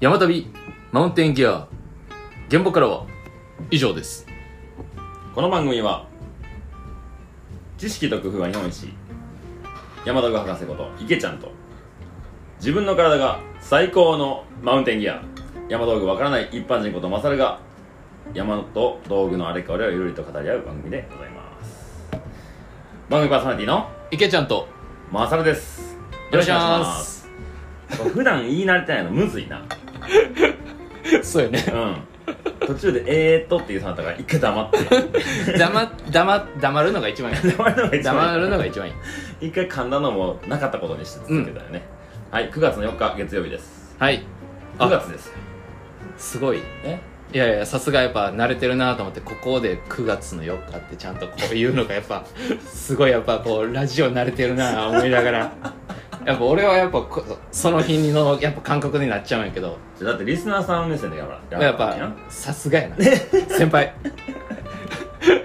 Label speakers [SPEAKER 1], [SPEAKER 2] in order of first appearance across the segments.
[SPEAKER 1] 山旅マウンテンギア現場からは以上です
[SPEAKER 2] この番組は知識と工夫は日本一山田具博士こと池ちゃんと自分の体が最高のマウンテンギア山道具わからない一般人ことマサルが山と道具のあれこれをゆるりと語り合う番組でございます番組パーソナリティの
[SPEAKER 1] 池ちゃんと
[SPEAKER 2] マサルです
[SPEAKER 1] よろしくお願いします
[SPEAKER 2] よろしくお願いします普段言い慣れてないのむずいな
[SPEAKER 1] そうよね
[SPEAKER 2] うん途中で「えーっと」って言うさなったから一回黙って
[SPEAKER 1] 黙っ黙っ黙るのが一番いい
[SPEAKER 2] 黙るのが一番いい
[SPEAKER 1] 黙るのが一番いい
[SPEAKER 2] 一回噛んだのもなかったことにして続けたよね、はい9月の4日月曜日です
[SPEAKER 1] はいあ
[SPEAKER 2] 9月ですよ
[SPEAKER 1] すごい
[SPEAKER 2] え
[SPEAKER 1] いやいやさすがやっぱ慣れてるなと思ってここで9月の4日ってちゃんとこういうのがやっぱすごいやっぱこうラジオ慣れてるな思いな がらやっぱ俺はやっぱこその日のやっぱ感覚になっちゃうんやけど
[SPEAKER 2] じゃあだってリスナーさん目線でやばら
[SPEAKER 1] やっぱさすがやな先輩ありがと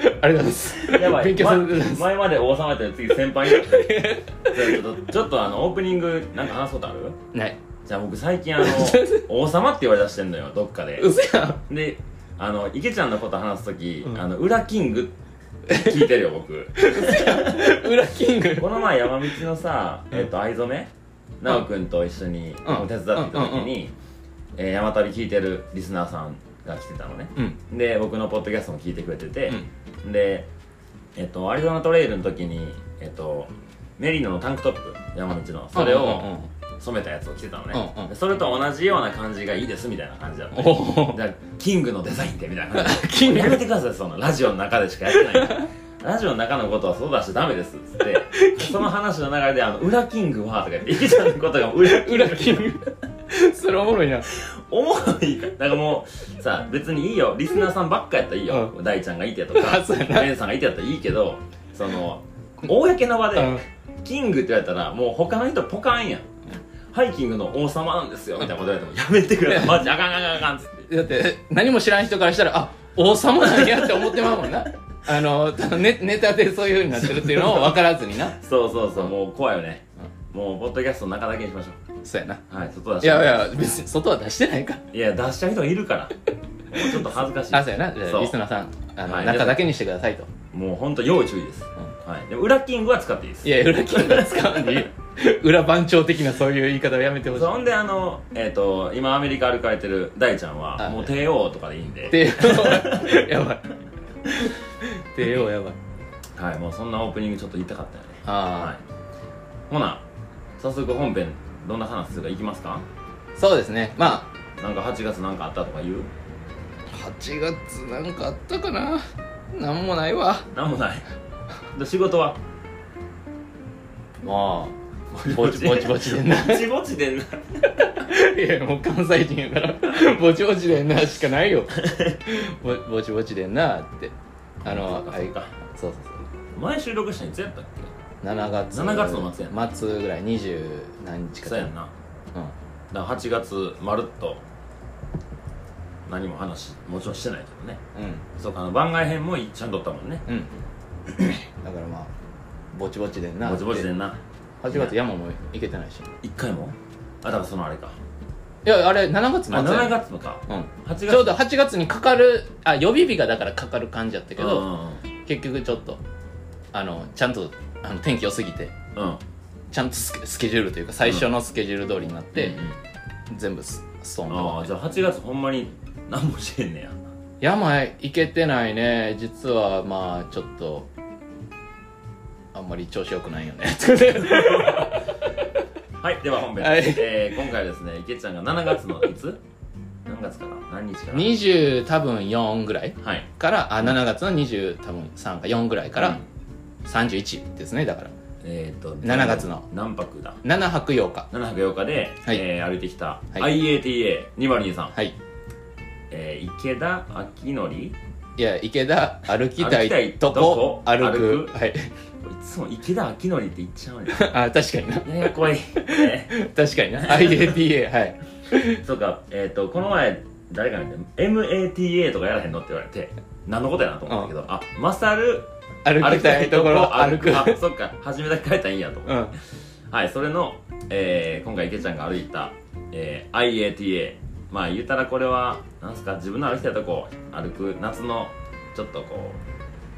[SPEAKER 1] うございます
[SPEAKER 2] やばい
[SPEAKER 1] 勉強させていただきます
[SPEAKER 2] ま前まで王様やったら次先輩になって ちょっとちょっとあのオープニングなんか話すことある
[SPEAKER 1] ない
[SPEAKER 2] じゃあ僕最 近あの王様って言われ出してんのよどっかで
[SPEAKER 1] うそやん
[SPEAKER 2] であの池ちゃんのこと話す時、
[SPEAKER 1] うん
[SPEAKER 2] あの裏キング聞いてる よ僕
[SPEAKER 1] 裏キング
[SPEAKER 2] この前山道のさ、えっと藍染め奈く君と一緒に
[SPEAKER 1] うん
[SPEAKER 2] 手伝ってた時に、えー山旅聞いてるリスナーさんが来てたのね
[SPEAKER 1] うん
[SPEAKER 2] で僕のポッドキャストも聞いてくれてて
[SPEAKER 1] う、ん
[SPEAKER 2] でえっとアリゾナトレイルの時にえっとメリノのタンクトップ山道のそれ
[SPEAKER 1] うん
[SPEAKER 2] を染めたやつを着てたのね、
[SPEAKER 1] うんうん
[SPEAKER 2] でそれと同じような感じがいいですみたいな感じだった
[SPEAKER 1] うんうんおお
[SPEAKER 2] じゃあキングのデザインってみたいな感じ
[SPEAKER 1] キング
[SPEAKER 2] やめてくださいそのラジオの中でしかやってないからラジオの中のことはそうだしダメですっつって その話の流れで「あの裏キングは」とか言って池ちゃんのことが裏キング
[SPEAKER 1] 裏キングそれおもろいな
[SPEAKER 2] おもろいからなんかもうさ別にいいよリスナーさんばっかやったらいいよ、
[SPEAKER 1] う
[SPEAKER 2] 大ちゃんがいてと
[SPEAKER 1] あ
[SPEAKER 2] か
[SPEAKER 1] そうやな
[SPEAKER 2] レンさんがいてやったらいいけどその公の場で、
[SPEAKER 1] うん
[SPEAKER 2] キングって言われたらもう他の人ポカンやんハイキングの王様なんですよみたいなこと言われてもやめてくれマジあかんあかんあかんっつって
[SPEAKER 1] だって何も知らん人からしたらあ王様なんやって思ってまうもん なあのただネネタでそういうふうになってるっていうの を分からずにな
[SPEAKER 2] そうそうそうもう怖いよね、もうポッドキャストの中だけにしましょ
[SPEAKER 1] そうやな
[SPEAKER 2] うはい外出し
[SPEAKER 1] い
[SPEAKER 2] て
[SPEAKER 1] やいや別に外は出してないから
[SPEAKER 2] いや出しちゃう人がいる からもうちょっと恥ずかしい
[SPEAKER 1] あそうやなじゃ
[SPEAKER 2] そ
[SPEAKER 1] あ
[SPEAKER 2] う
[SPEAKER 1] リスナーさんあの、
[SPEAKER 2] はい
[SPEAKER 1] 中だけにしてくださいと
[SPEAKER 2] もう本当要注意です、はい、でも裏キングは使っていいです
[SPEAKER 1] いや裏キング使わんでいいよ 裏番長的なそういう言い方はやめてほしい
[SPEAKER 2] そんであのえっ、と今アメリカ歩かれてる大ちゃん
[SPEAKER 1] は
[SPEAKER 2] はいもう帝王とかでいいんで
[SPEAKER 1] 帝王やばい帝王やばい
[SPEAKER 2] はいもうそんなオープニングちょっと言いたかったよねは
[SPEAKER 1] あ
[SPEAKER 2] いほな早速本編どんな話するかいきますか
[SPEAKER 1] あ、そうですねまあ
[SPEAKER 2] なんか8月なんかあったとか言う
[SPEAKER 1] 8月なんかあったかななんもないわ
[SPEAKER 2] なんもない で仕事 は
[SPEAKER 1] まあぼちぼちぼちでんない
[SPEAKER 2] ぼちぼちでんな
[SPEAKER 1] やもう関西人や からぼちぼちでんなしかないよぼぼちぼちでんなってあの
[SPEAKER 2] そうか
[SPEAKER 1] あい
[SPEAKER 2] そうか
[SPEAKER 1] そうそう
[SPEAKER 2] 前収録したのいつやったっけ
[SPEAKER 1] そう7月
[SPEAKER 2] 7月の末や
[SPEAKER 1] ん末ぐらい二十何日か
[SPEAKER 2] そうやんな
[SPEAKER 1] うん
[SPEAKER 2] だから8月まるっと何も話もちろんしてないけどねそうかあの番外編もちゃんと撮ったもんね
[SPEAKER 1] うん うんだからまあぼちぼちでんな
[SPEAKER 2] ぼちぼちでんな
[SPEAKER 1] 8月山も行けてないし
[SPEAKER 2] 1回もあだからそのあれか
[SPEAKER 1] いやあれ7月末
[SPEAKER 2] あ
[SPEAKER 1] や
[SPEAKER 2] 7月のか
[SPEAKER 1] うん
[SPEAKER 2] 8月
[SPEAKER 1] ちょうど8月にかかるあ予備日がだからかかる感じやったけ
[SPEAKER 2] う
[SPEAKER 1] ど、
[SPEAKER 2] んうん
[SPEAKER 1] 結局ちょっとあのちゃんとあの天気良すぎて
[SPEAKER 2] うんうん
[SPEAKER 1] ちゃんとスケスケジュールというか最初のスケジュール通りになって、
[SPEAKER 2] うんうん
[SPEAKER 1] 全部スストーンと
[SPEAKER 2] ああじゃあ8月ほんまに何もしてんねや
[SPEAKER 1] 山へ行けてないね実はまあちょっとあんまり調子良くないよね
[SPEAKER 2] はいでは本編
[SPEAKER 1] はい
[SPEAKER 2] です、えー今回はですね池ちゃんが7月のいつ何月かな何日かな
[SPEAKER 1] 20多分4ぐらい
[SPEAKER 2] はい
[SPEAKER 1] からあ7月の20多分3か4ぐらいか
[SPEAKER 2] う
[SPEAKER 1] ら
[SPEAKER 2] ん
[SPEAKER 1] 31ですねだから
[SPEAKER 2] えっ、と
[SPEAKER 1] 7月の
[SPEAKER 2] 何泊だ
[SPEAKER 1] 7泊8日
[SPEAKER 2] 7泊8日で、
[SPEAKER 1] はい
[SPEAKER 2] えー歩いてきた、
[SPEAKER 1] は
[SPEAKER 2] IATA202 さん、
[SPEAKER 1] はい
[SPEAKER 2] えー池田明則い
[SPEAKER 1] いや池田歩きた
[SPEAKER 2] 歩きたい
[SPEAKER 1] いと
[SPEAKER 2] とこ
[SPEAKER 1] こ歩
[SPEAKER 2] 歩
[SPEAKER 1] く
[SPEAKER 2] く
[SPEAKER 1] はい
[SPEAKER 2] つも池田明則って言っちゃうね
[SPEAKER 1] あ確かにな
[SPEAKER 2] ややこい、ね
[SPEAKER 1] 確かにな IATA はい
[SPEAKER 2] そうかえっ、とこの前誰かに言って MATA とかやらへんのって言われて何のことやなと思ったけど、あマサル
[SPEAKER 1] 歩きたいところ歩く
[SPEAKER 2] あそっか初めだけ書いたらいいんやと思って
[SPEAKER 1] うん
[SPEAKER 2] はいそれの、えー今回池ちゃんが歩いた、えー IATA まあ言うたらこれはなんすか自分の歩きたいとこ歩く夏のちょっとこ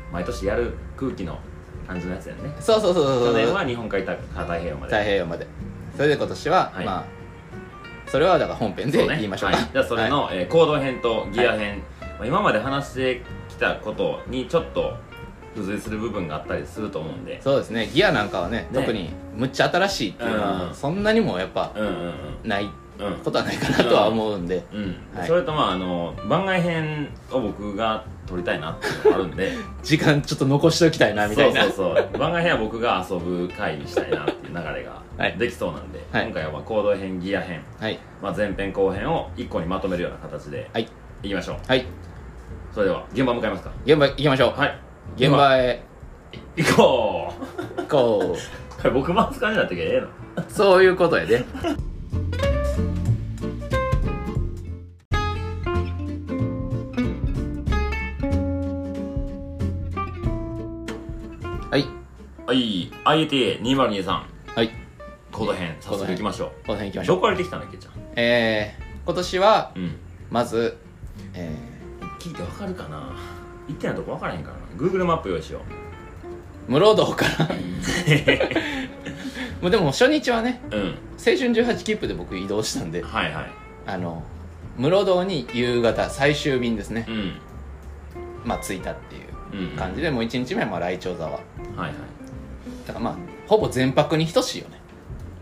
[SPEAKER 2] う毎年やる空気の感じのやつやね
[SPEAKER 1] そうそうそうそうそ
[SPEAKER 2] 去
[SPEAKER 1] う
[SPEAKER 2] 年は日本海太太平洋まで
[SPEAKER 1] 太平洋までそれで今年は、
[SPEAKER 2] はい
[SPEAKER 1] まあそれはだから本編
[SPEAKER 2] そ
[SPEAKER 1] で
[SPEAKER 2] うね
[SPEAKER 1] 言いましょうか、
[SPEAKER 2] はい、じゃあそれの、えー行動編とギア編、まあ今まで話してきたことにちょっと付随する部分があったりすると思うんで
[SPEAKER 1] そうですねギアなんかはね
[SPEAKER 2] ね
[SPEAKER 1] 特にむっちゃ新しいっていうのは、
[SPEAKER 2] うん
[SPEAKER 1] そんなにもやっぱ
[SPEAKER 2] うんうん
[SPEAKER 1] ない
[SPEAKER 2] うんうん
[SPEAKER 1] ことはないかなとは思うんで、
[SPEAKER 2] うん
[SPEAKER 1] はい
[SPEAKER 2] それとまああの番外編を僕が撮りたいなっていうのがあるんで
[SPEAKER 1] 時間ちょっと残しておきたい なみたいな
[SPEAKER 2] そうそうそう番外編は僕が遊ぶ回にしたいなっていう流れが
[SPEAKER 1] はい
[SPEAKER 2] できそうなんで、
[SPEAKER 1] はい
[SPEAKER 2] 今回は行動編ギア編、
[SPEAKER 1] はい
[SPEAKER 2] まあ、前編後編を1個にまとめるような形で
[SPEAKER 1] はい
[SPEAKER 2] いきましょう
[SPEAKER 1] はい
[SPEAKER 2] それでは現場向かいますか
[SPEAKER 1] 現場行きましょう、
[SPEAKER 2] はい
[SPEAKER 1] 現場へ
[SPEAKER 2] 行こう
[SPEAKER 1] 行こ
[SPEAKER 2] これ僕回す感じだったけどええの
[SPEAKER 1] うそういうことやではい
[SPEAKER 2] はい IATA2023
[SPEAKER 1] はい
[SPEAKER 2] コード編早速行きましょ
[SPEAKER 1] この辺行き
[SPEAKER 2] う
[SPEAKER 1] ましょ
[SPEAKER 2] ど
[SPEAKER 1] う
[SPEAKER 2] こから出てきたのけいちゃん
[SPEAKER 1] えー、今年は
[SPEAKER 2] うん
[SPEAKER 1] まず、え
[SPEAKER 2] 聞いてわかるかな行ってないとこ分からへんからな Google マップ用意しよ
[SPEAKER 1] ー、室堂から もうでも初日はね
[SPEAKER 2] ううん
[SPEAKER 1] 青春18切符で僕移動したんで
[SPEAKER 2] はいはい
[SPEAKER 1] あの室堂に夕方最終便ですね
[SPEAKER 2] う、ん
[SPEAKER 1] まあ着いたっていう
[SPEAKER 2] うん
[SPEAKER 1] 感じでもう1日目はまあ来鳥沢
[SPEAKER 2] はいはい
[SPEAKER 1] だからまあほぼ全泊に等しいよね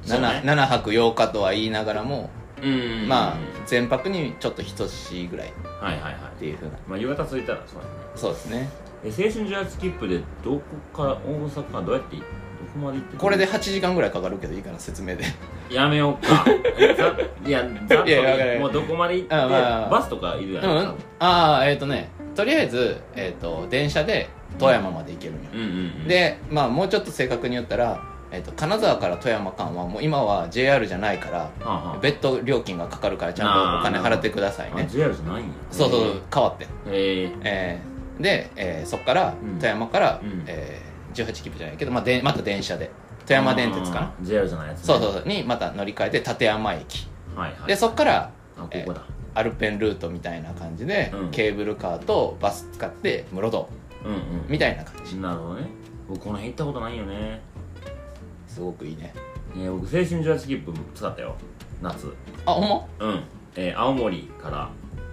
[SPEAKER 2] そうね
[SPEAKER 1] 7, 泊8日とは言いながらも、
[SPEAKER 2] うん
[SPEAKER 1] まあ全泊にちょっと等しいぐらいっ
[SPEAKER 2] はいはいは
[SPEAKER 1] ていうふうない
[SPEAKER 2] まあ夕方着いたらそうやね
[SPEAKER 1] そうですね
[SPEAKER 2] え青春18切符でどこから大阪からどうやって行っどこまで行って
[SPEAKER 1] これで8時間ぐらいかかるけどいいかな説明で
[SPEAKER 2] やめよ うかえざいやざっ
[SPEAKER 1] いやわかる
[SPEAKER 2] ともうどこまで行って
[SPEAKER 1] あまあ
[SPEAKER 2] バスとかいるや
[SPEAKER 1] うんんああえっ、とねとりあえず、えー、と電車で富山まで行けるんよ、
[SPEAKER 2] うんうんうん
[SPEAKER 1] でまあもうちょっと正確に言ったら、えー、と金沢から富山間はもう今は JR じゃないから
[SPEAKER 2] はあは
[SPEAKER 1] 別途料金がかかるからちゃんとお金払ってください
[SPEAKER 2] ああ
[SPEAKER 1] ね
[SPEAKER 2] JR じゃないんや
[SPEAKER 1] そうそう変わってん
[SPEAKER 2] え
[SPEAKER 1] えーで、えーそこから
[SPEAKER 2] うん
[SPEAKER 1] 富山から、
[SPEAKER 2] うん
[SPEAKER 1] えー18切符じゃないけど、まあ、でまた電車で富山電鉄かな、
[SPEAKER 2] な JR じゃないやつね
[SPEAKER 1] そうそうそうにまた乗り換えて立山駅
[SPEAKER 2] はいはい
[SPEAKER 1] でそこから
[SPEAKER 2] あここだ
[SPEAKER 1] アルペンルートみたいな感じで、
[SPEAKER 2] うん
[SPEAKER 1] ケーブルカーとバス使って室戸
[SPEAKER 2] うんう
[SPEAKER 1] みたいな感じ
[SPEAKER 2] んなるほどね僕この辺行ったことないよね
[SPEAKER 1] すごくいいね
[SPEAKER 2] ね僕青春18切符使ったよ夏
[SPEAKER 1] あほんま
[SPEAKER 2] うんえー青森から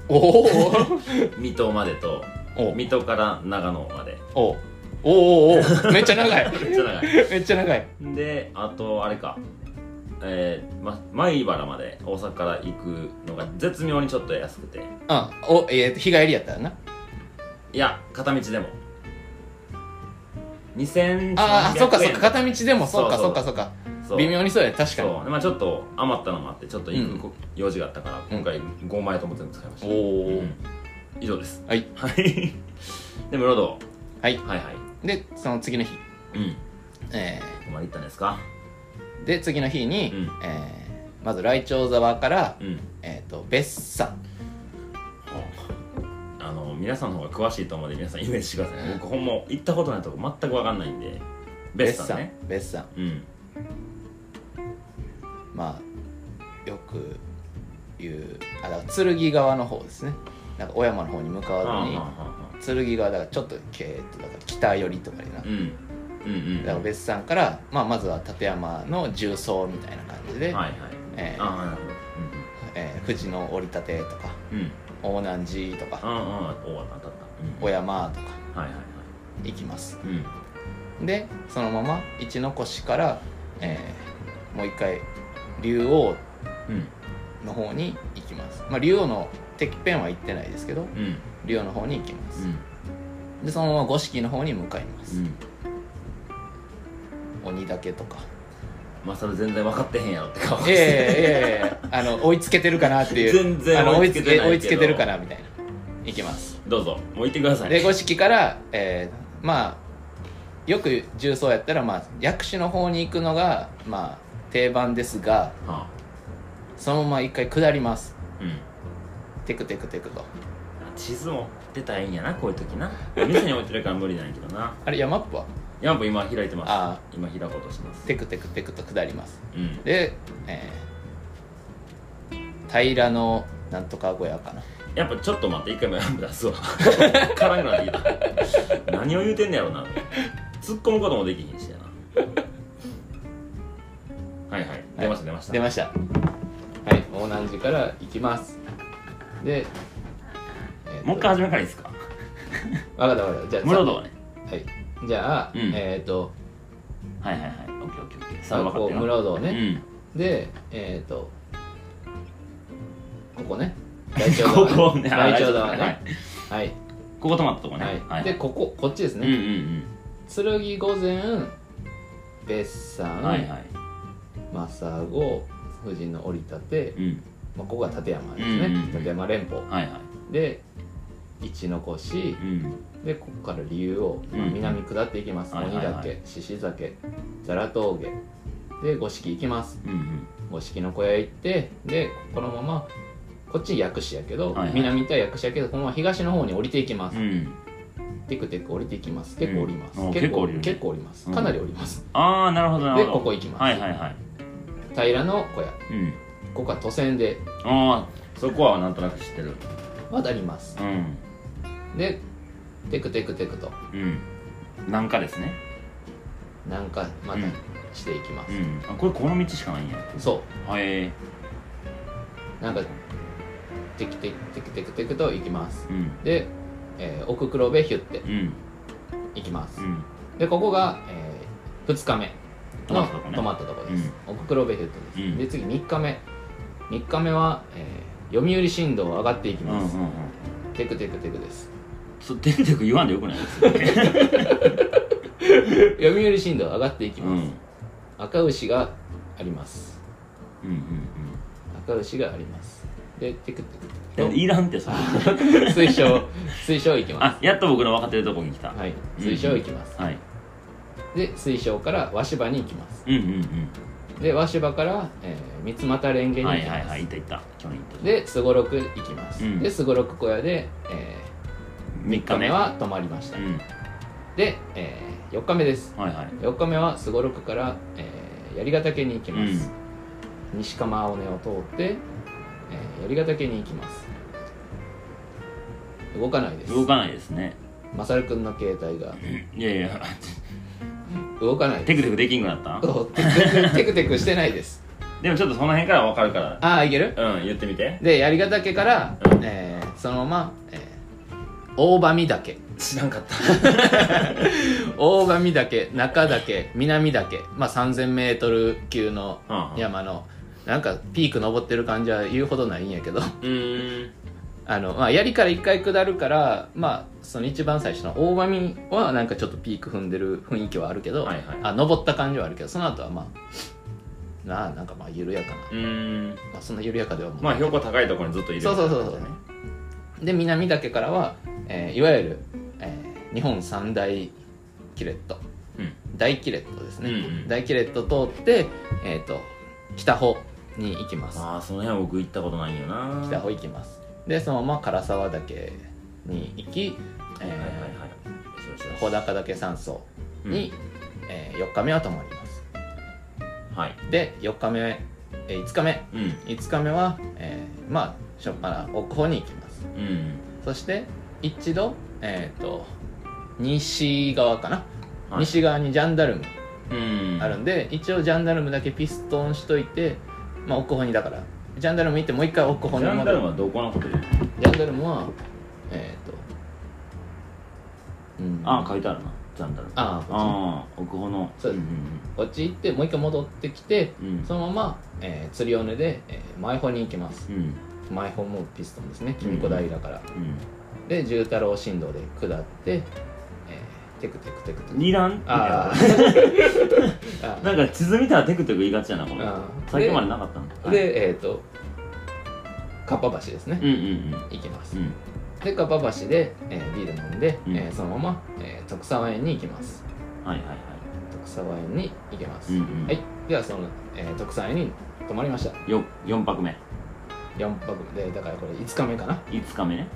[SPEAKER 1] おー
[SPEAKER 2] 水戸までと
[SPEAKER 1] おお
[SPEAKER 2] 水戸から長野まで
[SPEAKER 1] おおおおめっちゃ長い
[SPEAKER 2] めっちゃ長い
[SPEAKER 1] めっちゃ長い
[SPEAKER 2] であとあれかえー、ま米原まで大阪から行くのが絶妙にちょっと安くて
[SPEAKER 1] うんおえーと、日帰りやったらない
[SPEAKER 2] や片道でも2000
[SPEAKER 1] ああそっかそっか片道でもそうか
[SPEAKER 2] そ
[SPEAKER 1] そうっか
[SPEAKER 2] そう
[SPEAKER 1] そっか
[SPEAKER 2] そう
[SPEAKER 1] 微妙にそうやね確かに
[SPEAKER 2] そうでまあちょっと余ったのもあってちょっと行く用事があったから、
[SPEAKER 1] うん
[SPEAKER 2] 今回5枚とも全部使いました、
[SPEAKER 1] おー
[SPEAKER 2] うん以上です
[SPEAKER 1] はい
[SPEAKER 2] はいで室堂
[SPEAKER 1] はい
[SPEAKER 2] はいはい
[SPEAKER 1] でその次の日、
[SPEAKER 2] うん
[SPEAKER 1] え
[SPEAKER 2] ここまで行ったんですか
[SPEAKER 1] ーで次の日に、
[SPEAKER 2] うん
[SPEAKER 1] えーまず来鳥沢から、
[SPEAKER 2] うん
[SPEAKER 1] えー、と別山
[SPEAKER 2] あの皆さんの方が詳しいと思うんで皆さんイメージしてください僕ほんま行ったことないとこ全く分かんないんでベスさんね
[SPEAKER 1] 別山
[SPEAKER 2] うん
[SPEAKER 1] まあよく言うあだから剣川の方ですねなんか小山の方に向か
[SPEAKER 2] はあ
[SPEAKER 1] わずに
[SPEAKER 2] はあはあ
[SPEAKER 1] 剣川だからちょっと,、えー、とだから北寄りとかでな、
[SPEAKER 2] うんうんうん
[SPEAKER 1] だから別山から、まあ、まずは立山の重曹みたいな感じで、
[SPEAKER 2] はいはい
[SPEAKER 1] えー
[SPEAKER 2] ああなるほど
[SPEAKER 1] えー富士の折り立てとか
[SPEAKER 2] うんうんうん
[SPEAKER 1] 大南寺とか
[SPEAKER 2] ああああ終わった当たったうん
[SPEAKER 1] 小山とか
[SPEAKER 2] はいはいはい
[SPEAKER 1] 行きます
[SPEAKER 2] うん
[SPEAKER 1] でそのまま一の越から、えーもう一回竜王
[SPEAKER 2] うん
[SPEAKER 1] の方に行きます、まあ、竜王のてっぺんは行ってないですけど
[SPEAKER 2] うん
[SPEAKER 1] 竜王の方に行きま
[SPEAKER 2] う
[SPEAKER 1] す、
[SPEAKER 2] ん
[SPEAKER 1] でそのまま五色の方に向かいます、
[SPEAKER 2] うん
[SPEAKER 1] 鬼岳とか
[SPEAKER 2] まあそれ全然分かってへんやろって顔し
[SPEAKER 1] いやい
[SPEAKER 2] て
[SPEAKER 1] やいやいやいやあの追いつけてるかなっていう
[SPEAKER 2] 全然
[SPEAKER 1] あの
[SPEAKER 2] 追
[SPEAKER 1] 追
[SPEAKER 2] い
[SPEAKER 1] い
[SPEAKER 2] つ
[SPEAKER 1] つ
[SPEAKER 2] けて
[SPEAKER 1] け
[SPEAKER 2] ないけど
[SPEAKER 1] 追いつけてるかなみたいな行きます
[SPEAKER 2] どうぞもう行ってください
[SPEAKER 1] で五色から、えーまあよく重曹やったら、まあ、薬師の方に行くのが、まあ、定番ですが
[SPEAKER 2] はあ
[SPEAKER 1] そのまま一回下ります
[SPEAKER 2] うん
[SPEAKER 1] テクテクテクと
[SPEAKER 2] 地図持ってたらいいんやなこういう時 なお店に置いてるから無理なんやけどな
[SPEAKER 1] あれ山っぽは
[SPEAKER 2] ヤンプ今開いてます
[SPEAKER 1] あ
[SPEAKER 2] 今開こうとしてます
[SPEAKER 1] テクテクテクと下ります
[SPEAKER 2] うん
[SPEAKER 1] で、えー平らのなんとか小屋かな
[SPEAKER 2] やっぱちょっと待って一回もやめ出す わ辛くなってきた何を言うてんねやろな突っ込むこともできひんしやなはいはい出ました出ました
[SPEAKER 1] 出ましたはい大難寺から行きますで、えーと
[SPEAKER 2] もう一回始めからいいですか
[SPEAKER 1] わかったわかったじゃあ
[SPEAKER 2] 室戸はね
[SPEAKER 1] はいじゃあ、
[SPEAKER 2] うん
[SPEAKER 1] えっ、と
[SPEAKER 2] はいはいはいオッケーオッケーオッケーさあ分かっ
[SPEAKER 1] こ
[SPEAKER 2] て
[SPEAKER 1] う
[SPEAKER 2] るな
[SPEAKER 1] 室堂
[SPEAKER 2] う
[SPEAKER 1] ね、
[SPEAKER 2] ん
[SPEAKER 1] でえっ、とここね大腸
[SPEAKER 2] こ
[SPEAKER 1] ド
[SPEAKER 2] こ
[SPEAKER 1] アね
[SPEAKER 2] ね
[SPEAKER 1] 大腸ドア
[SPEAKER 2] は
[SPEAKER 1] ね
[SPEAKER 2] い
[SPEAKER 1] はい
[SPEAKER 2] ここ止まったとこね
[SPEAKER 1] はい、
[SPEAKER 2] はい
[SPEAKER 1] でこここっちです
[SPEAKER 2] うんうん
[SPEAKER 1] ね、剣御前別
[SPEAKER 2] う
[SPEAKER 1] 山、
[SPEAKER 2] んはいはい
[SPEAKER 1] 政子夫人の降り立て、
[SPEAKER 2] うん
[SPEAKER 1] まあ、ここが立山ですね、
[SPEAKER 2] うんうんうん
[SPEAKER 1] 立山連峰
[SPEAKER 2] はいはい
[SPEAKER 1] で一の越
[SPEAKER 2] うん
[SPEAKER 1] でここから理由を、まあ
[SPEAKER 2] うん
[SPEAKER 1] 南下っていきます
[SPEAKER 2] はい
[SPEAKER 1] 鬼
[SPEAKER 2] はいはい
[SPEAKER 1] 岳獅子岳ザラ峠で五色行きます
[SPEAKER 2] うん
[SPEAKER 1] 五色の小屋行ってでこのままこっち薬師やけど、
[SPEAKER 2] はいはい
[SPEAKER 1] 南行ったら薬師やけどこのまま東の方に降りていきます、
[SPEAKER 2] うんうん
[SPEAKER 1] テクテク降りていきます結構降ります、
[SPEAKER 2] うんあ
[SPEAKER 1] 結
[SPEAKER 2] 結構
[SPEAKER 1] 構
[SPEAKER 2] 降りるね
[SPEAKER 1] 結構降ります
[SPEAKER 2] うん
[SPEAKER 1] かなり降ります、
[SPEAKER 2] ああなるほどなる
[SPEAKER 1] で
[SPEAKER 2] ほど
[SPEAKER 1] ここ行きます、
[SPEAKER 2] はいはいはい
[SPEAKER 1] 平の小屋
[SPEAKER 2] うん
[SPEAKER 1] ここは都線で
[SPEAKER 2] ああそこはなんとなく知ってる
[SPEAKER 1] 渡ります
[SPEAKER 2] うん
[SPEAKER 1] でテクテクテクと
[SPEAKER 2] うんなんかですね
[SPEAKER 1] 南下またしていきます、
[SPEAKER 2] うんあこれこの道しかないんや
[SPEAKER 1] そ
[SPEAKER 2] はい、
[SPEAKER 1] うなんかテクテクテクテクテクと行きます
[SPEAKER 2] うん
[SPEAKER 1] で、えー奥黒部ヒュって
[SPEAKER 2] うん
[SPEAKER 1] 行きます
[SPEAKER 2] う、ん
[SPEAKER 1] でここが、え2日目の
[SPEAKER 2] 止
[SPEAKER 1] 止
[SPEAKER 2] ま
[SPEAKER 1] ま
[SPEAKER 2] っ
[SPEAKER 1] ったとこです、奥黒部ヒュットです、
[SPEAKER 2] うん
[SPEAKER 1] で次3日目3日目は、えー読売新道上がっていき
[SPEAKER 2] うんうん
[SPEAKER 1] ます、
[SPEAKER 2] うん
[SPEAKER 1] テクテクテクです
[SPEAKER 2] そうてんてく言わんでよくない
[SPEAKER 1] 読売新道上がっていき
[SPEAKER 2] うんう
[SPEAKER 1] ま
[SPEAKER 2] ん
[SPEAKER 1] す、赤牛があります
[SPEAKER 2] うんうん
[SPEAKER 1] 赤牛がありますでテクテクテク
[SPEAKER 2] で
[SPEAKER 1] と
[SPEAKER 2] もいらんってそれ
[SPEAKER 1] 水晶水晶行きま
[SPEAKER 2] あやっと僕の分かってるとこに来た
[SPEAKER 1] すはい
[SPEAKER 2] うん
[SPEAKER 1] 水晶行きます、
[SPEAKER 2] はい
[SPEAKER 1] で水晶から鷲羽に行きます
[SPEAKER 2] うんうん
[SPEAKER 1] で鷲羽から、えー、三俣蓮華
[SPEAKER 2] う
[SPEAKER 1] に
[SPEAKER 2] ん
[SPEAKER 1] 行
[SPEAKER 2] はい
[SPEAKER 1] きます、
[SPEAKER 2] はいはいいったいった去年行った
[SPEAKER 1] ですごろく行きます、
[SPEAKER 2] うん
[SPEAKER 1] でスゴロク小屋で、え
[SPEAKER 2] 3
[SPEAKER 1] 3
[SPEAKER 2] 日
[SPEAKER 1] 日
[SPEAKER 2] 目
[SPEAKER 1] 目は泊まりまし
[SPEAKER 2] う
[SPEAKER 1] た、
[SPEAKER 2] ん
[SPEAKER 1] で、え4日目です
[SPEAKER 2] はいはい
[SPEAKER 1] 4日目はすごろくから、えー、槍ヶ岳に行きます、西釜尾根を通って、えー、槍ヶ岳に行きます動かないです
[SPEAKER 2] 動かないですね
[SPEAKER 1] マサルくんの携帯が
[SPEAKER 2] いやいや
[SPEAKER 1] 動かない
[SPEAKER 2] テ
[SPEAKER 1] です
[SPEAKER 2] クテクできんくなった
[SPEAKER 1] そう テクテクテクテクしてないです
[SPEAKER 2] でもちょっとその辺から分かるか
[SPEAKER 1] ああいける
[SPEAKER 2] らうん言ってみて
[SPEAKER 1] で槍ヶ岳から、
[SPEAKER 2] うん
[SPEAKER 1] えーそのまま、えー、大網岳
[SPEAKER 2] 知らんかった
[SPEAKER 1] 大神岳中岳南岳、まあ、3000m 級の
[SPEAKER 2] うんうん
[SPEAKER 1] 山のなんかピーク登ってる感じは言うほどないんやけど
[SPEAKER 2] うーん
[SPEAKER 1] あの、まあ、槍から1回下るから、まあ、その一番最初の大神はなんかちょっとピーク踏んでる雰囲気はあるけど、
[SPEAKER 2] はいはい
[SPEAKER 1] あ登った感じはあるけどその後はまあなあなんかまあ緩やかな、
[SPEAKER 2] うーん
[SPEAKER 1] まあ、そんな緩やかではもう
[SPEAKER 2] まあ標高高いところにずっといる
[SPEAKER 1] そうそうそうそうで南岳からは、えーいわゆる、えー日本三大キレット
[SPEAKER 2] うん
[SPEAKER 1] 大キレットですね、
[SPEAKER 2] うんうん
[SPEAKER 1] 大キレット通って、えー、と北方に行きます
[SPEAKER 2] ああその辺は僕行ったことないんよな
[SPEAKER 1] 北方行きますでそのまま唐沢岳に行き、えー
[SPEAKER 2] はいはいはいよしよしよし
[SPEAKER 1] 穂高岳山荘に、え4日目は泊まります
[SPEAKER 2] はい
[SPEAKER 1] で4日目、えー5日目
[SPEAKER 2] うん
[SPEAKER 1] 5日目は、えーまあしょっぱな奥方に行きます
[SPEAKER 2] うん
[SPEAKER 1] そして一度えっ、と西側かな、
[SPEAKER 2] はい
[SPEAKER 1] 西側にジャンダルム
[SPEAKER 2] うん
[SPEAKER 1] あるんで、一応ジャンダルムだけピストンしといて、まあ、奥方にだからジャンダルム行ってもう一回奥
[SPEAKER 2] ジ
[SPEAKER 1] 方に
[SPEAKER 2] ャン
[SPEAKER 1] 戻
[SPEAKER 2] ダル
[SPEAKER 1] る
[SPEAKER 2] ムはどこのことで
[SPEAKER 1] ジャンダルムはえっ、とうん
[SPEAKER 2] ああ書いてあるなジャンダルム
[SPEAKER 1] ああ
[SPEAKER 2] ああ奥穂の
[SPEAKER 1] そう
[SPEAKER 2] うん
[SPEAKER 1] こっち行ってもう一回戻ってきて
[SPEAKER 2] うんうん
[SPEAKER 1] そのまま、えー釣り尾根で、えー、前方に行きます
[SPEAKER 2] うんうん
[SPEAKER 1] 前方もピストンですね君子平から、
[SPEAKER 2] うん
[SPEAKER 1] で十太郎振動で下って、えーテクテクテクテク
[SPEAKER 2] 二段
[SPEAKER 1] あ あ
[SPEAKER 2] なんか地図見たらテクテク言いがちやなこの
[SPEAKER 1] あー
[SPEAKER 2] さっきまでなかったんだはい
[SPEAKER 1] でえっ、とかっぱ橋ですね、
[SPEAKER 2] うんうんうん
[SPEAKER 1] 行きます
[SPEAKER 2] うん
[SPEAKER 1] でかっぱ橋で、えービール飲んで、
[SPEAKER 2] うん
[SPEAKER 1] えーそのまま、えー徳沢園に行きます
[SPEAKER 2] はいはいはい
[SPEAKER 1] 徳沢園に行きます、
[SPEAKER 2] うんうん
[SPEAKER 1] はいではその、えー徳沢園に泊まりました
[SPEAKER 2] よ4泊目
[SPEAKER 1] 4泊でだからこれ5日目かな
[SPEAKER 2] 5日目ね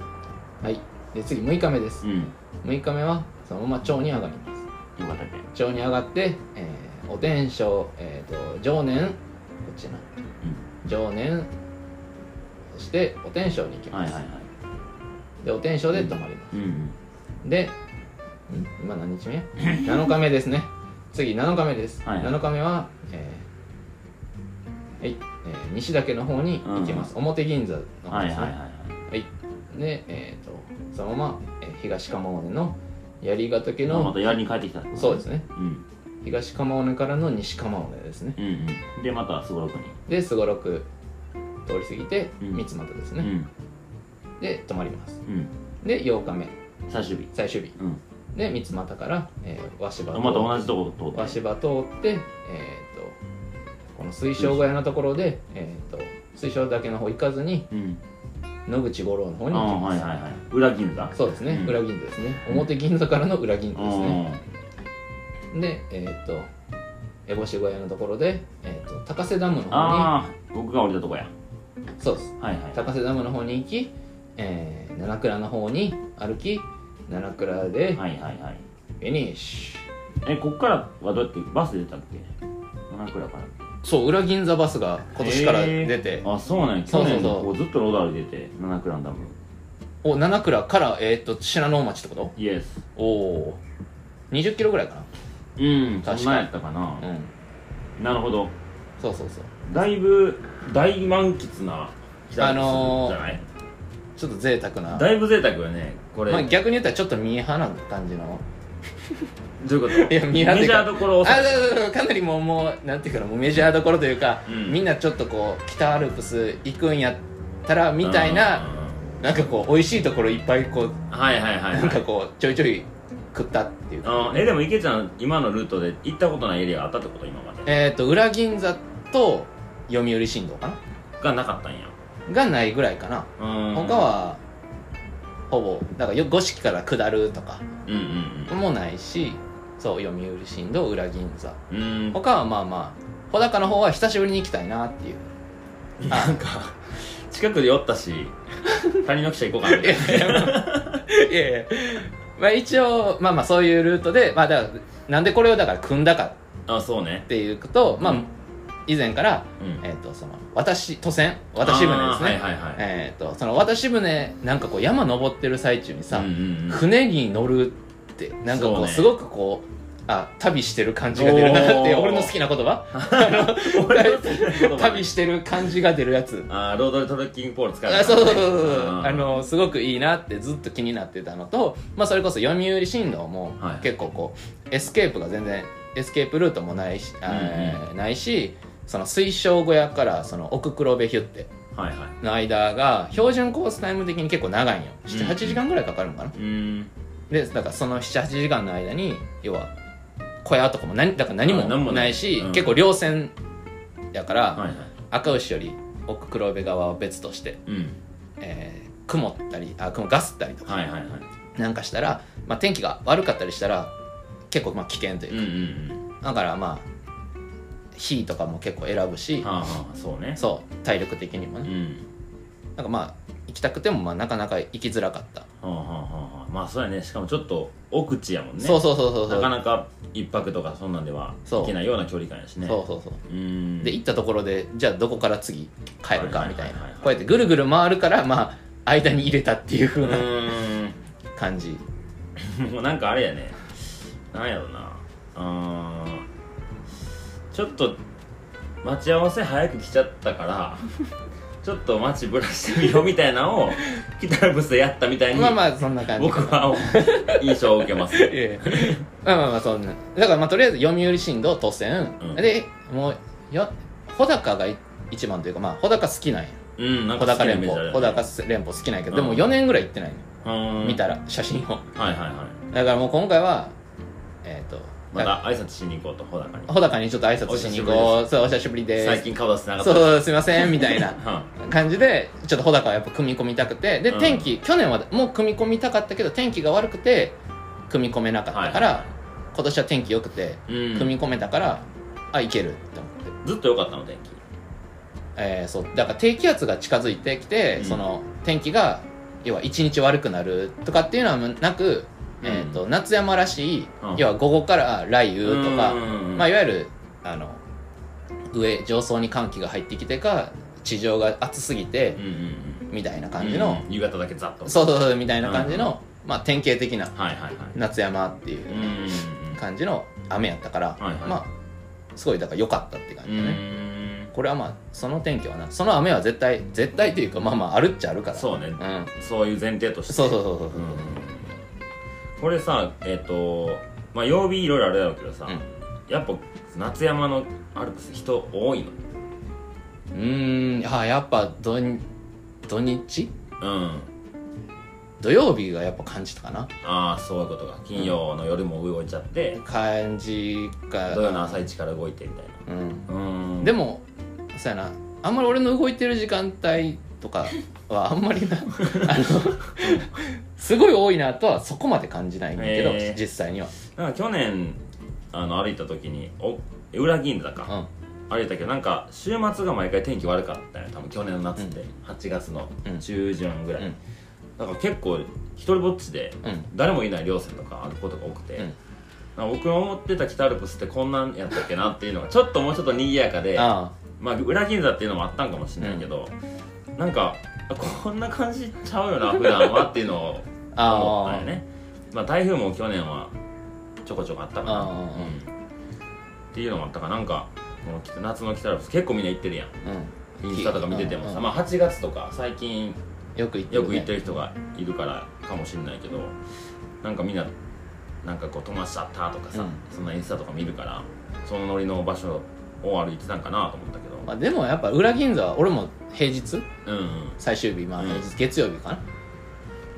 [SPEAKER 1] はいで次6日目です
[SPEAKER 2] うんよ
[SPEAKER 1] 6日目はそのまま町に上がります
[SPEAKER 2] かったっけ
[SPEAKER 1] 町に上がって、えーお天正、えー、と常年こっちやな
[SPEAKER 2] う
[SPEAKER 1] 常年トしてお天正に行きま
[SPEAKER 2] はいはい
[SPEAKER 1] す、
[SPEAKER 2] はい
[SPEAKER 1] でお天正で泊まります、
[SPEAKER 2] うん
[SPEAKER 1] でん今何 日目 ?7 日目ですね次7日目です、
[SPEAKER 2] はいはい
[SPEAKER 1] 7日目は、えーはいえー西岳の方に行きます、表銀座の方
[SPEAKER 2] はい
[SPEAKER 1] で
[SPEAKER 2] は
[SPEAKER 1] す
[SPEAKER 2] い
[SPEAKER 1] ね、
[SPEAKER 2] はい
[SPEAKER 1] で、えー、とそのまま、えー東釜尾根の槍ヶ岳
[SPEAKER 2] まあま
[SPEAKER 1] の
[SPEAKER 2] た槍に帰ってきたってこと
[SPEAKER 1] そうですね
[SPEAKER 2] うん
[SPEAKER 1] 東釜尾根からの西釜尾根ですね
[SPEAKER 2] うんうんでまたすごろくに
[SPEAKER 1] で双六通り過ぎて
[SPEAKER 2] うん
[SPEAKER 1] 三俣です
[SPEAKER 2] う
[SPEAKER 1] ね、
[SPEAKER 2] ん
[SPEAKER 1] で泊まります
[SPEAKER 2] うん
[SPEAKER 1] で8日目
[SPEAKER 2] 最終日
[SPEAKER 1] 最終日
[SPEAKER 2] うん
[SPEAKER 1] で三俣から、えー、和芝
[SPEAKER 2] また同じとこ通っ
[SPEAKER 1] 和
[SPEAKER 2] て
[SPEAKER 1] 芝通って、えー、とこの水晶小屋のところで、えー、と水晶岳の方行かずに
[SPEAKER 2] うん
[SPEAKER 1] 野口五郎の方
[SPEAKER 2] あ
[SPEAKER 1] に行きま
[SPEAKER 2] はい
[SPEAKER 1] す、
[SPEAKER 2] はいはい裏銀座
[SPEAKER 1] そうですね、
[SPEAKER 2] うん
[SPEAKER 1] 裏銀座ですね
[SPEAKER 2] うん
[SPEAKER 1] 表銀座からの裏銀座ですね、
[SPEAKER 2] ね
[SPEAKER 1] でえっ、と烏帽子小屋のところで、えー、と高瀬ダムの方に
[SPEAKER 2] ああ僕が降りたとこや
[SPEAKER 1] そうです
[SPEAKER 2] はいはい
[SPEAKER 1] 高瀬ダムの方に行き、えー、七倉の方に歩き七倉でフ
[SPEAKER 2] はいはいはい
[SPEAKER 1] ィニッシュ、
[SPEAKER 2] えこっからはどうやってバスで出たっけ七倉から
[SPEAKER 1] そう裏銀座バスが今年から
[SPEAKER 2] へー
[SPEAKER 1] 出て、
[SPEAKER 2] あそうなんや
[SPEAKER 1] そ
[SPEAKER 2] 去
[SPEAKER 1] うそうそう
[SPEAKER 2] 年のこうずっとロード歩いてて七倉のダム
[SPEAKER 1] お七倉から、えー、と信濃町ってこと
[SPEAKER 2] イエス
[SPEAKER 1] おお2 0キロぐらいか
[SPEAKER 2] うん
[SPEAKER 1] 確かに
[SPEAKER 2] そんなんやったかな
[SPEAKER 1] なうん
[SPEAKER 2] なるほど
[SPEAKER 1] そうそうそう
[SPEAKER 2] だいぶ大満喫な
[SPEAKER 1] あのー
[SPEAKER 2] じゃない
[SPEAKER 1] ちょっと贅沢な
[SPEAKER 2] だいぶ贅沢よねこれ、
[SPEAKER 1] まあ、逆に言ったらちょっと見え派な感じの
[SPEAKER 2] どういうこと
[SPEAKER 1] い
[SPEAKER 2] い
[SPEAKER 1] や見張ってか
[SPEAKER 2] メジャーどころを
[SPEAKER 1] あそうそうそうかなりもうもうなんていうかなもうメジャーどころというか、
[SPEAKER 2] うん
[SPEAKER 1] みんなちょっとこう北アルプス行くんやったらみたいななんかこう美味しいところいっぱいこう
[SPEAKER 2] うんはいはいはい、
[SPEAKER 1] なん
[SPEAKER 2] は
[SPEAKER 1] か
[SPEAKER 2] い
[SPEAKER 1] こうちょいちょい食ったっていうか
[SPEAKER 2] うん、えでも池ちゃん今のルートで行ったことないエリアがあったってこと今まで
[SPEAKER 1] えっ、と裏銀座と読売新道か
[SPEAKER 2] がなかったんや
[SPEAKER 1] ながないぐらいかな、
[SPEAKER 2] うん
[SPEAKER 1] 他はほぼだからよ五色から下るとか
[SPEAKER 2] うんうん
[SPEAKER 1] もないしそう読売新道裏銀座
[SPEAKER 2] うんうん
[SPEAKER 1] 他はまあまあ穂高の方は久しぶりに行きたいなっていう あ
[SPEAKER 2] なんか近くで寄ったし谷の記者行こうかなみたいない
[SPEAKER 1] やまあいやいやまあ一応まあまあそういうルートでまあだからなんでこれをだから組んだか
[SPEAKER 2] あそうね
[SPEAKER 1] っていうことま
[SPEAKER 2] う
[SPEAKER 1] あ
[SPEAKER 2] ん
[SPEAKER 1] 以前から、
[SPEAKER 2] うん
[SPEAKER 1] えっとその私渡船渡し船ですね、
[SPEAKER 2] あーはいはいはい
[SPEAKER 1] えっとその渡し船なんかこう山登ってる最中にさ、
[SPEAKER 2] うんうんうん
[SPEAKER 1] 船に乗るってなんかこう
[SPEAKER 2] そうね
[SPEAKER 1] すごくこうあ旅してる感じが出るなって
[SPEAKER 2] おー
[SPEAKER 1] 俺の好きな言葉
[SPEAKER 2] 俺の好きな言葉
[SPEAKER 1] 旅してる感じが出るやつ
[SPEAKER 2] あーロードトレッキングポール使うから
[SPEAKER 1] あそうそうそうそう
[SPEAKER 2] あー
[SPEAKER 1] あのすごくいいなってずっと気になってたのと、まあ、それこそ読売新道も
[SPEAKER 2] はい
[SPEAKER 1] 結構こう、エスケープが全然エスケープルートもないし,あー、ないしその水晶小屋からその奥黒部ヒュッて
[SPEAKER 2] はいはい
[SPEAKER 1] の間が標準コースタイム的に結構長いんよ
[SPEAKER 2] うんう
[SPEAKER 1] 78
[SPEAKER 2] ん
[SPEAKER 1] 時間ぐらいかかるのかな、
[SPEAKER 2] うーん
[SPEAKER 1] でだからその78時間の間に要は小屋とかも何だから何
[SPEAKER 2] あ何
[SPEAKER 1] も
[SPEAKER 2] もない
[SPEAKER 1] ないし、
[SPEAKER 2] うん
[SPEAKER 1] 結構稜線やから、
[SPEAKER 2] はいはい
[SPEAKER 1] 赤牛より奥黒部側は別として。
[SPEAKER 2] うん
[SPEAKER 1] えー曇ったりあ雲ガスったりとか
[SPEAKER 2] はいはいはい
[SPEAKER 1] なんかしたら、まあ、天気が悪かったりしたら結構まあ危険といううんか、
[SPEAKER 2] うん
[SPEAKER 1] だからまあ火とかも結構選ぶ
[SPEAKER 2] う
[SPEAKER 1] し
[SPEAKER 2] んはあはあそうね
[SPEAKER 1] そう体力的にも
[SPEAKER 2] う
[SPEAKER 1] ね、
[SPEAKER 2] ん
[SPEAKER 1] なんかまあ行きたくてもまあなかなか行きづらかった、
[SPEAKER 2] はあはあはあはあまあそうやねしかもちょっと奥地やもんね
[SPEAKER 1] そうそうそうそうそ
[SPEAKER 2] な
[SPEAKER 1] う
[SPEAKER 2] かなか一泊とかそんなんでは
[SPEAKER 1] そう
[SPEAKER 2] 行けないような距離感やしね
[SPEAKER 1] そうそうそう
[SPEAKER 2] うーん
[SPEAKER 1] で行ったところでじゃあどこから次帰るかみたいな
[SPEAKER 2] はいはいはいはい
[SPEAKER 1] こうやってぐるぐる回るからまあ間に入れたっていう
[SPEAKER 2] う
[SPEAKER 1] 風な
[SPEAKER 2] ーん
[SPEAKER 1] 感じ、
[SPEAKER 2] もうなんかあれやねなんやろなうーんちょっと待ち合わせ早く来ちゃったから ちょっと待ちぶらしてみようみたいなのを北アルプスでやったみたいに
[SPEAKER 1] まあまあそんな感じ
[SPEAKER 2] 僕は印象を受けますね
[SPEAKER 1] ええまあまあまあそんなだからまあとりあえず読売新道都線、
[SPEAKER 2] うん
[SPEAKER 1] でもうよ穂高がい一番というかまあ穂高好きなんや
[SPEAKER 2] うんなん
[SPEAKER 1] 穂
[SPEAKER 2] か好
[SPEAKER 1] 高
[SPEAKER 2] きなイ
[SPEAKER 1] 連
[SPEAKER 2] メー
[SPEAKER 1] 峰
[SPEAKER 2] ジある
[SPEAKER 1] 穂高連峰好きなんやけど、で
[SPEAKER 2] う
[SPEAKER 1] も
[SPEAKER 2] ん
[SPEAKER 1] 4年ぐらい行ってないの、
[SPEAKER 2] うーん
[SPEAKER 1] 見たら写真を
[SPEAKER 2] はいはいはい
[SPEAKER 1] だからもう今回はえっ、と
[SPEAKER 2] また挨拶しに行こうと穂高に
[SPEAKER 1] 穂高にちょっと挨拶しに行こうそうお久しぶりです
[SPEAKER 2] 最近顔出してなかったです
[SPEAKER 1] そうすいませんみたいな
[SPEAKER 2] は
[SPEAKER 1] 感じでちょっと穂高はやっぱ組み込みたくてで
[SPEAKER 2] うん
[SPEAKER 1] 天気、去年はもう組み込みたかったけど天気が悪くて組み込めなかったから、今年は天気良くて
[SPEAKER 2] いうん
[SPEAKER 1] 組み込めたから、あいけるって思って、
[SPEAKER 2] ずっと良かったの天気
[SPEAKER 1] えーそうだから低気圧が近づいてきて、
[SPEAKER 2] うん
[SPEAKER 1] その天気が要は一日悪くなるとかっていうのはなく、
[SPEAKER 2] うん
[SPEAKER 1] えー、と夏山らしい、
[SPEAKER 2] うん
[SPEAKER 1] 要は午後から雷雨とか、
[SPEAKER 2] うんうんうん
[SPEAKER 1] まあ、いわゆるあの上上層に寒気が入ってきてか地上が暑すぎて
[SPEAKER 2] うんうん
[SPEAKER 1] みたいな
[SPEAKER 2] うん
[SPEAKER 1] 感じの、
[SPEAKER 2] うん夕方だけざっと
[SPEAKER 1] そうそうそうみたいな感じの、まあ典型的な
[SPEAKER 2] はいはいはい
[SPEAKER 1] 夏山っていううん
[SPEAKER 2] うんうん
[SPEAKER 1] 感じの雨やったから、
[SPEAKER 2] はいはい
[SPEAKER 1] まあすごいだから良かったって感
[SPEAKER 2] う
[SPEAKER 1] じだね、
[SPEAKER 2] ん
[SPEAKER 1] これはまあその天気はなその雨は絶対絶対というかまあまああるっちゃあるから
[SPEAKER 2] そうね
[SPEAKER 1] うんそう
[SPEAKER 2] そういう前提として
[SPEAKER 1] そうそうそうそううん
[SPEAKER 2] これさえっ、とまあ曜日いろいろあれだろうけどさ、
[SPEAKER 1] うん
[SPEAKER 2] やっぱ夏山のアルプス人多いの
[SPEAKER 1] うーんあやっぱ土土日
[SPEAKER 2] うん
[SPEAKER 1] 土曜日がやっぱ感じたかな
[SPEAKER 2] ああそういうことか金曜の夜も動いちゃって、
[SPEAKER 1] 感じ
[SPEAKER 2] 土曜
[SPEAKER 1] か、
[SPEAKER 2] の朝一から動いてみたいな
[SPEAKER 1] うん、
[SPEAKER 2] うん
[SPEAKER 1] でもそうやなあんまり俺の動いてる時間帯とかはあんまり なあのすごい多いなとはそこまで感じないんだけど、
[SPEAKER 2] へー
[SPEAKER 1] 実際には
[SPEAKER 2] なんか去年あの歩いた時にお裏銀座
[SPEAKER 1] う
[SPEAKER 2] か、
[SPEAKER 1] ん
[SPEAKER 2] 歩いたけどなんか週末が毎回天気悪かったよ多分去年の夏って、8月の
[SPEAKER 1] うん
[SPEAKER 2] 中旬ぐらい、
[SPEAKER 1] うん
[SPEAKER 2] なんか結構一人ぼっちで
[SPEAKER 1] うん
[SPEAKER 2] 誰もいない稜線とか歩くことが多くて、
[SPEAKER 1] うん
[SPEAKER 2] なんか僕が思ってた北アルプスってこんなんやったっけなっていうのがちょっともうちょっと賑やかで
[SPEAKER 1] あ
[SPEAKER 2] まあ裏銀座っていうのもあったんかもしれないけど、なんかあこんな感じちゃうよな普段はっていうのを
[SPEAKER 1] ああ
[SPEAKER 2] 思った
[SPEAKER 1] あ
[SPEAKER 2] よねまあ台風も去年はちょこちょこあったか
[SPEAKER 1] あ
[SPEAKER 2] ら、
[SPEAKER 1] あ
[SPEAKER 2] うん、
[SPEAKER 1] ああ
[SPEAKER 2] っていうのもあったからなんかこの北夏の北アルプス結構みんな行ってるやん
[SPEAKER 1] うん
[SPEAKER 2] インスタとか見てても
[SPEAKER 1] うん
[SPEAKER 2] さ、
[SPEAKER 1] うん
[SPEAKER 2] まあ、8月とか最近
[SPEAKER 1] よく行ってる、
[SPEAKER 2] よ
[SPEAKER 1] ね、
[SPEAKER 2] く行ってる人がいるからかもしれないけどなんかみんななんかこう友達と会ったとかさ、
[SPEAKER 1] うん
[SPEAKER 2] そんなインスタとか見るからそのノリの場所を歩いてたんかなと思ったけど、
[SPEAKER 1] まあ、でもやっぱ裏銀座は俺も平日
[SPEAKER 2] うんうん
[SPEAKER 1] 最終日まあ
[SPEAKER 2] うん
[SPEAKER 1] 平日月曜日かな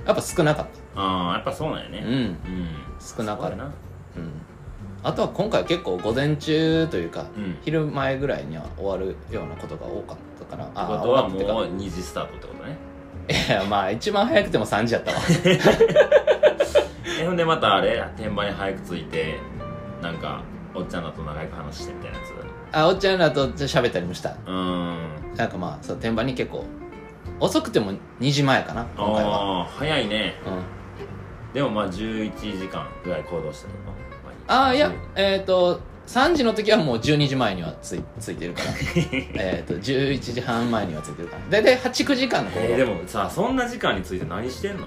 [SPEAKER 1] やっぱ少なかっ
[SPEAKER 2] ああやっぱそうなんや
[SPEAKER 1] たう
[SPEAKER 2] ね
[SPEAKER 1] ん
[SPEAKER 2] うん、
[SPEAKER 1] 少なかった
[SPEAKER 2] そうやな
[SPEAKER 1] うんあとは今回結構午前中というか、
[SPEAKER 2] うん
[SPEAKER 1] 昼前ぐらいには終わるようなことが多かったから
[SPEAKER 2] ってこ
[SPEAKER 1] あ
[SPEAKER 2] とは
[SPEAKER 1] 終
[SPEAKER 2] も
[SPEAKER 1] わ
[SPEAKER 2] う
[SPEAKER 1] ってか
[SPEAKER 2] 2時スタートってことね
[SPEAKER 1] いやまあ一番早くても3時やったわ
[SPEAKER 2] えほんでまたあれ天場に早く着いてなんかおっちゃんだと長く話してみたいなやつ
[SPEAKER 1] あおっちゃんらと喋ったりもした
[SPEAKER 2] うーん
[SPEAKER 1] なんかまあそう天板に結構遅くても2時前かな今回は
[SPEAKER 2] ああ早いね
[SPEAKER 1] うん
[SPEAKER 2] でもまあ11時間ぐらい行動してるの
[SPEAKER 1] ああいやえっ、と3時の時はもう12時前にはついついてる からえっと11時半前にはついてるから大体89時間のこ
[SPEAKER 2] えーで
[SPEAKER 1] う
[SPEAKER 2] もさそんな時間について何してんの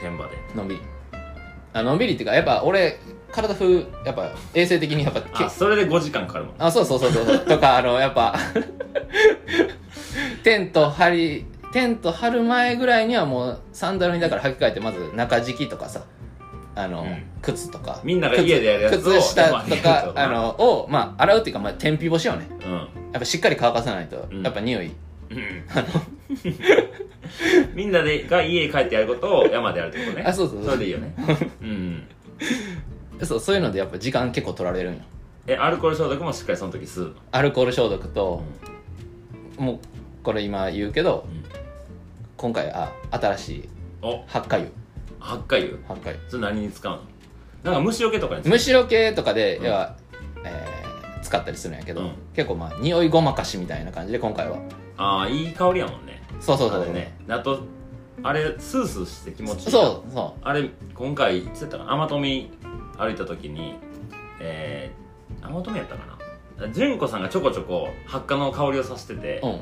[SPEAKER 2] 天場で
[SPEAKER 1] のんびりあのんびりっていうかやっぱ俺体風やっぱ衛生的にやっぱけ
[SPEAKER 2] あそれで5時間かかるもん
[SPEAKER 1] あそうそうそうそうそうとかあのやっぱ テント張りテント張る前ぐらいにはもうサンダルにだから履き替えてまず中敷きとかさあの、
[SPEAKER 2] うん
[SPEAKER 1] 靴とか
[SPEAKER 2] みんなが家でやるやつを
[SPEAKER 1] 靴靴下と
[SPEAKER 2] 天板でやる
[SPEAKER 1] か
[SPEAKER 2] やつを
[SPEAKER 1] あ
[SPEAKER 2] な
[SPEAKER 1] のを、まあ、洗うっていうか、まあ、天日干しよね
[SPEAKER 2] うん
[SPEAKER 1] やっぱしっかり乾かさないと、
[SPEAKER 2] うん
[SPEAKER 1] やっぱ匂い
[SPEAKER 2] うん みんなでが家に帰ってやることを山でやるってことね
[SPEAKER 1] あそうそうそう
[SPEAKER 2] それでいいよねうん
[SPEAKER 1] そうそういうのでやっぱ時間結構取られるんよ
[SPEAKER 2] えアルコール消毒もしっかりその時吸うの
[SPEAKER 1] アルコール消毒と、もうこれ今言うけど、
[SPEAKER 2] うん
[SPEAKER 1] 今回あ新しい
[SPEAKER 2] お
[SPEAKER 1] 発火油
[SPEAKER 2] 発火油
[SPEAKER 1] 発火油
[SPEAKER 2] それ何に使うのなんか虫除けとかに使う
[SPEAKER 1] 虫除けとかで、
[SPEAKER 2] うん
[SPEAKER 1] 要は、えー使ったりするんやけど、
[SPEAKER 2] うん
[SPEAKER 1] 結構まあ匂いごまかしみたいな感じで今回は
[SPEAKER 2] ああいい香りやもんね
[SPEAKER 1] そうそうそう
[SPEAKER 2] あれねあとあれスースーして気持ちいいな
[SPEAKER 1] そうそ
[SPEAKER 2] あれ今回いつやったかな天富歩いた時にえー、天富やったかな純子さんがちょこちょこ発火の香りをさしてて、
[SPEAKER 1] ううんうん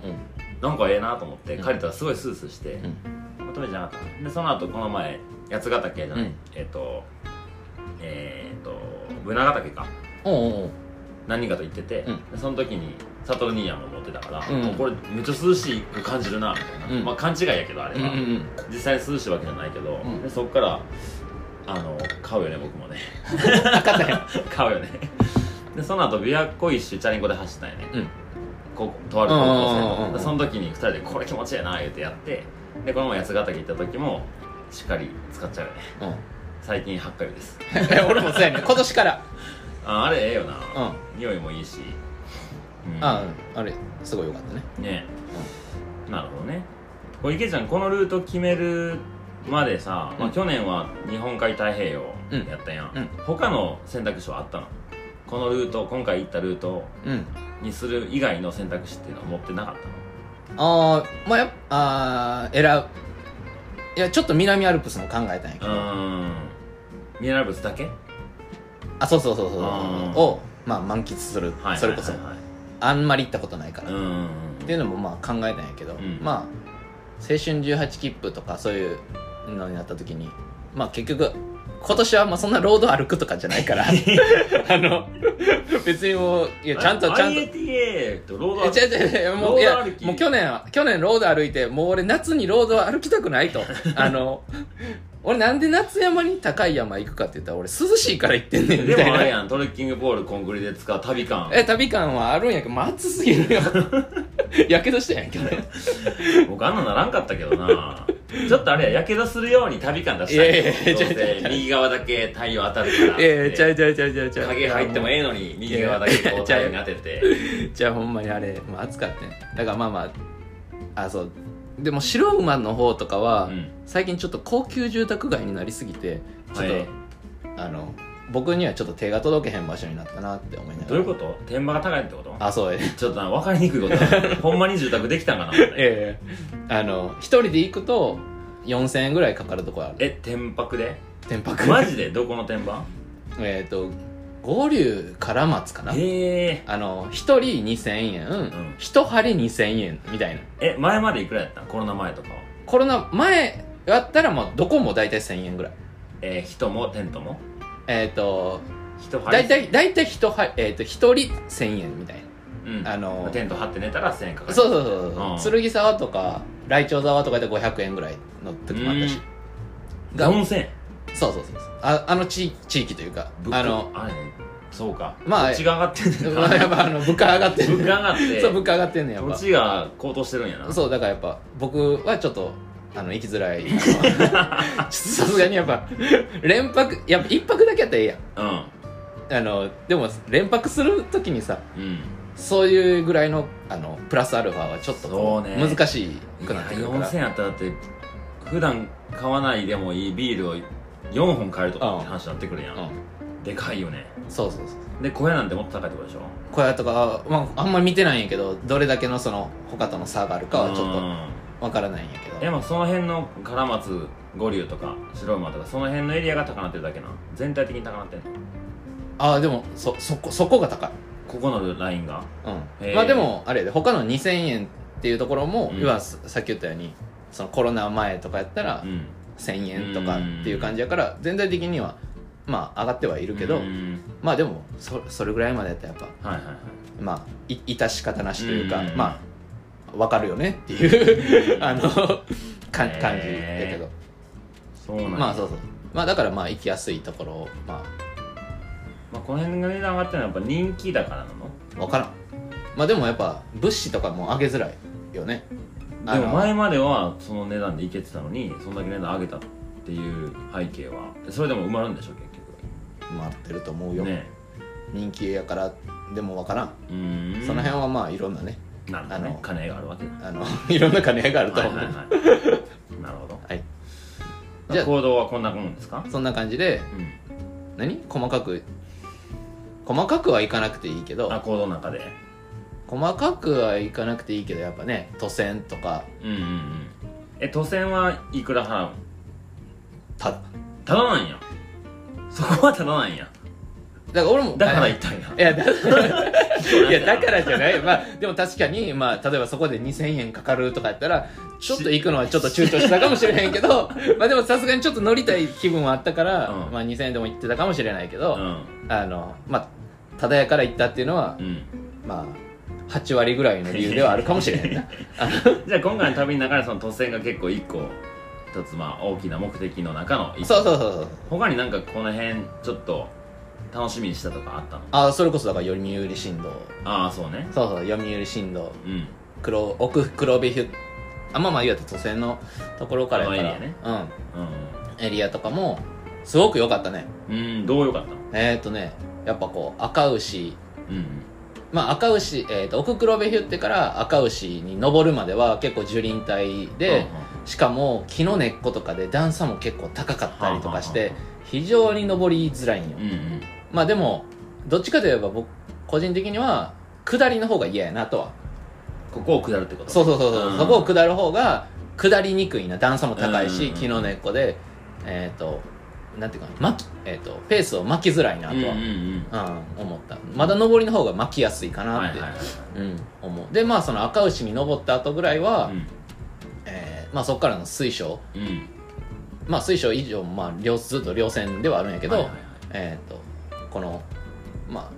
[SPEAKER 2] なんかええなと思って
[SPEAKER 1] うん
[SPEAKER 2] 借りたらすごいスースーして、
[SPEAKER 1] うん
[SPEAKER 2] 天富じゃなかったなでその後この前八ヶ岳じゃない、
[SPEAKER 1] うん
[SPEAKER 2] えっ、とえっ、とブナヶ岳か
[SPEAKER 1] おうおうおう
[SPEAKER 2] 何人かと行ってて、
[SPEAKER 1] うん
[SPEAKER 2] でその時にサトルニーヤも持ってたから、
[SPEAKER 1] うん
[SPEAKER 2] もうこれめっちゃ涼しく感じるなみたいな、
[SPEAKER 1] うん
[SPEAKER 2] まあ勘違いやけどあれ
[SPEAKER 1] うんう
[SPEAKER 2] は、
[SPEAKER 1] んうん
[SPEAKER 2] 実際に涼しいわけじゃないけど、
[SPEAKER 1] うん
[SPEAKER 2] でそっからあの買うよね僕もね 買うよねでその後琵琶湖一周チャリンコで走ったんやね、
[SPEAKER 1] うん
[SPEAKER 2] ことある高校生の
[SPEAKER 1] うんうんうんうん
[SPEAKER 2] でその時に2人で「これ気持ちいいな」言うてやってでこの前八ヶ岳行った時もしっかり使っちゃうよね
[SPEAKER 1] うん
[SPEAKER 2] 最近8回です
[SPEAKER 1] 俺もそうやね今年から
[SPEAKER 2] ああれええよな、
[SPEAKER 1] うん
[SPEAKER 2] 匂いもいいし、うん
[SPEAKER 1] ああれすごい良かったね
[SPEAKER 2] ねなるほどねこれ池ちゃんこのルート決めるまでさ、ま
[SPEAKER 1] う
[SPEAKER 2] あ、
[SPEAKER 1] ん
[SPEAKER 2] 去年は日本海太平洋やったやん、
[SPEAKER 1] うんうん
[SPEAKER 2] 他の選択肢はあったのこのルート今回行ったルート
[SPEAKER 1] うん
[SPEAKER 2] にする以外の選択肢っていうのは持ってなかったの
[SPEAKER 1] あーまあやっあー選ぶいやちょっと南アルプスも考えたんやけ
[SPEAKER 2] う
[SPEAKER 1] ど
[SPEAKER 2] ーんミネラル物だけ
[SPEAKER 1] あそうそうそうそう
[SPEAKER 2] あー
[SPEAKER 1] をまあ満喫するそれこそ
[SPEAKER 2] はいはい
[SPEAKER 1] あんまり行ったことないから、
[SPEAKER 2] うん
[SPEAKER 1] っ
[SPEAKER 2] うんうん
[SPEAKER 1] ていうのもまあ考えたんやけど、
[SPEAKER 2] ん
[SPEAKER 1] まあ青春18切符とかそういうのになった時にまあ結局今年はまあそんなロード歩くとかじゃないから あの別にもういやちゃんとちゃんと
[SPEAKER 2] IATA とロード
[SPEAKER 1] え
[SPEAKER 2] 歩き
[SPEAKER 1] 違う違う違うもうい
[SPEAKER 2] ロー
[SPEAKER 1] や
[SPEAKER 2] ド歩き
[SPEAKER 1] もう去年は去年ロード歩いてもう俺夏にロード歩きたくない とあの俺なんで夏山に高い山行くかって言ったら俺涼しいから行ってんねんみ
[SPEAKER 2] で
[SPEAKER 1] たい
[SPEAKER 2] もあれ
[SPEAKER 1] な
[SPEAKER 2] やんトレッキングポールコンクリで使う旅感
[SPEAKER 1] え旅感はあるんやけどまあ暑すぎる よやけどしたやんけ俺
[SPEAKER 2] 僕あんなならんかったけどなちょっとあれややけどするように旅感出した
[SPEAKER 1] いやいやいや
[SPEAKER 2] どうせ
[SPEAKER 1] 違う違う違う
[SPEAKER 2] 右側だけ太陽当たるから
[SPEAKER 1] いやいやちゃうちゃうちゃうちゃうちゃう
[SPEAKER 2] 影入ってもええのに右側だけこう太陽に当てて
[SPEAKER 1] じゃあほんまにあれ、まあ、暑かったねだからまあまああそうでも白馬の方とかは、
[SPEAKER 2] うん
[SPEAKER 1] 最近ちょっと高級住宅街になりすぎてちょっと、
[SPEAKER 2] はい
[SPEAKER 1] あの僕にはちょっと手が届けへん場所になったなって思いながら
[SPEAKER 2] どういうこと天馬が高いってこと
[SPEAKER 1] あそうえ
[SPEAKER 2] ちょっとな分かりにくいこ とだほんまに住宅できたんかな
[SPEAKER 1] ええあの一人で行くと4000円ぐらいかかるとこある
[SPEAKER 2] え天白で
[SPEAKER 1] 天白
[SPEAKER 2] マジでどこの天板
[SPEAKER 1] えっと合流から松かな
[SPEAKER 2] へえ
[SPEAKER 1] あの一人2000円
[SPEAKER 2] ん
[SPEAKER 1] 一、針2000円みたいな
[SPEAKER 2] え前までいくらやったんコロナ前とかは
[SPEAKER 1] コロナ前やったらもうどこも大体1000円ぐらい
[SPEAKER 2] えー、人もテントも
[SPEAKER 1] えっ、と
[SPEAKER 2] 人張
[SPEAKER 1] 大
[SPEAKER 2] り
[SPEAKER 1] 体大体一はえー、と一人1000円みたい
[SPEAKER 2] うん
[SPEAKER 1] あのー
[SPEAKER 2] テント張って寝たら1000円かか
[SPEAKER 1] な
[SPEAKER 2] る
[SPEAKER 1] そうそうそうそう、
[SPEAKER 2] うん
[SPEAKER 1] 剣沢とかライチョウ沢とかで500円ぐらいの時もあったし
[SPEAKER 2] うん
[SPEAKER 1] が
[SPEAKER 2] 4000円
[SPEAKER 1] そうそうそうそうああの地地域というか
[SPEAKER 2] 物価
[SPEAKER 1] あの
[SPEAKER 2] あれねそうか
[SPEAKER 1] まあ
[SPEAKER 2] 土地が上がってんねん
[SPEAKER 1] ま
[SPEAKER 2] な
[SPEAKER 1] あやっぱあの物価上がって
[SPEAKER 2] 物価上
[SPEAKER 1] る
[SPEAKER 2] がって
[SPEAKER 1] そう物価上がってんねんやっ
[SPEAKER 2] 土地が高騰してるんやな
[SPEAKER 1] ぱそうだからやっぱ僕はちょっとあの行きづらいあ のちょっとさすがにやっぱ連泊やっぱ一泊だけやったらええやん
[SPEAKER 2] うん
[SPEAKER 1] あのでも連泊するときにさ
[SPEAKER 2] うん
[SPEAKER 1] そういうぐらいのあのプラスアルファはちょっとこう
[SPEAKER 2] そうね
[SPEAKER 1] 難し
[SPEAKER 2] いや
[SPEAKER 1] くなってくるから
[SPEAKER 2] 4000円あったらだって普段買わないでもいいビールを4本買えるとかって話になってくるやん、
[SPEAKER 1] う
[SPEAKER 2] でかいよね
[SPEAKER 1] ん、そうそうそう
[SPEAKER 2] で小屋なんてもっと高いってことでしょ
[SPEAKER 1] 小屋とかは、まあ、あんまり見てないんやけどどれだけのその他との差があるかはちょっと
[SPEAKER 2] と
[SPEAKER 1] わからないんやけど
[SPEAKER 2] でもその辺の唐松五竜とか白馬とかその辺のエリアが高なってるだけな全体的に高なってんの
[SPEAKER 1] ああでもそそこそこが高い、
[SPEAKER 2] ここのラインが
[SPEAKER 1] う
[SPEAKER 2] へ
[SPEAKER 1] ん、
[SPEAKER 2] ー
[SPEAKER 1] まあでもあれやで他の2000円っていうところも、
[SPEAKER 2] うん
[SPEAKER 1] 要はささっき言ったようにそのコロナ前とかやったら
[SPEAKER 2] うん
[SPEAKER 1] 1000円とかっていう感じやから全体的にはまあ上がってはいるけど、
[SPEAKER 2] うん
[SPEAKER 1] まあでもそそれぐらいまでやったらやっぱ
[SPEAKER 2] はいはいはい
[SPEAKER 1] まあい致し方なしというか、
[SPEAKER 2] うん
[SPEAKER 1] まあわかるよねっていう あの感
[SPEAKER 2] へー
[SPEAKER 1] 感じやけど、
[SPEAKER 2] そうなんや
[SPEAKER 1] まあそうそうまあだからまあ行きやすいところをま
[SPEAKER 2] まあ、この辺が値段上がってるのはやっぱ人気だからなの
[SPEAKER 1] あわからんまあでもやっぱ物資とかも上げづらいよねあ
[SPEAKER 2] で
[SPEAKER 1] の
[SPEAKER 2] も前まではその値段でいけてたのにそんだけ値段上げたっていう背景はそれでも埋まるんでしょ結
[SPEAKER 1] 回ってると思うよ、
[SPEAKER 2] 局ね
[SPEAKER 1] 人気やからでもわからん
[SPEAKER 2] うーん
[SPEAKER 1] その辺はまあいろんなね
[SPEAKER 2] なるほど
[SPEAKER 1] あ
[SPEAKER 2] ね
[SPEAKER 1] の
[SPEAKER 2] 金があるわけだ
[SPEAKER 1] あの いろんな兼ね合いがあると思う、
[SPEAKER 2] はいはいはいなるほど
[SPEAKER 1] はい じ
[SPEAKER 2] じ
[SPEAKER 1] ゃあ
[SPEAKER 2] ゃあ行動はこんなもんですか
[SPEAKER 1] そんな感じで
[SPEAKER 2] うん
[SPEAKER 1] 何細かく細かくはいかなくていいけど
[SPEAKER 2] あ行動の中で
[SPEAKER 1] 細かくはいかなくていいけどやっぱね都線とか
[SPEAKER 2] うんうんうんえ都線はいくら払う
[SPEAKER 1] ただ
[SPEAKER 2] ただなんやそこはただなんや
[SPEAKER 1] から俺も
[SPEAKER 2] だから
[SPEAKER 1] あ
[SPEAKER 2] 言ったんや
[SPEAKER 1] いやだ いやだからじゃないまあでも確かにまあ例えばそこで2000円かかるとかやったらちょっと行くのはちょっと躊躇したかもしれへんけ どまあでもさすがにちょっと乗りたい気分はあったから、
[SPEAKER 2] うん
[SPEAKER 1] まあ2000円でも行ってたかもしれないけど、
[SPEAKER 2] うん
[SPEAKER 1] あのまあただやから行ったっていうのは、
[SPEAKER 2] うん
[SPEAKER 1] まあ8割ぐらいの理由ではあるかもしれへん な
[SPEAKER 2] じゃあ今回の旅の中でその突然が結構一個一つまあ大きな目的の中の一個
[SPEAKER 1] そうそうそうそう
[SPEAKER 2] 他になんかこの辺ちょっと楽しみにしたとかあったの
[SPEAKER 1] あそれこそだから読売新道
[SPEAKER 2] ああそうね
[SPEAKER 1] そうそう読売新道
[SPEAKER 2] うん
[SPEAKER 1] 黒奥黒部ヒュあまあまあ言うやったら都線のところからやから
[SPEAKER 2] あの
[SPEAKER 1] う
[SPEAKER 2] エリ
[SPEAKER 1] ん、エリアとかもすごく良かったね
[SPEAKER 2] うん、うん、どうよかったの
[SPEAKER 1] えっ、ー、とねやっぱこう赤牛
[SPEAKER 2] うん
[SPEAKER 1] まあ赤牛、えー、と奥黒部ヒュってから赤牛に登るまでは結構樹林帯で、しかも木の根っことかで段差も結構高かったりとかし
[SPEAKER 2] はあ
[SPEAKER 1] て
[SPEAKER 2] は
[SPEAKER 1] 非常に登りづらいんよ
[SPEAKER 2] うんうんうん
[SPEAKER 1] まあでもどっちかといえば僕個人的には下りの方が嫌やなとは
[SPEAKER 2] ここを下るってこと
[SPEAKER 1] そうそうそうそう、
[SPEAKER 2] うん
[SPEAKER 1] そこを下る方が下りにくいな段差も高いうし、
[SPEAKER 2] んうんうん
[SPEAKER 1] 木の根っこでえっ、となんていうかな巻き、えっとペースを巻きづらいなと
[SPEAKER 2] うんうん
[SPEAKER 1] は、
[SPEAKER 2] うん
[SPEAKER 1] うん思ったまだ上りの方が巻きやすいか
[SPEAKER 2] は
[SPEAKER 1] なっ
[SPEAKER 2] い
[SPEAKER 1] て、
[SPEAKER 2] はい
[SPEAKER 1] うん、思うでまあその赤牛に登った後ぐらいは、
[SPEAKER 2] はい
[SPEAKER 1] えーまあ、そこからの水晶
[SPEAKER 2] うんうん
[SPEAKER 1] まあ水晶以上、まあ、両ずっと稜線ではあるんやけど、
[SPEAKER 2] はいはいはい
[SPEAKER 1] えー、とこの、ま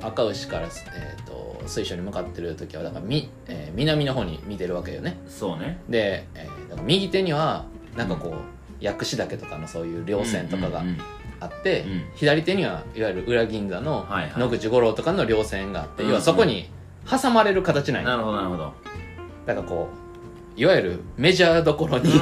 [SPEAKER 1] あ、赤牛から、えー、と水晶に向かってる時はだからみ、えー南の方に見てるわけよね
[SPEAKER 2] そうね
[SPEAKER 1] で、えーだから右手にはなんかこう、薬師岳とかのそういう稜線とかが
[SPEAKER 2] うんうんうん
[SPEAKER 1] あって、
[SPEAKER 2] うん
[SPEAKER 1] 左手にはいわゆる裏銀座の
[SPEAKER 2] はいはい
[SPEAKER 1] 野口五郎とかの稜線があって、
[SPEAKER 2] うんうん
[SPEAKER 1] 要はそこに挟まれる形なんや
[SPEAKER 2] なるほどなるほ ど
[SPEAKER 1] だからこういわゆるメジャーどころに、
[SPEAKER 2] う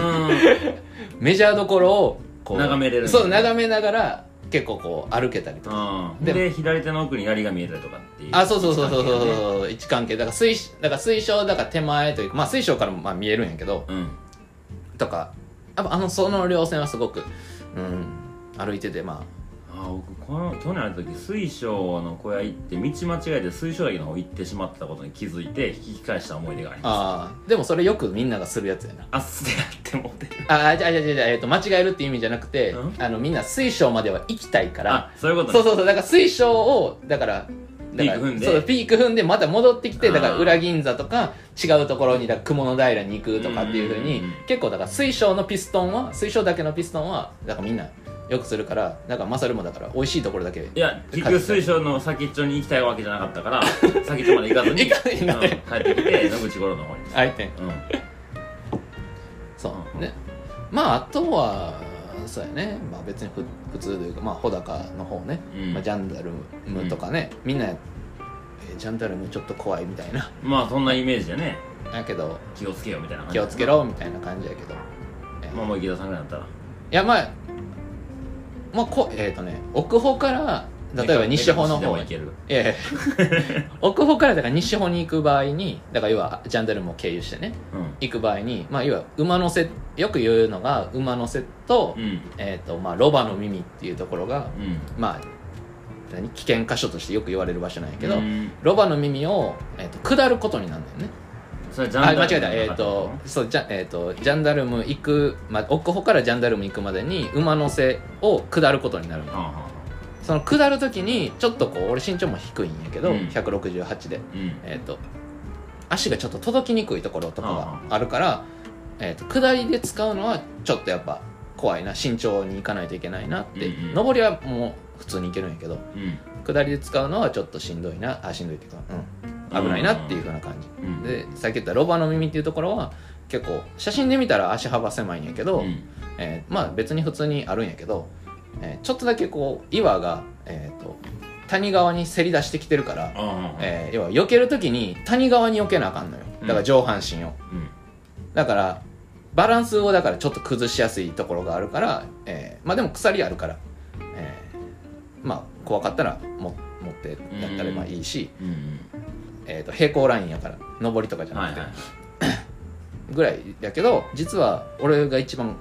[SPEAKER 1] メジャーどころをこう
[SPEAKER 2] 眺めれる
[SPEAKER 1] そう眺めながら結構こう歩けたりとか、
[SPEAKER 2] んうん
[SPEAKER 1] で
[SPEAKER 2] で左手の奥に槍が見えたりとかっていう
[SPEAKER 1] あそうそうそうそうそう
[SPEAKER 2] 感じだね
[SPEAKER 1] そう位置関係だから水だから水晶だから手前というかまあ水晶からもまあ見えるんやけど
[SPEAKER 2] うん
[SPEAKER 1] とかやっぱあのその稜線はすごくうん歩いててま
[SPEAKER 2] あ僕この去年あった時水晶の小屋行って道間違えて水晶岳の方行ってしまったことに気づいて引き返した思い出があります
[SPEAKER 1] ああーでもそれよくみんながするやつやな
[SPEAKER 2] あっすでやってもうてる
[SPEAKER 1] ああじゃあじゃあじゃあじゃあ、えっと間違えるっていう意味じゃなくて、
[SPEAKER 2] うん
[SPEAKER 1] あのみんな水晶までは行きたいから
[SPEAKER 2] あそういうこと
[SPEAKER 1] そう
[SPEAKER 2] ね
[SPEAKER 1] そうそうだから水晶をだからだから
[SPEAKER 2] ピーク踏んで
[SPEAKER 1] そうピーク踏んでまた戻ってきてだか
[SPEAKER 2] あ
[SPEAKER 1] ら
[SPEAKER 2] ー
[SPEAKER 1] 裏銀座とか違うところにだから雲の平に行くとかっていうふうに
[SPEAKER 2] うんうんうん
[SPEAKER 1] 結構だから水晶のピストンは水晶だけのピストンはだからみんなよくするからだからマサルもだから美味しいところだけ
[SPEAKER 2] いや結局水晶の先っちょに行きたいわけじゃなかっ たから先っちょまで行かずに
[SPEAKER 1] 行かないんだね
[SPEAKER 2] うん帰ってきて野口五郎の 方に
[SPEAKER 1] あえて
[SPEAKER 2] うん
[SPEAKER 1] そう
[SPEAKER 2] うん
[SPEAKER 1] ねまああとはそうやねまあ別にふ普通というかまあ穂高の方ね、
[SPEAKER 2] うん
[SPEAKER 1] まあ、ジャンダルムとかね、みんな、えージャンダルムちょっと怖いみたいな
[SPEAKER 2] まあそんなイメージでね
[SPEAKER 1] だけど
[SPEAKER 2] 気をつけようみたいな感じ
[SPEAKER 1] 気をつけろみたいな感じやけどえー
[SPEAKER 2] まあもう池田さんぐらいだったら
[SPEAKER 1] いやまあまあこえっ、とね奥方から例えば西方の
[SPEAKER 2] 目
[SPEAKER 1] 方
[SPEAKER 2] 隠しでも
[SPEAKER 1] に
[SPEAKER 2] 行ける
[SPEAKER 1] ええ 奥方からだから西方に行く場合にだから要はジャンダルムを経由してね
[SPEAKER 2] うん
[SPEAKER 1] 行く場合にまあ要は馬の背よく言うのが馬の背と,、
[SPEAKER 2] うん
[SPEAKER 1] えーとまあ、ロバの耳っていうところが
[SPEAKER 2] うん
[SPEAKER 1] まあ何危険箇所としてよく言われる場所なんやけど、
[SPEAKER 2] うん
[SPEAKER 1] ロバの耳を、えーと下ることになるんだよね
[SPEAKER 2] それジャン
[SPEAKER 1] あ
[SPEAKER 2] ダルム
[SPEAKER 1] 間違えたえっ、
[SPEAKER 2] の中
[SPEAKER 1] とそうじゃ、えー、とジャンダルム行く、まあ、奥穂からジャンダルム行くまでに馬の背を下ることになるの
[SPEAKER 2] うんうん
[SPEAKER 1] その下る時にちょっとこう俺身長も低いんやけど、
[SPEAKER 2] うん
[SPEAKER 1] 168で
[SPEAKER 2] うんうん
[SPEAKER 1] えっ、と足がちょっと届きにくいところとかがあるから、えー、と下りで使うのはちょっとやっぱ怖いな慎重に行かないといけないなって、
[SPEAKER 2] うんうん
[SPEAKER 1] 上りはもう普通に行けるんやけど
[SPEAKER 2] うん
[SPEAKER 1] 下りで使うのはちょっとしんどいなあしんどいっていうか、うん、危ないなっていうふうな感じ、
[SPEAKER 2] うん
[SPEAKER 1] でさっき言ったロバの耳っていうところは結構写真で見たら足幅狭いんやけど、
[SPEAKER 2] うん
[SPEAKER 1] えーまあ別に普通にあるんやけど、えーちょっとだけこう岩が、えー、と谷側にせり出してきてるから、
[SPEAKER 2] ああ
[SPEAKER 1] えー要は避ける時に谷側に避けなあかんのよだから上半身を、
[SPEAKER 2] うん
[SPEAKER 1] だからバランスをだからちょっと崩しやすいところがあるから、えーまあでも鎖あるから、えーまあ怖かったらも持ってやったらまあいいし、
[SPEAKER 2] うん
[SPEAKER 1] えー、と平行ラインやから上りとかじ
[SPEAKER 2] う
[SPEAKER 1] ゃ
[SPEAKER 2] ん
[SPEAKER 1] な
[SPEAKER 2] は
[SPEAKER 1] く
[SPEAKER 2] い
[SPEAKER 1] て、
[SPEAKER 2] はい
[SPEAKER 1] ぐらいやけど実は俺が一番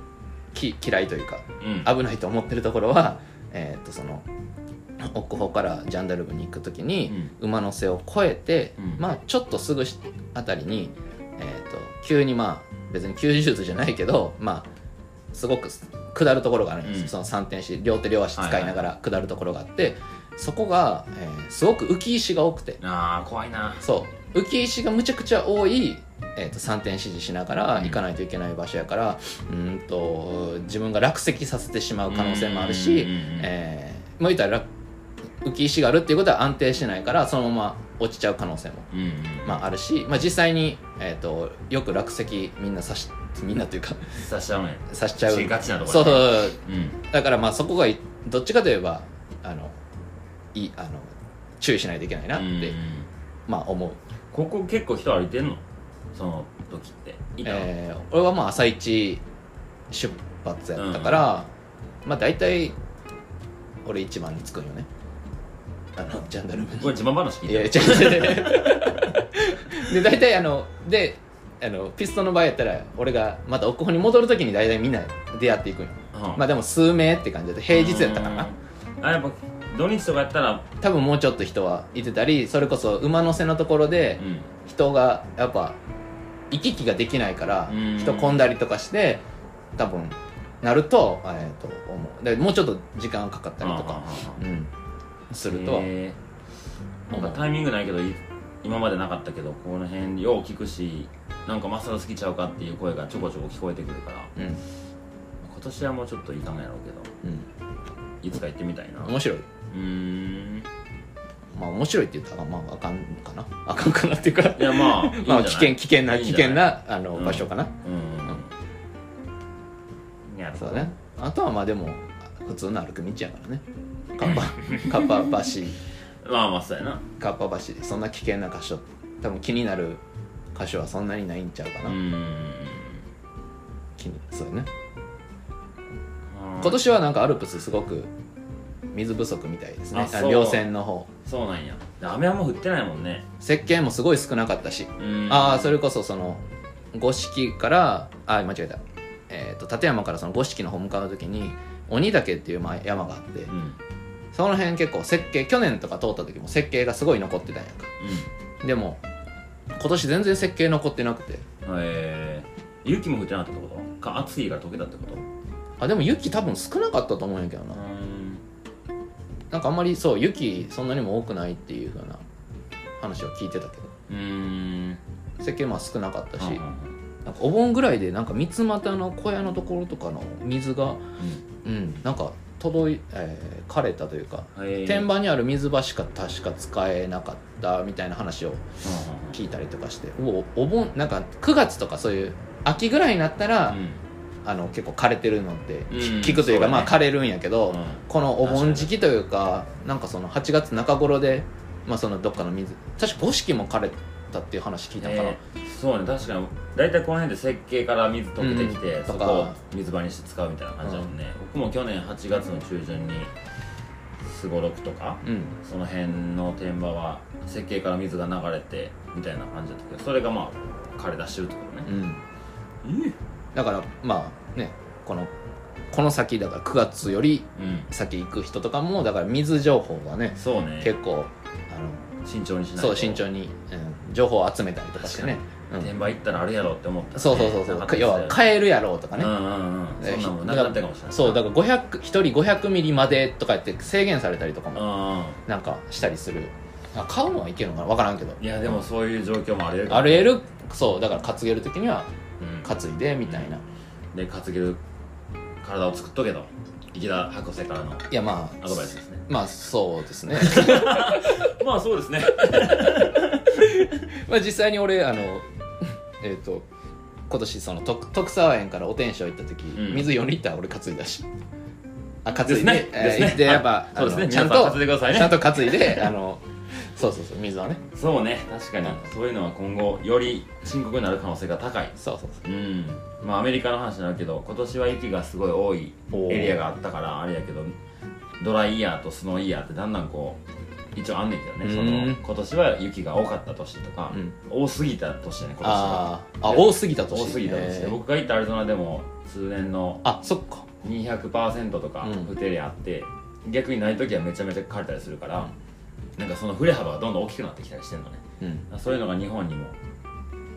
[SPEAKER 1] き嫌いというか
[SPEAKER 2] うん
[SPEAKER 1] 危ないと思ってるところは、えー、とその奥方からジャンダルムに行く時に、馬の背を越えて、
[SPEAKER 2] うん
[SPEAKER 1] まあちょっとすぐしあたりに、えー、と急にまあ別に90度じゃないけどまあすごく下るところがあるんです、
[SPEAKER 2] うん
[SPEAKER 1] その3点し両手両足使いながら下るところがあって、そこが、えーすごく浮き石が多くて
[SPEAKER 2] ああ怖いな
[SPEAKER 1] そう浮き石がむちゃくちゃ多い、えー、と3点指示しながら
[SPEAKER 2] うん
[SPEAKER 1] 行かないといけない場所やから、うーん、と自分が落石させてしまう可能性もあるし、
[SPEAKER 2] うんうんうんうん
[SPEAKER 1] えー、まあ言ったら落浮き石があるっていうことは安定しないからそのまま落ちちゃう可能性も、
[SPEAKER 2] うんうん
[SPEAKER 1] まあ、あるし、まあ、実際に、えー、とよく落石みんな刺しみんなというか
[SPEAKER 2] 刺しちゃうね
[SPEAKER 1] 刺しちゃう
[SPEAKER 2] しがちなとこ
[SPEAKER 1] そ
[SPEAKER 2] ろ
[SPEAKER 1] うそうそう
[SPEAKER 2] うん
[SPEAKER 1] だからまあそこがいどっちかといえばあのいあの注意しないといけないなって、
[SPEAKER 2] うんうん
[SPEAKER 1] まあ思う、
[SPEAKER 2] ここ結構人歩いてんのその時っていたの
[SPEAKER 1] えー俺はまあ朝一出発やったから、まあ大体俺一番に着くんよねあのジャンダルムに
[SPEAKER 2] これ自慢話聞い
[SPEAKER 1] いや違
[SPEAKER 2] て
[SPEAKER 1] う違う違うで大体あのであのピストンの場合やったら俺がまた奥方に戻るときに大体みんな出会っていくんよまあ
[SPEAKER 2] あ
[SPEAKER 1] でも数名って感じで平日やったからな
[SPEAKER 2] あやっぱ土日とかやったら
[SPEAKER 1] 多分もうちょっと人はいてたりそれこそ馬の背のところで
[SPEAKER 2] うん
[SPEAKER 1] 人がやっぱ行き来ができないから
[SPEAKER 2] うん
[SPEAKER 1] 人混んだりとかして多分なると,、えー、と思うでもうちょっと時間かかったりとか、うん、するとは
[SPEAKER 2] へーなんかタイミングないけどい今までなかったけどこの辺よう聞くしなんかマスター好きちゃうかっていう声がちょこちょこ聞こえてくるから
[SPEAKER 1] うん、うん
[SPEAKER 2] 今年はもうちょっといかんやろうけどいつか行ってみたいなう
[SPEAKER 1] 面白い
[SPEAKER 2] ーん
[SPEAKER 1] まあ面白いって言ったらまああかんかなあかんかなっていうか
[SPEAKER 2] い やまあいいんじゃ
[SPEAKER 1] ま
[SPEAKER 2] な
[SPEAKER 1] あ
[SPEAKER 2] い
[SPEAKER 1] 危険危険ない
[SPEAKER 2] いん
[SPEAKER 1] 危
[SPEAKER 2] じゃない
[SPEAKER 1] 険なあの
[SPEAKER 2] うん
[SPEAKER 1] 場所かな、
[SPEAKER 2] うんうんうんなる
[SPEAKER 1] そ
[SPEAKER 2] ほ
[SPEAKER 1] う
[SPEAKER 2] ど
[SPEAKER 1] だねあとはまあでも普通の歩く道やからねカ ッパカッパ橋
[SPEAKER 2] まあまあそうやな
[SPEAKER 1] カッパ橋でそんな危険な箇所多分気になる箇所はそんなにないんちゃうか
[SPEAKER 2] う
[SPEAKER 1] な、
[SPEAKER 2] ーん
[SPEAKER 1] 気にそうだね
[SPEAKER 2] あー
[SPEAKER 1] 今年はなんかアルプスすごく水不足みたいですね
[SPEAKER 2] あそう
[SPEAKER 1] 稜線の方
[SPEAKER 2] そうなんやで雨はもう降ってないもんね
[SPEAKER 1] 石鹸もすごい少なかったし、
[SPEAKER 2] うん
[SPEAKER 1] ああそれこそその五色からあ間違えたえっ、と立山からその五色の方向かう時に鬼岳っていうまあ山があって、
[SPEAKER 2] うんうん
[SPEAKER 1] その辺結構設計去年とか通った時も設計がすごい残ってたんやんかでも今年全然設計残ってなくて
[SPEAKER 2] えー、雪も降ってなかったってことか暑いから溶けたってこと
[SPEAKER 1] あでも雪多分少なかったと思うんやけどななんかあんまりそう雪そんなにも多くないっていう風な話を聞いてたけど
[SPEAKER 2] うーん
[SPEAKER 1] 設計まあ少なかったし、
[SPEAKER 2] うんうん
[SPEAKER 1] なんかお盆ぐらいでなんか三股の小屋のところとかの水がうんなんか届い、えー枯れたというか
[SPEAKER 2] うんへー
[SPEAKER 1] 天板にある水場しか確か使えなかったみたいな話を
[SPEAKER 2] うんうんうん
[SPEAKER 1] 聞いたりとかしておお盆なんか9月とかそういう秋ぐらいになったら、あの結構枯れてるのって
[SPEAKER 2] うん
[SPEAKER 1] 聞くというか、
[SPEAKER 2] そうだね
[SPEAKER 1] まあ枯れるんやけど、
[SPEAKER 2] うん
[SPEAKER 1] このお盆時期というかなんかその8月中頃で、まあ、そのどっかの水確か五色も枯れたっていう話聞いたから、
[SPEAKER 2] えーそうね確かに大体この辺で設計から水溶けてきて、
[SPEAKER 1] うん
[SPEAKER 2] そ
[SPEAKER 1] と
[SPEAKER 2] こ
[SPEAKER 1] か
[SPEAKER 2] を水場にして使うみたいな感じだもんね、僕も去年8月の中旬にすごろくとか
[SPEAKER 1] うん
[SPEAKER 2] その辺の天場は設計から水が流れてみたいな感じだったけどそれがまあ枯れ出してるってことね
[SPEAKER 1] うん、
[SPEAKER 2] うん
[SPEAKER 1] だからまあねこのこの先だから9月より
[SPEAKER 2] うん
[SPEAKER 1] 先行く人とかもだから水情報がね
[SPEAKER 2] そうね
[SPEAKER 1] 結構あの
[SPEAKER 2] 慎重にしないと
[SPEAKER 1] そう慎重に、うん、情報を集めたりとかしてね、うん
[SPEAKER 2] 転売行ったらあれやろって思った
[SPEAKER 1] そうそうそうそ
[SPEAKER 2] な
[SPEAKER 1] う
[SPEAKER 2] かったです
[SPEAKER 1] 要
[SPEAKER 2] よ
[SPEAKER 1] は買えるやろうとかね、
[SPEAKER 2] うんうんうんそんなもんなくなったかもしれない
[SPEAKER 1] そうだから500一人500ミリまでとかやって制限されたりとかも
[SPEAKER 2] うんうん
[SPEAKER 1] なんかしたりするあ買うのはいけるのかな分からんけど
[SPEAKER 2] いやでもそういう状況もありえるから
[SPEAKER 1] あれるそうだから担げる時には
[SPEAKER 2] うん
[SPEAKER 1] 担いでみたいな、
[SPEAKER 2] で担げる体を作っとけと池田博士からのア
[SPEAKER 1] いやまあ
[SPEAKER 2] ドバイスですね
[SPEAKER 1] まあそうですね
[SPEAKER 2] まあそうですね
[SPEAKER 1] まあ実際に俺あの えっ、と今年その徳徳沢園からお天正行った時、
[SPEAKER 2] うん
[SPEAKER 1] 水4リッター俺担いだしあ担い
[SPEAKER 2] で
[SPEAKER 1] です
[SPEAKER 2] ね
[SPEAKER 1] えー
[SPEAKER 2] ですね
[SPEAKER 1] でやっぱ、
[SPEAKER 2] そうです
[SPEAKER 1] あ
[SPEAKER 2] ね
[SPEAKER 1] のちゃん
[SPEAKER 2] 皆さん担い
[SPEAKER 1] と
[SPEAKER 2] でくださいね
[SPEAKER 1] ちゃんと担い であのそうそうそう水はね
[SPEAKER 2] そうね確かにそういうのは今後より深刻になる可能性が高い
[SPEAKER 1] そうそうそう
[SPEAKER 2] うんまあアメリカの話になるけど今年は雪がすごい多い
[SPEAKER 1] おー
[SPEAKER 2] エリアがあったからあれやけどドライイヤーとスノーイヤーってだんだんこう一応あんねんけどねその
[SPEAKER 1] うん
[SPEAKER 2] 今年は雪が多かった年とか、
[SPEAKER 1] うん
[SPEAKER 2] 多すぎた年やね今年は
[SPEAKER 1] あーあ多すぎたと
[SPEAKER 2] 多すぎた年で、
[SPEAKER 1] えー
[SPEAKER 2] 僕が行ったアリゾナでも通年の
[SPEAKER 1] あそっか
[SPEAKER 2] 200%とか
[SPEAKER 1] うん
[SPEAKER 2] 不手であって、逆にない時はめちゃめちゃ枯れたりするから、なんかその振れ幅がどんどん大きくなってきたりしてるのね
[SPEAKER 1] うん
[SPEAKER 2] そういうのが日本にも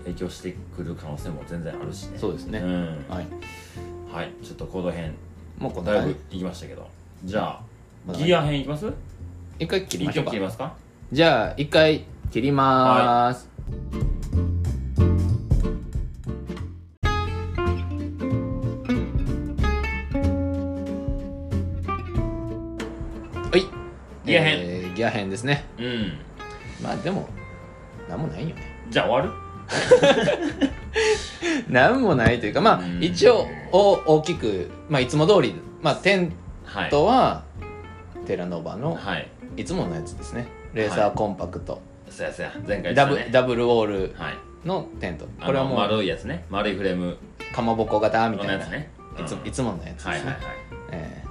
[SPEAKER 2] 影響してくる可能性も全然あるしね
[SPEAKER 1] そうですね
[SPEAKER 2] ん
[SPEAKER 1] はい
[SPEAKER 2] はいちょっと行動編
[SPEAKER 1] もうこんな
[SPEAKER 2] だい
[SPEAKER 1] 感
[SPEAKER 2] ぶ
[SPEAKER 1] じ
[SPEAKER 2] 行きましたけど、じゃあ
[SPEAKER 1] まだ
[SPEAKER 2] ギア編いきます
[SPEAKER 1] 一回切り
[SPEAKER 2] 一
[SPEAKER 1] ましょう
[SPEAKER 2] 曲
[SPEAKER 1] か
[SPEAKER 2] 切りますか
[SPEAKER 1] じゃあ一回切りまーす、はい
[SPEAKER 2] ギア編
[SPEAKER 1] えーギア編ですね
[SPEAKER 2] うん
[SPEAKER 1] まあでもなんもないよね
[SPEAKER 2] じゃあ終わる
[SPEAKER 1] なんもないというかまあ
[SPEAKER 2] うん
[SPEAKER 1] 一応お大きく、まあ、いつも通りまあテン
[SPEAKER 2] はい
[SPEAKER 1] トは、テラノバの
[SPEAKER 2] はい
[SPEAKER 1] いつものやつですねレーサーコンパクト、
[SPEAKER 2] そやそや前回言
[SPEAKER 1] ダ
[SPEAKER 2] ってた
[SPEAKER 1] ブ
[SPEAKER 2] ね
[SPEAKER 1] ダブルウォール
[SPEAKER 2] はい
[SPEAKER 1] のテント
[SPEAKER 2] こ
[SPEAKER 1] こ
[SPEAKER 2] れ
[SPEAKER 1] れ
[SPEAKER 2] は
[SPEAKER 1] は
[SPEAKER 2] もう
[SPEAKER 1] もう
[SPEAKER 2] 丸いやつね丸いフレーム
[SPEAKER 1] かまぼこ型み
[SPEAKER 2] の
[SPEAKER 1] たい
[SPEAKER 2] や
[SPEAKER 1] な
[SPEAKER 2] つね
[SPEAKER 1] いつ
[SPEAKER 2] うん
[SPEAKER 1] いつものやつです
[SPEAKER 2] はい
[SPEAKER 1] ね、
[SPEAKER 2] はいはい
[SPEAKER 1] え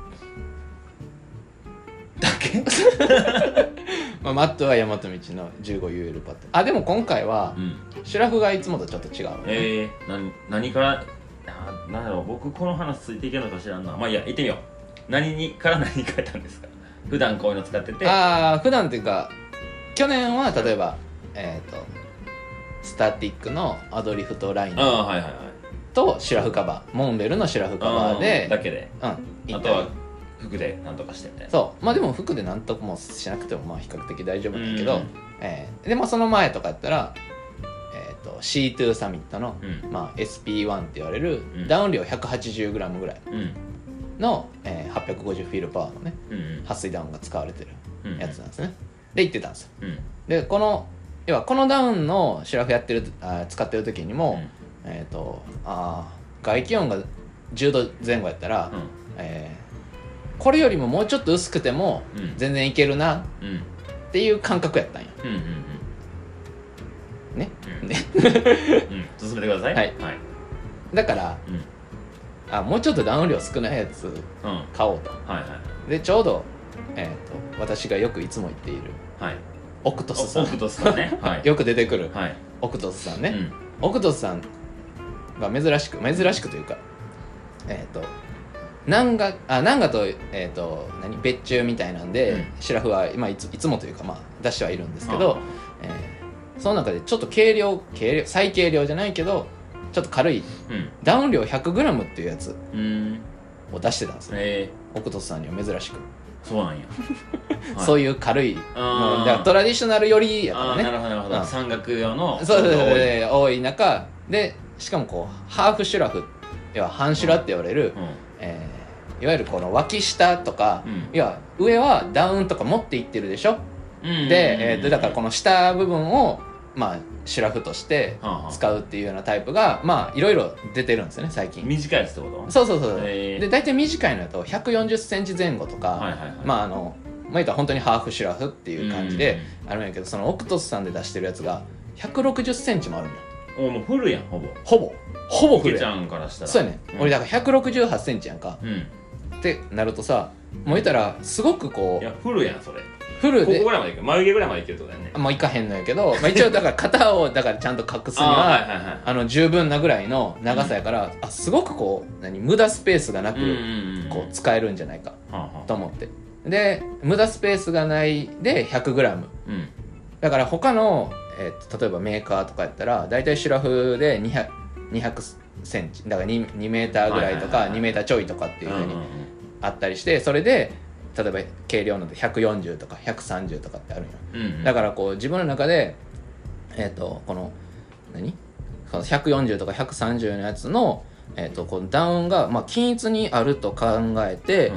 [SPEAKER 2] だけ
[SPEAKER 1] え まあ、マットは大和道の 15UL パッドあでも今回は
[SPEAKER 2] うん
[SPEAKER 1] シュラフがいつもとちょっと違う、
[SPEAKER 2] えー、な何からあなんだろう僕この話ついていけるのか知らんなまあいいや行ってみよう何にから何に変えたんですか普段こういうの使ってては
[SPEAKER 1] ああ普段っていうか去年は例えばえっ、とスタティックのアドリフトライン
[SPEAKER 2] ああはいはいはい
[SPEAKER 1] とシュラフカバーモンベルのシュラフカバー
[SPEAKER 2] うん
[SPEAKER 1] で
[SPEAKER 2] だけで
[SPEAKER 1] うん
[SPEAKER 2] あ
[SPEAKER 1] 行っ
[SPEAKER 2] と
[SPEAKER 1] たり
[SPEAKER 2] は服でなんとかしてみたいな
[SPEAKER 1] そうまあでも服でなんともしなくてもまあ比較的大丈夫だけど、
[SPEAKER 2] うん
[SPEAKER 1] えーでまあその前とかやったら、えー、と C2 サミットの、
[SPEAKER 2] うん
[SPEAKER 1] まあ、SP1 って言われる
[SPEAKER 2] うん
[SPEAKER 1] ダウン量 180g ぐらい
[SPEAKER 2] うん
[SPEAKER 1] の、えー850フィールパワーのね
[SPEAKER 2] うん
[SPEAKER 1] 撥水ダウンが使われてる
[SPEAKER 2] うん
[SPEAKER 1] やつなんですね、で行ってたんですよ
[SPEAKER 2] うん
[SPEAKER 1] でこの要はこのダウンのシュラフやってるあ使ってる時にも、えっ、とあー外気温が10度前後やったら、えーこれよりももうちょっと薄くても
[SPEAKER 2] うんうん
[SPEAKER 1] 全然いけるな
[SPEAKER 2] うんうん
[SPEAKER 1] っていう感覚やったんや
[SPEAKER 2] うんうん
[SPEAKER 1] ね
[SPEAKER 2] うん
[SPEAKER 1] ね
[SPEAKER 2] うん進めてください
[SPEAKER 1] はい
[SPEAKER 2] はい
[SPEAKER 1] だから
[SPEAKER 2] うん
[SPEAKER 1] あもうちょっとダウン量少ないやつ
[SPEAKER 2] うん
[SPEAKER 1] 買おうと
[SPEAKER 2] はいはい
[SPEAKER 1] でちょうど、えー、と私がよくいつも言っている
[SPEAKER 2] はい
[SPEAKER 1] オクトスさ
[SPEAKER 2] オク
[SPEAKER 1] ん
[SPEAKER 2] トスさんねはい
[SPEAKER 1] よく出てくる
[SPEAKER 2] はい
[SPEAKER 1] オクトスさん
[SPEAKER 2] う
[SPEAKER 1] ね、
[SPEAKER 2] ん
[SPEAKER 1] オクトスさんが珍しく珍しくというかえっ、と南賀あ南賀と,、えー、と何別注みたいなんで、
[SPEAKER 2] うん
[SPEAKER 1] シラフは、まあ、いついつもというか、まあ、出してはいるんですけ
[SPEAKER 2] あ
[SPEAKER 1] ど、えーその中でちょっと軽量軽量最軽量じゃないけどちょっと軽い
[SPEAKER 2] うん
[SPEAKER 1] ダウン量 100g っていうやつ
[SPEAKER 2] うん
[SPEAKER 1] を出してたんですよ
[SPEAKER 2] え
[SPEAKER 1] オクトスさんには珍しく、
[SPEAKER 2] ーそうなんや
[SPEAKER 1] そう
[SPEAKER 2] いう
[SPEAKER 1] いう軽い
[SPEAKER 2] あ
[SPEAKER 1] も
[SPEAKER 2] ー
[SPEAKER 1] うだからトラディショナルよりやから
[SPEAKER 2] あ
[SPEAKER 1] ね
[SPEAKER 2] ーなるほどなるほ
[SPEAKER 1] う
[SPEAKER 2] ど
[SPEAKER 1] ん
[SPEAKER 2] 山岳用の
[SPEAKER 1] そうそうそう
[SPEAKER 2] 多い
[SPEAKER 1] 多い中でしかもこうハーフシュラフ要は半シュラって言われる、えーいわゆるこの脇下とか、
[SPEAKER 2] うん
[SPEAKER 1] いや上はダウンとか持っていってるでしょ、
[SPEAKER 2] うん
[SPEAKER 1] で、えーとだからこ
[SPEAKER 2] の
[SPEAKER 1] の下部分をまあシュラフとして使うっていうようなタイプがまあいろいろ出てるんですよね最近
[SPEAKER 2] 短いやつってこと
[SPEAKER 1] そうそうそう、
[SPEAKER 2] へー
[SPEAKER 1] で大体短いのだと1 4 0ンチ前後とか、
[SPEAKER 2] はいはいはい
[SPEAKER 1] まああのまあ言ったら本当にハーフシュラフっていう感じ
[SPEAKER 2] うん
[SPEAKER 1] であるんやけどそのオクトスさんで出してるやつが1 6 0ンチもあるんよ
[SPEAKER 2] おもうフルやんほぼ
[SPEAKER 1] ほぼほぼ
[SPEAKER 2] ふ
[SPEAKER 1] フ
[SPEAKER 2] る
[SPEAKER 1] ル
[SPEAKER 2] ち
[SPEAKER 1] や
[SPEAKER 2] ゃんからしたら
[SPEAKER 1] そうやね、
[SPEAKER 2] ん
[SPEAKER 1] 俺だから1 6 8ンチやんか
[SPEAKER 2] うん
[SPEAKER 1] ってなるとさもう言ったらすごくこ
[SPEAKER 2] いうやフルやんそれ
[SPEAKER 1] フル
[SPEAKER 2] ここ
[SPEAKER 1] で
[SPEAKER 2] ぐらいまでいく眉毛ぐらいまでいけるってことだよね
[SPEAKER 1] もういかへんのやけど、まあ、一応だから 肩をだからちゃんと隠すにはあ、
[SPEAKER 2] ーはいはいはい
[SPEAKER 1] の十分なぐらいの長さやから、あすごくこう何無駄スペースがなく、
[SPEAKER 2] うんうん
[SPEAKER 1] こう使えるんじゃないか
[SPEAKER 2] はんはん
[SPEAKER 1] と思ってで無駄スペースがないで 100g
[SPEAKER 2] うん
[SPEAKER 1] だから他の、えーと例えばメーカーとかやったら大体シュラフで200 200センチだから2 2メーターぐらいと
[SPEAKER 2] はいはいは
[SPEAKER 1] か
[SPEAKER 2] いはい
[SPEAKER 1] 2メーターちょいとかっていうふうにあったりしてそれで例えば軽量ので140とか130とかってあるんよ
[SPEAKER 2] うんうんうん
[SPEAKER 1] だ
[SPEAKER 2] ら
[SPEAKER 1] からこう自分の中でえっ、とこの何この140とか130のやつの,、えー、とこのダウンが、まあ、均一にあると考えて、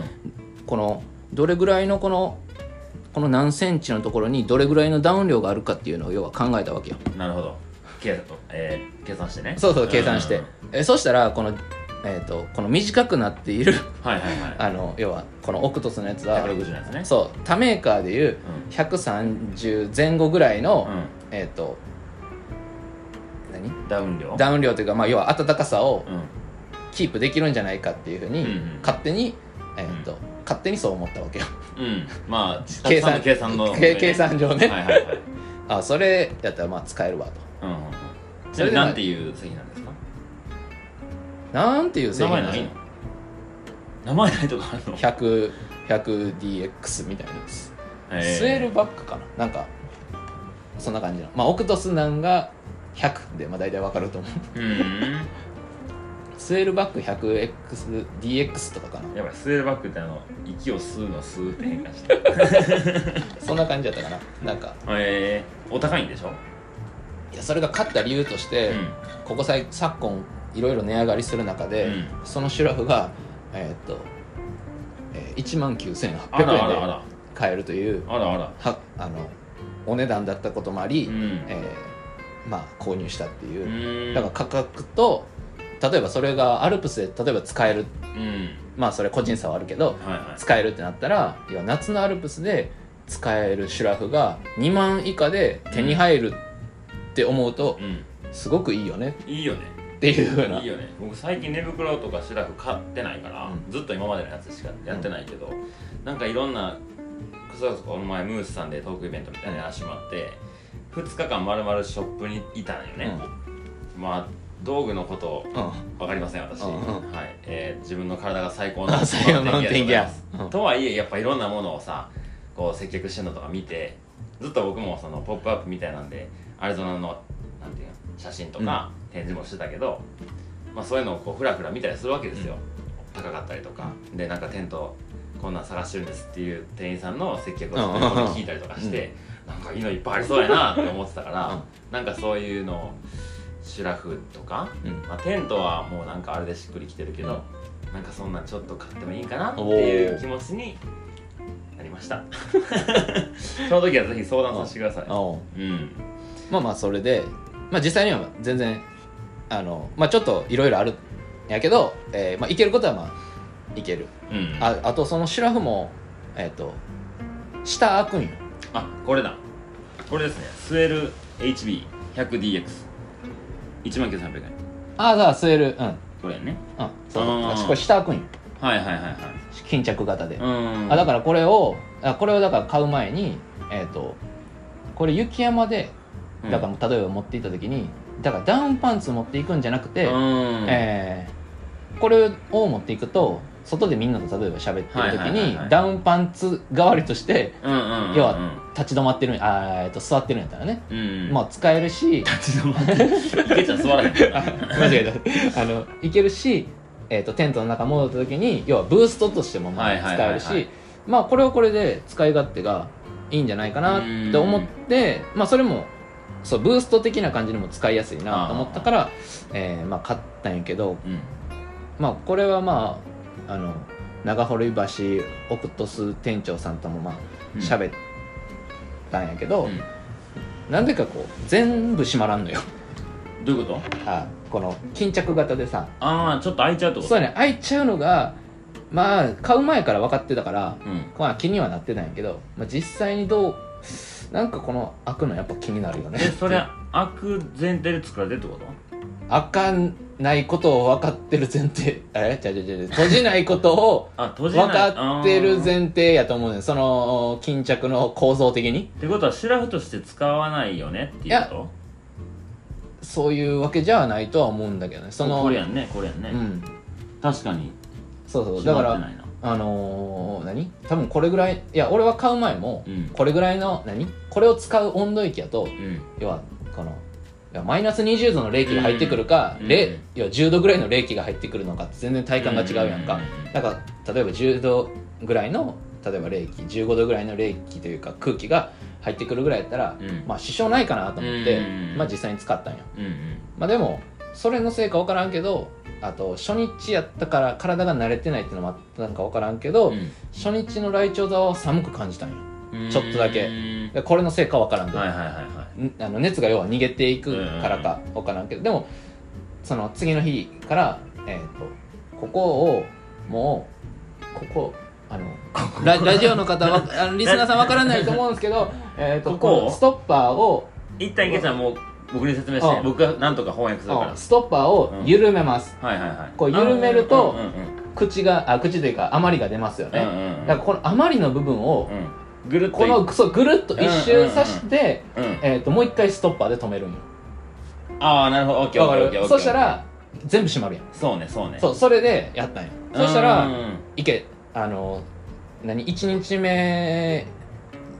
[SPEAKER 1] このどれぐらいのこのこの何センチのところにどれぐらいのダウン量があるかっていうのを要は考えたわけよ
[SPEAKER 2] なるほど計算とえー計算してね
[SPEAKER 1] そうそう計算し
[SPEAKER 2] う
[SPEAKER 1] て
[SPEAKER 2] んうん
[SPEAKER 1] えそしたらこの,、えー、とこの短くなっている
[SPEAKER 2] はいはいはい
[SPEAKER 1] あの要はこのオクトスのやつは
[SPEAKER 2] 160のやつね
[SPEAKER 1] そう他メーカーでいう
[SPEAKER 2] う
[SPEAKER 1] 130前後ぐらいの、
[SPEAKER 2] んうん
[SPEAKER 1] えっ、と何
[SPEAKER 2] ダウン量
[SPEAKER 1] ダウン量というか、まあ、要は暖かさを
[SPEAKER 2] うん
[SPEAKER 1] キープできるんじゃないかっていうふうに、
[SPEAKER 2] うんうん
[SPEAKER 1] 勝手に、えーと勝手にそう思ったわけよ
[SPEAKER 2] うんまあ
[SPEAKER 1] 計算
[SPEAKER 2] 計算の
[SPEAKER 1] け計算上ね
[SPEAKER 2] はいはいはい
[SPEAKER 1] あそれやったらまあ使えるわと
[SPEAKER 2] うんうんうん
[SPEAKER 1] そ
[SPEAKER 2] そ
[SPEAKER 1] れ
[SPEAKER 2] れ
[SPEAKER 1] で
[SPEAKER 2] なんていう製品なんですか
[SPEAKER 1] なんていう製
[SPEAKER 2] 名
[SPEAKER 1] 品
[SPEAKER 2] 前
[SPEAKER 1] ん
[SPEAKER 2] な
[SPEAKER 1] で
[SPEAKER 2] い
[SPEAKER 1] す
[SPEAKER 2] の名前ないとかあるの
[SPEAKER 1] か 100- 100DX みたいなやつ、
[SPEAKER 2] え
[SPEAKER 1] スウェルバックかななんかそんな感じのまあオクトスなんが100でまあ大体わかると思う
[SPEAKER 2] うん
[SPEAKER 1] スウェルバック 100XDX とかかな
[SPEAKER 2] やばいスウェルバックってあの息を吸うの吸うって変換して
[SPEAKER 1] そんな感じだったかななんか
[SPEAKER 2] えー、お高いんでしょ、
[SPEAKER 1] いやそれが勝った理由として、ここさい昨今いろいろ値上がりする中で、
[SPEAKER 2] うん
[SPEAKER 1] そのシュラフがえーっと、えー、1万9800
[SPEAKER 2] あらあらあ
[SPEAKER 1] 円で
[SPEAKER 2] ら
[SPEAKER 1] 買えるという
[SPEAKER 2] あらあら
[SPEAKER 1] はあのお値段だったこともあり、
[SPEAKER 2] うん
[SPEAKER 1] えーまあ購入したっていうう、
[SPEAKER 2] ん
[SPEAKER 1] だから価格と例えばそれがアルプスで例えば使える
[SPEAKER 2] うん
[SPEAKER 1] まあそれ個人差はあるけど
[SPEAKER 2] はいはい
[SPEAKER 1] 使えるってなったら要は夏のアルプスで使えるシュラフが2万以下で手に入るって思うと
[SPEAKER 2] うん
[SPEAKER 1] すごくいいよね
[SPEAKER 2] いいよね
[SPEAKER 1] っていうふうない
[SPEAKER 2] いよね僕最近寝袋とかシラフ買ってないから、
[SPEAKER 1] うん
[SPEAKER 2] ずっと今までのやつしかやってないけど、なんかいろんなそれこそこの前ムースさんでトークイベントみたいな話もあって2日間まるまるショップにいたのよね、まあ道具のことを
[SPEAKER 1] うん
[SPEAKER 2] わかりません私、
[SPEAKER 1] うんうん
[SPEAKER 2] はいえー自分の体が最高の
[SPEAKER 1] あ最高の
[SPEAKER 2] マウンテンギアで
[SPEAKER 1] マウンテンギアう
[SPEAKER 2] ございます
[SPEAKER 1] ん
[SPEAKER 2] とはいえやっぱいろんなものをさこう接客してるのとか見てずっと僕もその「ポップアップみたいなんでアリゾナのなんていうの写真とか展示もしてたけど、まあ、そういうのをこうフラフラ見たりするわけですよ、高かったりとかでなんかテントこんなん探してるんですっていう店員さんの接客をちょっと横で聞いたりとかして、なんかいいのいっぱいありそうやなって思ってたから、
[SPEAKER 1] うん
[SPEAKER 2] なんかそういうのをシュラフとか、
[SPEAKER 1] うん
[SPEAKER 2] まあ、テントはもうなんかあれでしっくりきてるけど、なんかそんなんちょっと買ってもいいかなっていう気持ちになりました その時はぜひ相談させてください
[SPEAKER 1] おう
[SPEAKER 2] うん
[SPEAKER 1] まあまあそれで、まあ、実際には全然あの、まあ、ちょっといろいろあるんやけど、えーまあ、いけることはまあいける
[SPEAKER 2] うんあ
[SPEAKER 1] ああとそのシュラフもえっ、と下開くんよ
[SPEAKER 2] これだこれですねスエル HB100DX1 万9300円
[SPEAKER 1] ああだから吸えるうんうん
[SPEAKER 2] これやね
[SPEAKER 1] そう
[SPEAKER 2] あー
[SPEAKER 1] これ下開くんよ
[SPEAKER 2] はいはいはいはい
[SPEAKER 1] 巾着型で、
[SPEAKER 2] うん
[SPEAKER 1] あだからこれをあこれをだから買う前にえっ、とこれ雪山で
[SPEAKER 2] うん
[SPEAKER 1] だから例えば持っていった時にだからダウンパンツ持っていくんじゃなくて、
[SPEAKER 2] うん
[SPEAKER 1] えーこれを持っていくと外でみんなと例えば喋ってる時
[SPEAKER 2] はいはいはいは
[SPEAKER 1] に
[SPEAKER 2] い
[SPEAKER 1] ダウンパンツ代わりとして
[SPEAKER 2] うんうんうん
[SPEAKER 1] 要は立ち止まってるんあー、えっと座ってるんやったらね、
[SPEAKER 2] うんうん
[SPEAKER 1] まあ使える し
[SPEAKER 2] 立ち止まっていけちゃん座らへんから
[SPEAKER 1] 間違えたあのいけるし、えー、とテントの中戻った時に要はブーストとしてもま
[SPEAKER 2] は
[SPEAKER 1] あ
[SPEAKER 2] いは
[SPEAKER 1] 使
[SPEAKER 2] いはい
[SPEAKER 1] え
[SPEAKER 2] はい
[SPEAKER 1] るし、まあこれはこれで使い勝手がいいんじゃないかなって思ってまあそれもそうブースト的な感じにも使いやすいなと思ったから、えーまあ、買ったんやけど
[SPEAKER 2] うん
[SPEAKER 1] まあこれはまああの長堀橋オクトス店長さんともまあ
[SPEAKER 2] うん
[SPEAKER 1] 喋ったんやけど、
[SPEAKER 2] うん
[SPEAKER 1] なんでかこう全部閉まらんのよ
[SPEAKER 2] どういうこと
[SPEAKER 1] あこの巾着型でさ
[SPEAKER 2] ああちょっと開いちゃうってこと
[SPEAKER 1] そうやね開いちゃうのがまあ買う前から分かってたから、
[SPEAKER 2] うん
[SPEAKER 1] まあ、気にはなってないんやけど、まあ、実際にどうなんかこの開くのやっぱ気になるよね
[SPEAKER 2] えそれ開く前提で作られてるってこと
[SPEAKER 1] 開かないことを分かってる前提えちゃうちゃうちゃう閉じないことを
[SPEAKER 2] あ閉じない
[SPEAKER 1] 分かってる
[SPEAKER 2] っ
[SPEAKER 1] 前提やと思うねんその巾着の構造的に
[SPEAKER 2] てことはシュラフとして使わないよねっていうこと
[SPEAKER 1] そういうわけじゃないとは思うんだけどねその
[SPEAKER 2] これやんねこれやんね、
[SPEAKER 1] うん
[SPEAKER 2] 確かに
[SPEAKER 1] そうそうだか
[SPEAKER 2] 閉まって
[SPEAKER 1] ら
[SPEAKER 2] ないな
[SPEAKER 1] あのー何多分これぐらいいや俺は買う前も、
[SPEAKER 2] うん
[SPEAKER 1] これぐらいの何これを使う温度域やと
[SPEAKER 2] うん
[SPEAKER 1] 要はこのいやマイナス20度の冷気が入ってくるか、
[SPEAKER 2] うん
[SPEAKER 1] れ
[SPEAKER 2] うん
[SPEAKER 1] 要は10度ぐらいの冷気が入ってくるのかって全然体感が違うやんか、
[SPEAKER 2] うん
[SPEAKER 1] だから例えば10度ぐらいの例えば冷気15度ぐらいの冷気というか空気が入ってくるぐらいやったら、
[SPEAKER 2] うん
[SPEAKER 1] まあ支障ないかなと思って、
[SPEAKER 2] うん
[SPEAKER 1] まあ実際に使ったんよ
[SPEAKER 2] うんうん
[SPEAKER 1] まあでもそれのせいか分からんけどあと初日やったから体が慣れてないっていうのもあったのか分からんけど、
[SPEAKER 2] うん
[SPEAKER 1] 初日の来鳥座は寒く感じたんよちょっとだけ
[SPEAKER 2] うん
[SPEAKER 1] でこれのせいか分からんけど
[SPEAKER 2] はいはいはいは
[SPEAKER 1] んあの熱が要は逃げていくからか分からんけど、でもその次の日から、えー、とここをもうここあのララジオの方はあのリスナーさん分からないと思うんですけ ど、えーと
[SPEAKER 2] ここを
[SPEAKER 1] のストッパーを
[SPEAKER 2] い一旦いけちゃんもう僕に説明して
[SPEAKER 1] うん
[SPEAKER 2] 僕がなんとか翻訳するから
[SPEAKER 1] ストッパーを緩めます、
[SPEAKER 2] はいはいはい
[SPEAKER 1] こう緩めると
[SPEAKER 2] うんうん
[SPEAKER 1] 口があ口というか余りが出ますよね、
[SPEAKER 2] うんうんうん
[SPEAKER 1] だからこの余りの部分を
[SPEAKER 2] う、んぐるっと
[SPEAKER 1] このそうぐるっと一周さして、
[SPEAKER 2] うん
[SPEAKER 1] えー、ともう一回ストッパーで止めるんよ
[SPEAKER 2] ああなるほどオッケー
[SPEAKER 1] わ
[SPEAKER 2] オ
[SPEAKER 1] か
[SPEAKER 2] ッケーオッケーオッケ
[SPEAKER 1] るそ
[SPEAKER 2] ー
[SPEAKER 1] したら全部閉まるやん
[SPEAKER 2] そうねそうね
[SPEAKER 1] そうそれでやったんよそした
[SPEAKER 2] うんう
[SPEAKER 1] ら
[SPEAKER 2] ん
[SPEAKER 1] いけあの何1日目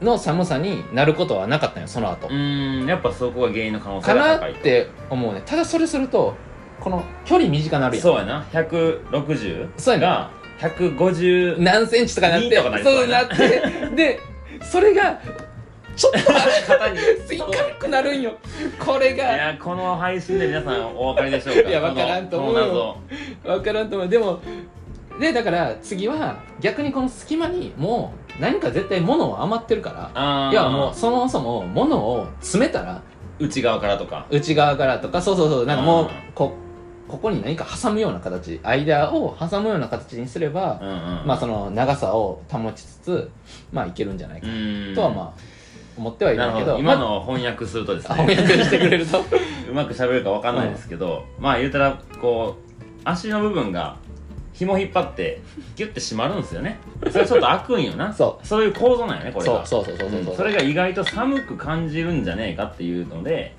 [SPEAKER 1] の寒さになることはなかったんよその後
[SPEAKER 2] うーんやっぱそこが原因の可能性
[SPEAKER 1] か
[SPEAKER 2] が
[SPEAKER 1] な
[SPEAKER 2] 高い
[SPEAKER 1] っ
[SPEAKER 2] と
[SPEAKER 1] て思うねただそれするとこの距離短なるやん
[SPEAKER 2] そうやな160
[SPEAKER 1] そうやね
[SPEAKER 2] が150
[SPEAKER 1] 何センチとかなっ
[SPEAKER 2] いい
[SPEAKER 1] て
[SPEAKER 2] とこなり
[SPEAKER 1] そ
[SPEAKER 2] そうう
[SPEAKER 1] な
[SPEAKER 2] や
[SPEAKER 1] っ
[SPEAKER 2] な
[SPEAKER 1] てでそれがちょっ
[SPEAKER 2] 肩に
[SPEAKER 1] といかんくなるんよこれ
[SPEAKER 2] い
[SPEAKER 1] が
[SPEAKER 2] やこの配信で皆さんお分かりでしょうか
[SPEAKER 1] いや分からんと思うよ
[SPEAKER 2] この
[SPEAKER 1] わからんと思うでもでだから次は逆にこの隙間にこの隙間にもう何か絶対物は余ってるから
[SPEAKER 2] この謎あー
[SPEAKER 1] いやもうそもそも物を詰めたら
[SPEAKER 2] 内側からとか
[SPEAKER 1] 内側からとかそうそうそうなんかもう
[SPEAKER 2] うん
[SPEAKER 1] こここに何か挟むような形間を挟むような形にすれば
[SPEAKER 2] う、んうん
[SPEAKER 1] まあその長さを保ちつつまあいけるんじゃないか
[SPEAKER 2] うーん
[SPEAKER 1] とはまあ思ってはい
[SPEAKER 2] な
[SPEAKER 1] る
[SPEAKER 2] る
[SPEAKER 1] んだ
[SPEAKER 2] ほ
[SPEAKER 1] け
[SPEAKER 2] ど
[SPEAKER 1] ど
[SPEAKER 2] 今
[SPEAKER 1] ま
[SPEAKER 2] の翻訳するとです
[SPEAKER 1] あ
[SPEAKER 2] ね
[SPEAKER 1] 翻訳してくれると
[SPEAKER 2] うまく喋るか分かんないですけどまあ言うたらこう足の部分が紐引っ張ってギュッて締まるんですよねそれちょっと開くんよ な
[SPEAKER 1] そう
[SPEAKER 2] そういう構造なんよねこれ
[SPEAKER 1] そう
[SPEAKER 2] が
[SPEAKER 1] そうそうそうそう
[SPEAKER 2] うんそれが意外と寒く感じるんじゃねえかっていうので、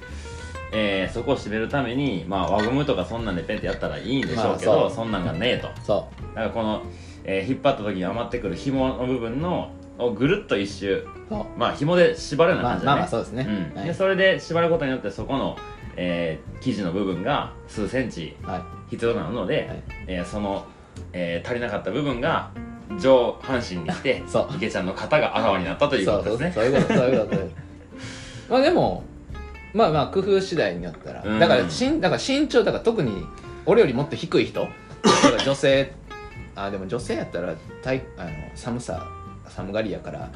[SPEAKER 2] えーそこを締めるために、まあ、輪ゴムとかそんなんでペンってやったらいいんでしょうけど、
[SPEAKER 1] まあそう
[SPEAKER 2] そんなんがねえとだ
[SPEAKER 1] そ
[SPEAKER 2] からこの、えー引っ張った時に余ってくる紐の部分のをぐるっと一周
[SPEAKER 1] そう
[SPEAKER 2] まあ紐で縛るような
[SPEAKER 1] まあ
[SPEAKER 2] 感じ
[SPEAKER 1] まあ
[SPEAKER 2] だね、
[SPEAKER 1] まあそうですね、
[SPEAKER 2] うん
[SPEAKER 1] は
[SPEAKER 2] で
[SPEAKER 1] い、
[SPEAKER 2] それで縛ることによってそこの、えー生地の部分が数センチ
[SPEAKER 1] はい
[SPEAKER 2] 必要なので、
[SPEAKER 1] はい
[SPEAKER 2] えーその、えー足りなかった部分が上半身に来て
[SPEAKER 1] そう
[SPEAKER 2] 池ちゃんの肩があらわになったという
[SPEAKER 1] そ
[SPEAKER 2] こ
[SPEAKER 1] う
[SPEAKER 2] と
[SPEAKER 1] そう
[SPEAKER 2] ですね
[SPEAKER 1] そういうことそういうことそ ういうことまあでもまあまあ工夫次第によったら、
[SPEAKER 2] うん
[SPEAKER 1] だからしんだから身長だから特に俺よりもっと低い 人だから女性あでも女性やったら体あの寒さ寒がりやから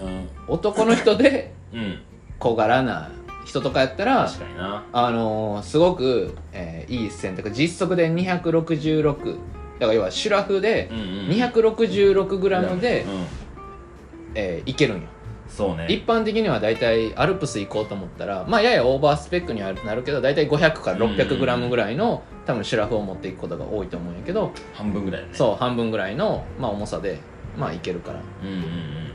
[SPEAKER 1] 男の人 で
[SPEAKER 2] うん、うん、
[SPEAKER 1] 小柄な人とかやったら
[SPEAKER 2] 確かにな
[SPEAKER 1] あのーすごく、えーいい選択実測で266だから要はシュラフで
[SPEAKER 2] うんうん
[SPEAKER 1] 266g で、
[SPEAKER 2] うん、
[SPEAKER 1] えーいけるんよ
[SPEAKER 2] そうね
[SPEAKER 1] 一般的には大体アルプス行こうと思ったらまあややオーバースペックにはなるけど大体500から 600g ぐらいの多分シュラフを持っていくことが多いと思うんやけど
[SPEAKER 2] 半分ぐらいだね
[SPEAKER 1] そう半分ぐらいの、まあ、重さでまあいけるから
[SPEAKER 2] うんうんうん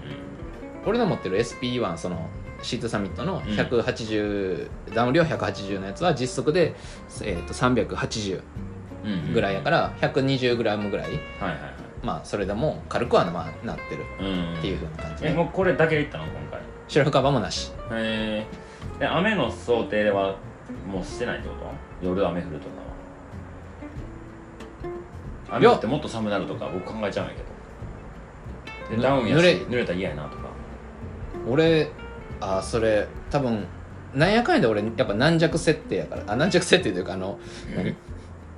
[SPEAKER 1] 俺の持ってる SP1 そのシートサミットの180、ダウン量180のやつは実測で、えー、と380
[SPEAKER 2] うんうんうん
[SPEAKER 1] ぐらいやからら 120g ぐらい
[SPEAKER 2] はいはいはい
[SPEAKER 1] まあそれでも軽くはまあなってる
[SPEAKER 2] うん、うん、
[SPEAKER 1] っていう風な感じ
[SPEAKER 2] え
[SPEAKER 1] ね
[SPEAKER 2] もうこれだけでいったの今回
[SPEAKER 1] シュラフカバーもなし
[SPEAKER 2] へえで雨の想定ではもうしてないってこと夜雨降るとかは雨降ってもっと寒なるとか僕考えちゃうんやけどで
[SPEAKER 1] ぬ
[SPEAKER 2] ダウンやし
[SPEAKER 1] 濡れ
[SPEAKER 2] 濡れたら嫌やなとか
[SPEAKER 1] 俺あそれ多分なんやかんやで俺やっぱ軟弱設定やからあ軟弱設定というかあの何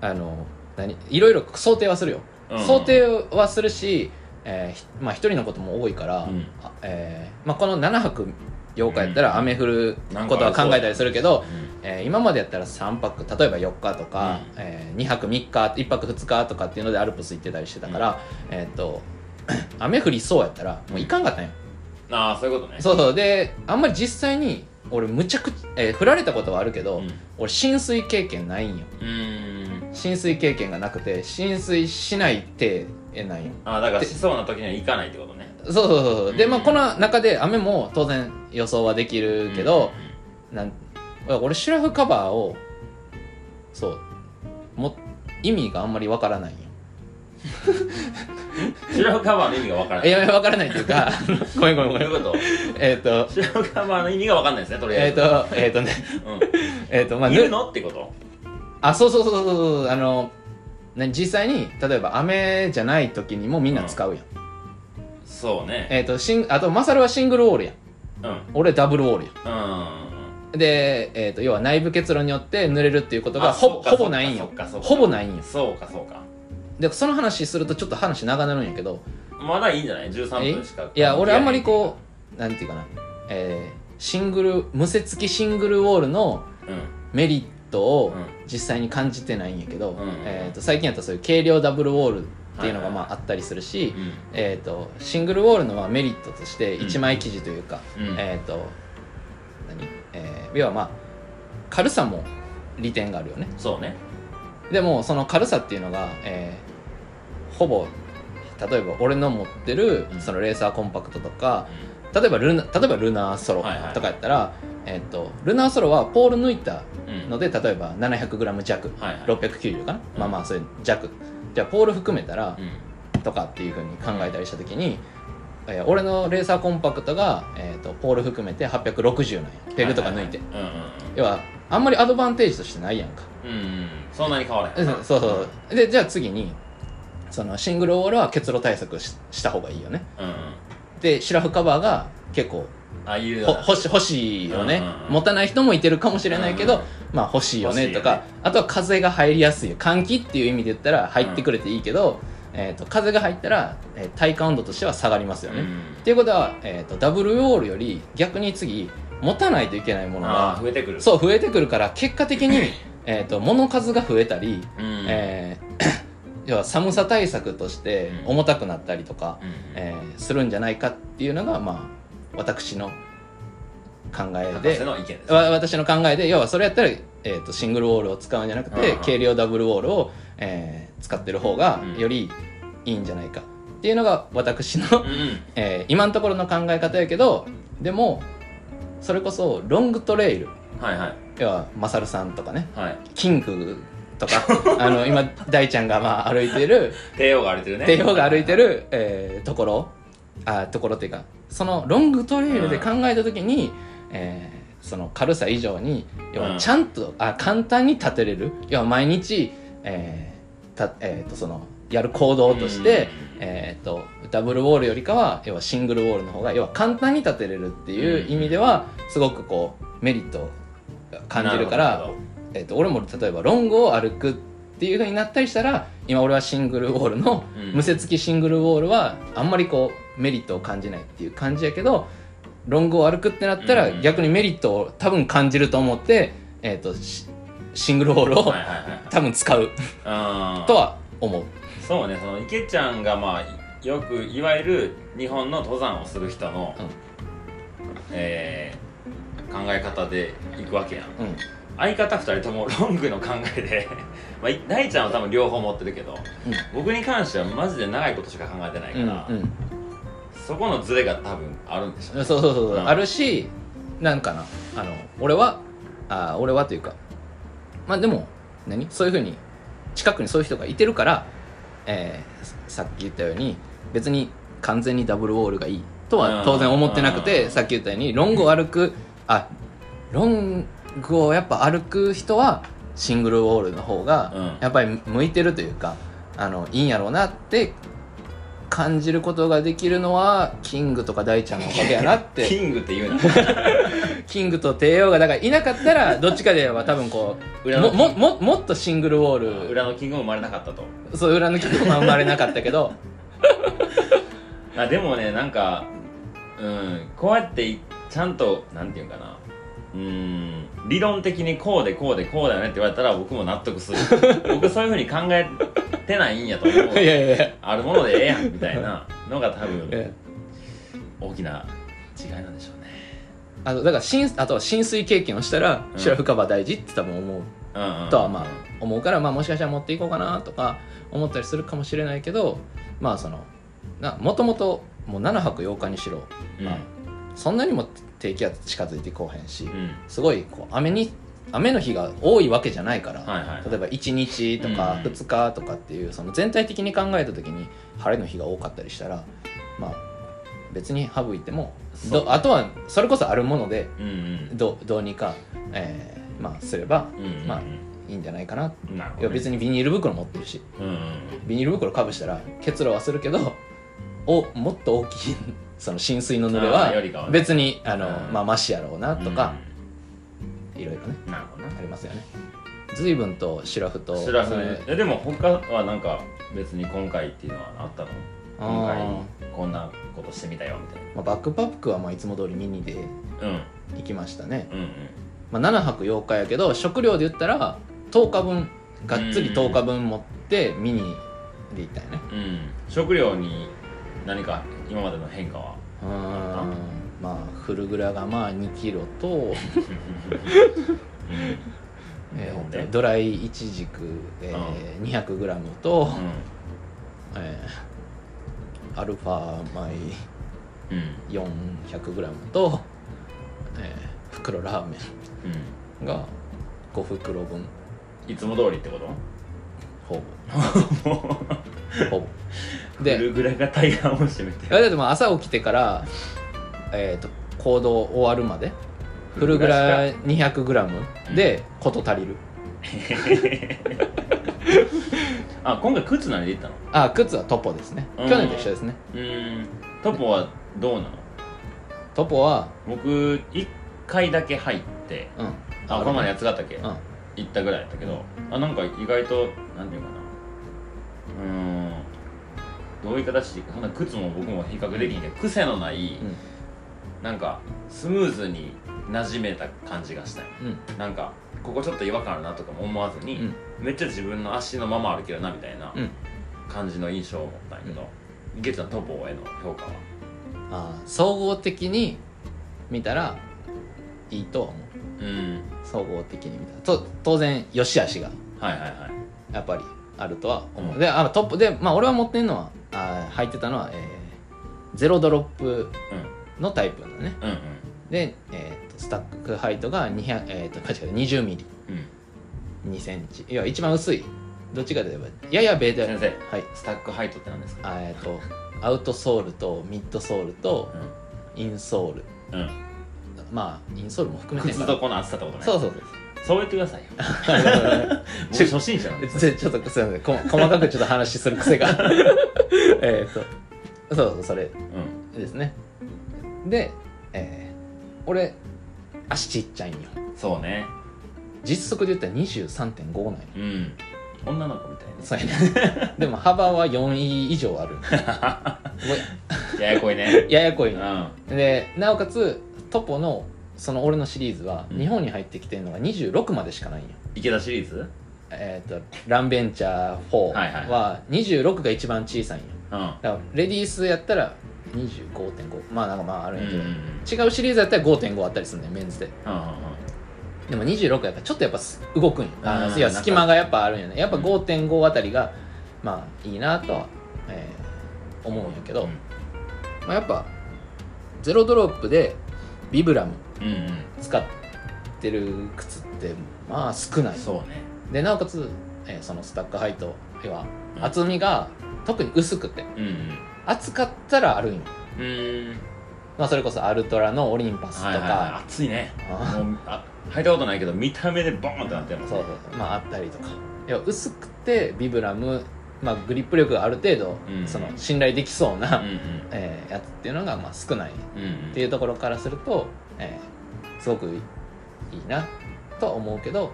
[SPEAKER 1] あの何いろいろ想定はするよ、
[SPEAKER 2] うん
[SPEAKER 1] 想定はするし、えーひまあ、一人のことも多いから、
[SPEAKER 2] うん
[SPEAKER 1] あえーまあ、この7泊8日やったら雨降ることは考えたりするけど、えー今までやったら3泊例えば4日とか、
[SPEAKER 2] う
[SPEAKER 1] え2泊3日1泊2日とかっていうのでアルプス行ってたりしてたから、えーっと 雨降りそうやったらもう行かんかったんよ、
[SPEAKER 2] ああそういうことね
[SPEAKER 1] そうそうであんまり実際に俺むちゃくちゃ、えー振られたことはあるけど、
[SPEAKER 2] うん
[SPEAKER 1] 俺浸水経験ないんよ
[SPEAKER 2] うーん
[SPEAKER 1] 浸水経験がなくて浸水しない手なんよ
[SPEAKER 2] ああだからしそうな時には行かないってことね
[SPEAKER 1] そうそうそうそうでまあ
[SPEAKER 2] うん
[SPEAKER 1] この中で雨も当然予想はできるけど、なん俺シュラフカバーをそうも意味があんまりわからないんよ
[SPEAKER 2] シラフカバーの意味がわからないい
[SPEAKER 1] やわからないっていう かあのごめんごめんご
[SPEAKER 2] どう
[SPEAKER 1] め
[SPEAKER 2] いうんこと
[SPEAKER 1] えっ、と
[SPEAKER 2] シラフカバーの意味がわかんないですねとりあ
[SPEAKER 1] え
[SPEAKER 2] え
[SPEAKER 1] っ、
[SPEAKER 2] ず
[SPEAKER 1] とえっ、とねえっ、とま
[SPEAKER 2] う
[SPEAKER 1] あ
[SPEAKER 2] んいるのってこと
[SPEAKER 1] あそうそうそうそうそうあのね実際に例えば雨じゃない時にもみんな使うやん、
[SPEAKER 2] そうね
[SPEAKER 1] えっ、とシンあとマサルはシングルオールやん
[SPEAKER 2] うんうん
[SPEAKER 1] 俺ダブルオールや
[SPEAKER 2] あ
[SPEAKER 1] んで、えっと要は内部結露によって濡れるっていうことが
[SPEAKER 2] そ
[SPEAKER 1] ほ
[SPEAKER 2] っか
[SPEAKER 1] ほぼないん
[SPEAKER 2] そ
[SPEAKER 1] よ
[SPEAKER 2] っかそっか
[SPEAKER 1] ほぼないんよ
[SPEAKER 2] そうかそうか
[SPEAKER 1] でその話するとちょっと話長なるんやけど
[SPEAKER 2] まだいいんじゃない13分しか
[SPEAKER 1] いや俺あんまりこうなんていうかなえーシングル無接付きシングルウォールの
[SPEAKER 2] うん
[SPEAKER 1] メリットを
[SPEAKER 2] う
[SPEAKER 1] 実際に感じてないんやけど、
[SPEAKER 2] んうん
[SPEAKER 1] えー、と最近やったらそういう軽量ダブルウォールっていうのが
[SPEAKER 2] はいはい
[SPEAKER 1] まああったりするし、
[SPEAKER 2] うん
[SPEAKER 1] えー、とシングルウォールのまあメリットとして
[SPEAKER 2] うん
[SPEAKER 1] 一枚生地というか、
[SPEAKER 2] うん
[SPEAKER 1] えっ、と何、えー要はまあ軽さも利点があるよね
[SPEAKER 2] そうね
[SPEAKER 1] でもその軽さっていうのが、えーほぼ例えば俺の持ってる
[SPEAKER 2] うん
[SPEAKER 1] そのレーサーコンパクトとか例えばルナ例えばルナーソロ
[SPEAKER 2] はいはい
[SPEAKER 1] とかやったら、えー、とルナーソロはポール抜いた
[SPEAKER 2] うん
[SPEAKER 1] ので例えば 700g 弱
[SPEAKER 2] はいはい
[SPEAKER 1] 690かな、
[SPEAKER 2] うん
[SPEAKER 1] まあまあそれ弱じゃあポール含めたら、
[SPEAKER 2] うん
[SPEAKER 1] とかっていうふうに考えたりした時に、えー俺のレーサーコンパクトが、えー、とポール含めて860なんやペグとか抜いて、
[SPEAKER 2] はいはいはい
[SPEAKER 1] 要はあんまりアドバンテージとしてないやんか、
[SPEAKER 2] うんうんうんうんそんなに変わら
[SPEAKER 1] う
[SPEAKER 2] へ
[SPEAKER 1] ん
[SPEAKER 2] ん
[SPEAKER 1] そうそうでじゃあ次にそのシングルオールは結露対策しした方がいいよね
[SPEAKER 2] うんうん
[SPEAKER 1] でシュラフカバーが結構
[SPEAKER 2] ああいう
[SPEAKER 1] ほ欲し欲しいよね、
[SPEAKER 2] うんうんうん
[SPEAKER 1] 持たない人もいてるかもしれないけど、
[SPEAKER 2] うんうん
[SPEAKER 1] まあ欲しいよねとか
[SPEAKER 2] 欲し
[SPEAKER 1] あとは風が入りやすい換気っていう意味で言ったら入ってくれていいけど、えー、と風が入ったら、えー体感温度としては下がりますよね、
[SPEAKER 2] うん
[SPEAKER 1] っていうことは、えー、とダブルウォールより逆に次持たないといけないもの
[SPEAKER 2] ああ
[SPEAKER 1] が
[SPEAKER 2] 増えてくる
[SPEAKER 1] そう増えてくるから結果的に、 えー、と物数が増えたり、
[SPEAKER 2] うん
[SPEAKER 1] えー 要は寒さ対策として
[SPEAKER 2] うん
[SPEAKER 1] 重たくなったりとか、
[SPEAKER 2] うん
[SPEAKER 1] えーするんじゃないかっていうのが、まあ、私の考え
[SPEAKER 2] 博
[SPEAKER 1] で
[SPEAKER 2] 士の意見です
[SPEAKER 1] わ私の考えで要はそれやったら、えー、とシングルウォールを使うんじゃなく
[SPEAKER 2] う
[SPEAKER 1] て
[SPEAKER 2] んうん
[SPEAKER 1] 軽量ダブルウォールを、えー使ってる方が
[SPEAKER 2] うん
[SPEAKER 1] よりいいんじゃないかっていうのが私の
[SPEAKER 2] うんうん
[SPEAKER 1] えー今のところの考え方やけどでもそれこそロングトレイル
[SPEAKER 2] はいはい
[SPEAKER 1] 要はマサルさんとかね
[SPEAKER 2] はい
[SPEAKER 1] キングと かあの今大ちゃんがまあ歩いてる
[SPEAKER 2] 帝王が歩いてるね
[SPEAKER 1] 帝王が歩いてる、えーところあところっていうかそのロングトレイルで考えた時に、えーその軽さ以上に要
[SPEAKER 2] うん
[SPEAKER 1] はちゃんと、あ簡単に立てれる要は毎日、えーたえー、とそのやる行動として、えー、とダブルウォールよりかは要はシングルウォールの方が要は簡単に立てれるっていう意味ではすごくこうメリットを感じるから
[SPEAKER 2] なほど
[SPEAKER 1] えー、と俺も例えばロングを歩くっていう風になったりしたら今俺はシングルウォールの
[SPEAKER 2] うん
[SPEAKER 1] 無接付きシングルウォールはあんまりこうメリットを感じないっていう感じやけどロングを歩くってなった
[SPEAKER 2] う
[SPEAKER 1] ら
[SPEAKER 2] ん
[SPEAKER 1] 逆にメリットを多分感じると思って、えー、とシシングルウォールを
[SPEAKER 2] はいはいはい
[SPEAKER 1] 多分使う
[SPEAKER 2] あー
[SPEAKER 1] とは思う。
[SPEAKER 2] そうねその池ちゃんがまあよくいわゆる日本の登山をする人の、
[SPEAKER 1] うん
[SPEAKER 2] えー考え方で行くわけやん
[SPEAKER 1] うん
[SPEAKER 2] 相方2人ともロングの考えで まあい大ちゃんは多分両方持ってるけど、僕に関してはマジで長いことしか考えてないか
[SPEAKER 1] うん
[SPEAKER 2] ら、
[SPEAKER 1] うん
[SPEAKER 2] そこのズレが多分あるんでしょう
[SPEAKER 1] そう
[SPEAKER 2] ね
[SPEAKER 1] そうそうそう、
[SPEAKER 2] うん
[SPEAKER 1] あるしなんかなあの俺はあー俺はというかまあでも何そういうふうに近くにそういう人がいてるから、えーささっき言ったように別に完全にダブルウォールがいいとは当然思ってなく
[SPEAKER 2] う
[SPEAKER 1] て
[SPEAKER 2] ん
[SPEAKER 1] さっき言ったようにロングを歩くあロングをやっぱ歩く人はシングルウォールの方
[SPEAKER 2] うん
[SPEAKER 1] がやっぱり向いてるというか、あのいいんやろうなって感じることができるのはキングとか大ちゃんのおかげやなっ て
[SPEAKER 2] キングって言うな
[SPEAKER 1] キングと帝王がだからいなかった らどっちかでは多分こう
[SPEAKER 2] 裏の
[SPEAKER 1] ももももっとシングルウォール
[SPEAKER 2] 裏のキングも生まれなかったと
[SPEAKER 1] そう裏抜きとか生まれなかったけど
[SPEAKER 2] あでもねなんかうんこうやっていちゃんとなんていうんかなうん理論的にこうでこうでこうだよねって言われたら僕も納得する 僕そういうふうに考えてないんやと思う
[SPEAKER 1] いやいやいや
[SPEAKER 2] あるものでええやんみたいなのが多分
[SPEAKER 1] ええ
[SPEAKER 2] 大きな違いなんでしょうね
[SPEAKER 1] あとだから浸あとは浸水経験をしたら
[SPEAKER 2] うん
[SPEAKER 1] 白深場大事って多分思う
[SPEAKER 2] うんうん
[SPEAKER 1] とはまあ思うから、まあ、もしかしたら持っていこうかなとか思ったりするかもしれないけどまあそのなもともともう7泊8日にしろ、
[SPEAKER 2] うん
[SPEAKER 1] まあ、そんなにも低気圧近づいてこうへんし、
[SPEAKER 2] うん
[SPEAKER 1] すごいこう雨に雨の日が多いわけじゃないから、
[SPEAKER 2] はいはい
[SPEAKER 1] 例えば1日とか
[SPEAKER 2] うん
[SPEAKER 1] 2日とかっていうその全体的に考えた時に晴れの日が多かったりしたらまあ別に省いても
[SPEAKER 2] そう
[SPEAKER 1] どあとはそれこそあるもので
[SPEAKER 2] うんうん
[SPEAKER 1] どどうにか、えーまあ、すれば
[SPEAKER 2] うんうんうん
[SPEAKER 1] まあいいんじゃないかな
[SPEAKER 2] なるほ
[SPEAKER 1] いや
[SPEAKER 2] ど
[SPEAKER 1] 別
[SPEAKER 2] ね
[SPEAKER 1] にビニール袋持ってるし
[SPEAKER 2] うんうん
[SPEAKER 1] ビニール袋かぶしたら結露はするけどおもっと大きい その浸水の濡れ
[SPEAKER 2] あ
[SPEAKER 1] は
[SPEAKER 2] ーよりかはね
[SPEAKER 1] 別にあの、
[SPEAKER 2] うん
[SPEAKER 1] まあ、マシやろうなとか、いろいろね
[SPEAKER 2] うんなるほどな
[SPEAKER 1] ありますよね随分とシラフと
[SPEAKER 2] 知らずに
[SPEAKER 1] え
[SPEAKER 2] いやでも他はなんか別に今回っていうのはあったの
[SPEAKER 1] ー
[SPEAKER 2] 今回こんなことしてみたよみたい
[SPEAKER 1] まあ、バックパックはまあいつも通りミニで
[SPEAKER 2] なうん
[SPEAKER 1] 行きましたね、
[SPEAKER 2] うん
[SPEAKER 1] まあ、7泊8日やけど食料で言ったら10日分がっつり10日分持ってミニで行ったよね
[SPEAKER 2] うんうん食料に何か今までの変 化は
[SPEAKER 1] うーんまあフルグラがまあ2キロと、えー
[SPEAKER 2] で
[SPEAKER 1] ドライイチジク、えー200グラムと、えーアルファ米
[SPEAKER 2] うんうん
[SPEAKER 1] 400グラムと、えー袋ラーメン
[SPEAKER 2] う
[SPEAKER 1] が5袋分
[SPEAKER 2] んいつも通りってこと
[SPEAKER 1] ほ
[SPEAKER 2] もう
[SPEAKER 1] ぼほ ぼ
[SPEAKER 2] ぐ
[SPEAKER 1] で
[SPEAKER 2] るぐらが大半を占めて
[SPEAKER 1] いやだってもう朝起きてから、えー、と行動終わるまでフルグラ200グラムでこと足りる、
[SPEAKER 2] あ今回靴何で行ったの
[SPEAKER 1] あ靴はトポですね
[SPEAKER 2] うん
[SPEAKER 1] 去年と一緒ですね
[SPEAKER 2] うんトポはどうなの
[SPEAKER 1] トポは
[SPEAKER 2] 僕1回だけ入って
[SPEAKER 1] うん
[SPEAKER 2] あこの前のやつがあったっけ
[SPEAKER 1] うん
[SPEAKER 2] 行ったぐらいだったけどあなんか意外となんていうかなうーんどういう形でそんな靴も僕も比較できんけど癖のない、
[SPEAKER 1] うん
[SPEAKER 2] なんかスムーズに馴染めた感じがしたよ
[SPEAKER 1] うん
[SPEAKER 2] なんかここちょっと違和感あるなとかも思わずに、
[SPEAKER 1] うん
[SPEAKER 2] めっちゃ自分の足のまま歩けるなみたいな
[SPEAKER 1] うん
[SPEAKER 2] 感じの印象を持ったんやけど、池ちゃんトポへの評価は
[SPEAKER 1] あー総合的に見たらいいとは思う
[SPEAKER 2] うん
[SPEAKER 1] 総合的に見たらと当然良し悪しが
[SPEAKER 2] はいはいはい
[SPEAKER 1] やっぱりあるとは思う、
[SPEAKER 2] うん
[SPEAKER 1] であトップで、まあ、俺は持ってんのはあー入ってたのは、えーゼロドロップのタイプのね
[SPEAKER 2] うんうん
[SPEAKER 1] で、えーとスタックハイトが200、えー、と間違えた20ミリ
[SPEAKER 2] うんうん
[SPEAKER 1] 2センチいや一番薄いどっちかといえばややベーダ
[SPEAKER 2] 先生
[SPEAKER 1] はい
[SPEAKER 2] スタックハイトって何ですか
[SPEAKER 1] あーえっ、とアウトソールとミッドソールとインソール
[SPEAKER 2] うん、うん、
[SPEAKER 1] まあインソールも含めて
[SPEAKER 2] 靴底の厚さってことね
[SPEAKER 1] そう
[SPEAKER 2] う
[SPEAKER 1] そう
[SPEAKER 2] そう言ってくだ さいよ
[SPEAKER 1] そう
[SPEAKER 2] 僕初心者なんで
[SPEAKER 1] ちょちょっとすいませんこ細かくちょっと話する癖 がえっとそうそうそれ
[SPEAKER 2] うん
[SPEAKER 1] ですねで、えー俺足ちっちゃいんよ
[SPEAKER 2] そうね
[SPEAKER 1] 実測で言ったら23.5なんよ
[SPEAKER 2] うん女の子みたいな
[SPEAKER 1] そうや ねでも幅は 4E 以上あるも
[SPEAKER 2] ややこいね
[SPEAKER 1] うややこいうなんでなおかつトポのその俺のシリーズは
[SPEAKER 2] うん
[SPEAKER 1] 日本に入ってきてるのが26までしかないんよ、
[SPEAKER 2] 池田シリーズ
[SPEAKER 1] えっ、とランベンチャー
[SPEAKER 2] はいはい
[SPEAKER 1] 4は26が一番小さいんよ
[SPEAKER 2] うん
[SPEAKER 1] だからレディースやったら25.5まあなんかまああ
[SPEAKER 2] う
[SPEAKER 1] る
[SPEAKER 2] ん
[SPEAKER 1] ん
[SPEAKER 2] う
[SPEAKER 1] や
[SPEAKER 2] ん
[SPEAKER 1] け
[SPEAKER 2] うん
[SPEAKER 1] ど、違うシリーズやったら5.5あったりするねメンズで
[SPEAKER 2] う
[SPEAKER 1] でも26やからちょっとやっぱす動くんよあ
[SPEAKER 2] う
[SPEAKER 1] の
[SPEAKER 2] ん
[SPEAKER 1] いや隙間がやっぱあるんよねやっぱ5.5あたりがまあいいなとは、えー思うんやけど、
[SPEAKER 2] ん
[SPEAKER 1] まあ、やっぱゼロドロップでビブラム
[SPEAKER 2] うんうんうん
[SPEAKER 1] 使ってる靴ってまあ少ない
[SPEAKER 2] そうね
[SPEAKER 1] でなおかつ、えーそのスタックハイト要は
[SPEAKER 2] うん
[SPEAKER 1] 厚みが特に薄くて
[SPEAKER 2] うん
[SPEAKER 1] 厚かったらあるんよ、
[SPEAKER 2] うんうん
[SPEAKER 1] まあ、それこそアルトラのオリンパスとか、
[SPEAKER 2] はいはいはい暑いね
[SPEAKER 1] あ
[SPEAKER 2] もうあ履いたことないけど見た目でボーンってなってます
[SPEAKER 1] そう
[SPEAKER 2] ね
[SPEAKER 1] そうそうまああったりとか要は薄くてビブラム、まあ、グリップ力がある程度、
[SPEAKER 2] うん
[SPEAKER 1] その信頼できそうな、
[SPEAKER 2] うん
[SPEAKER 1] えーやつっていうのがまあ少ない
[SPEAKER 2] うんうんうん
[SPEAKER 1] っていうところからすると、えーすごくいいなとは思うけど、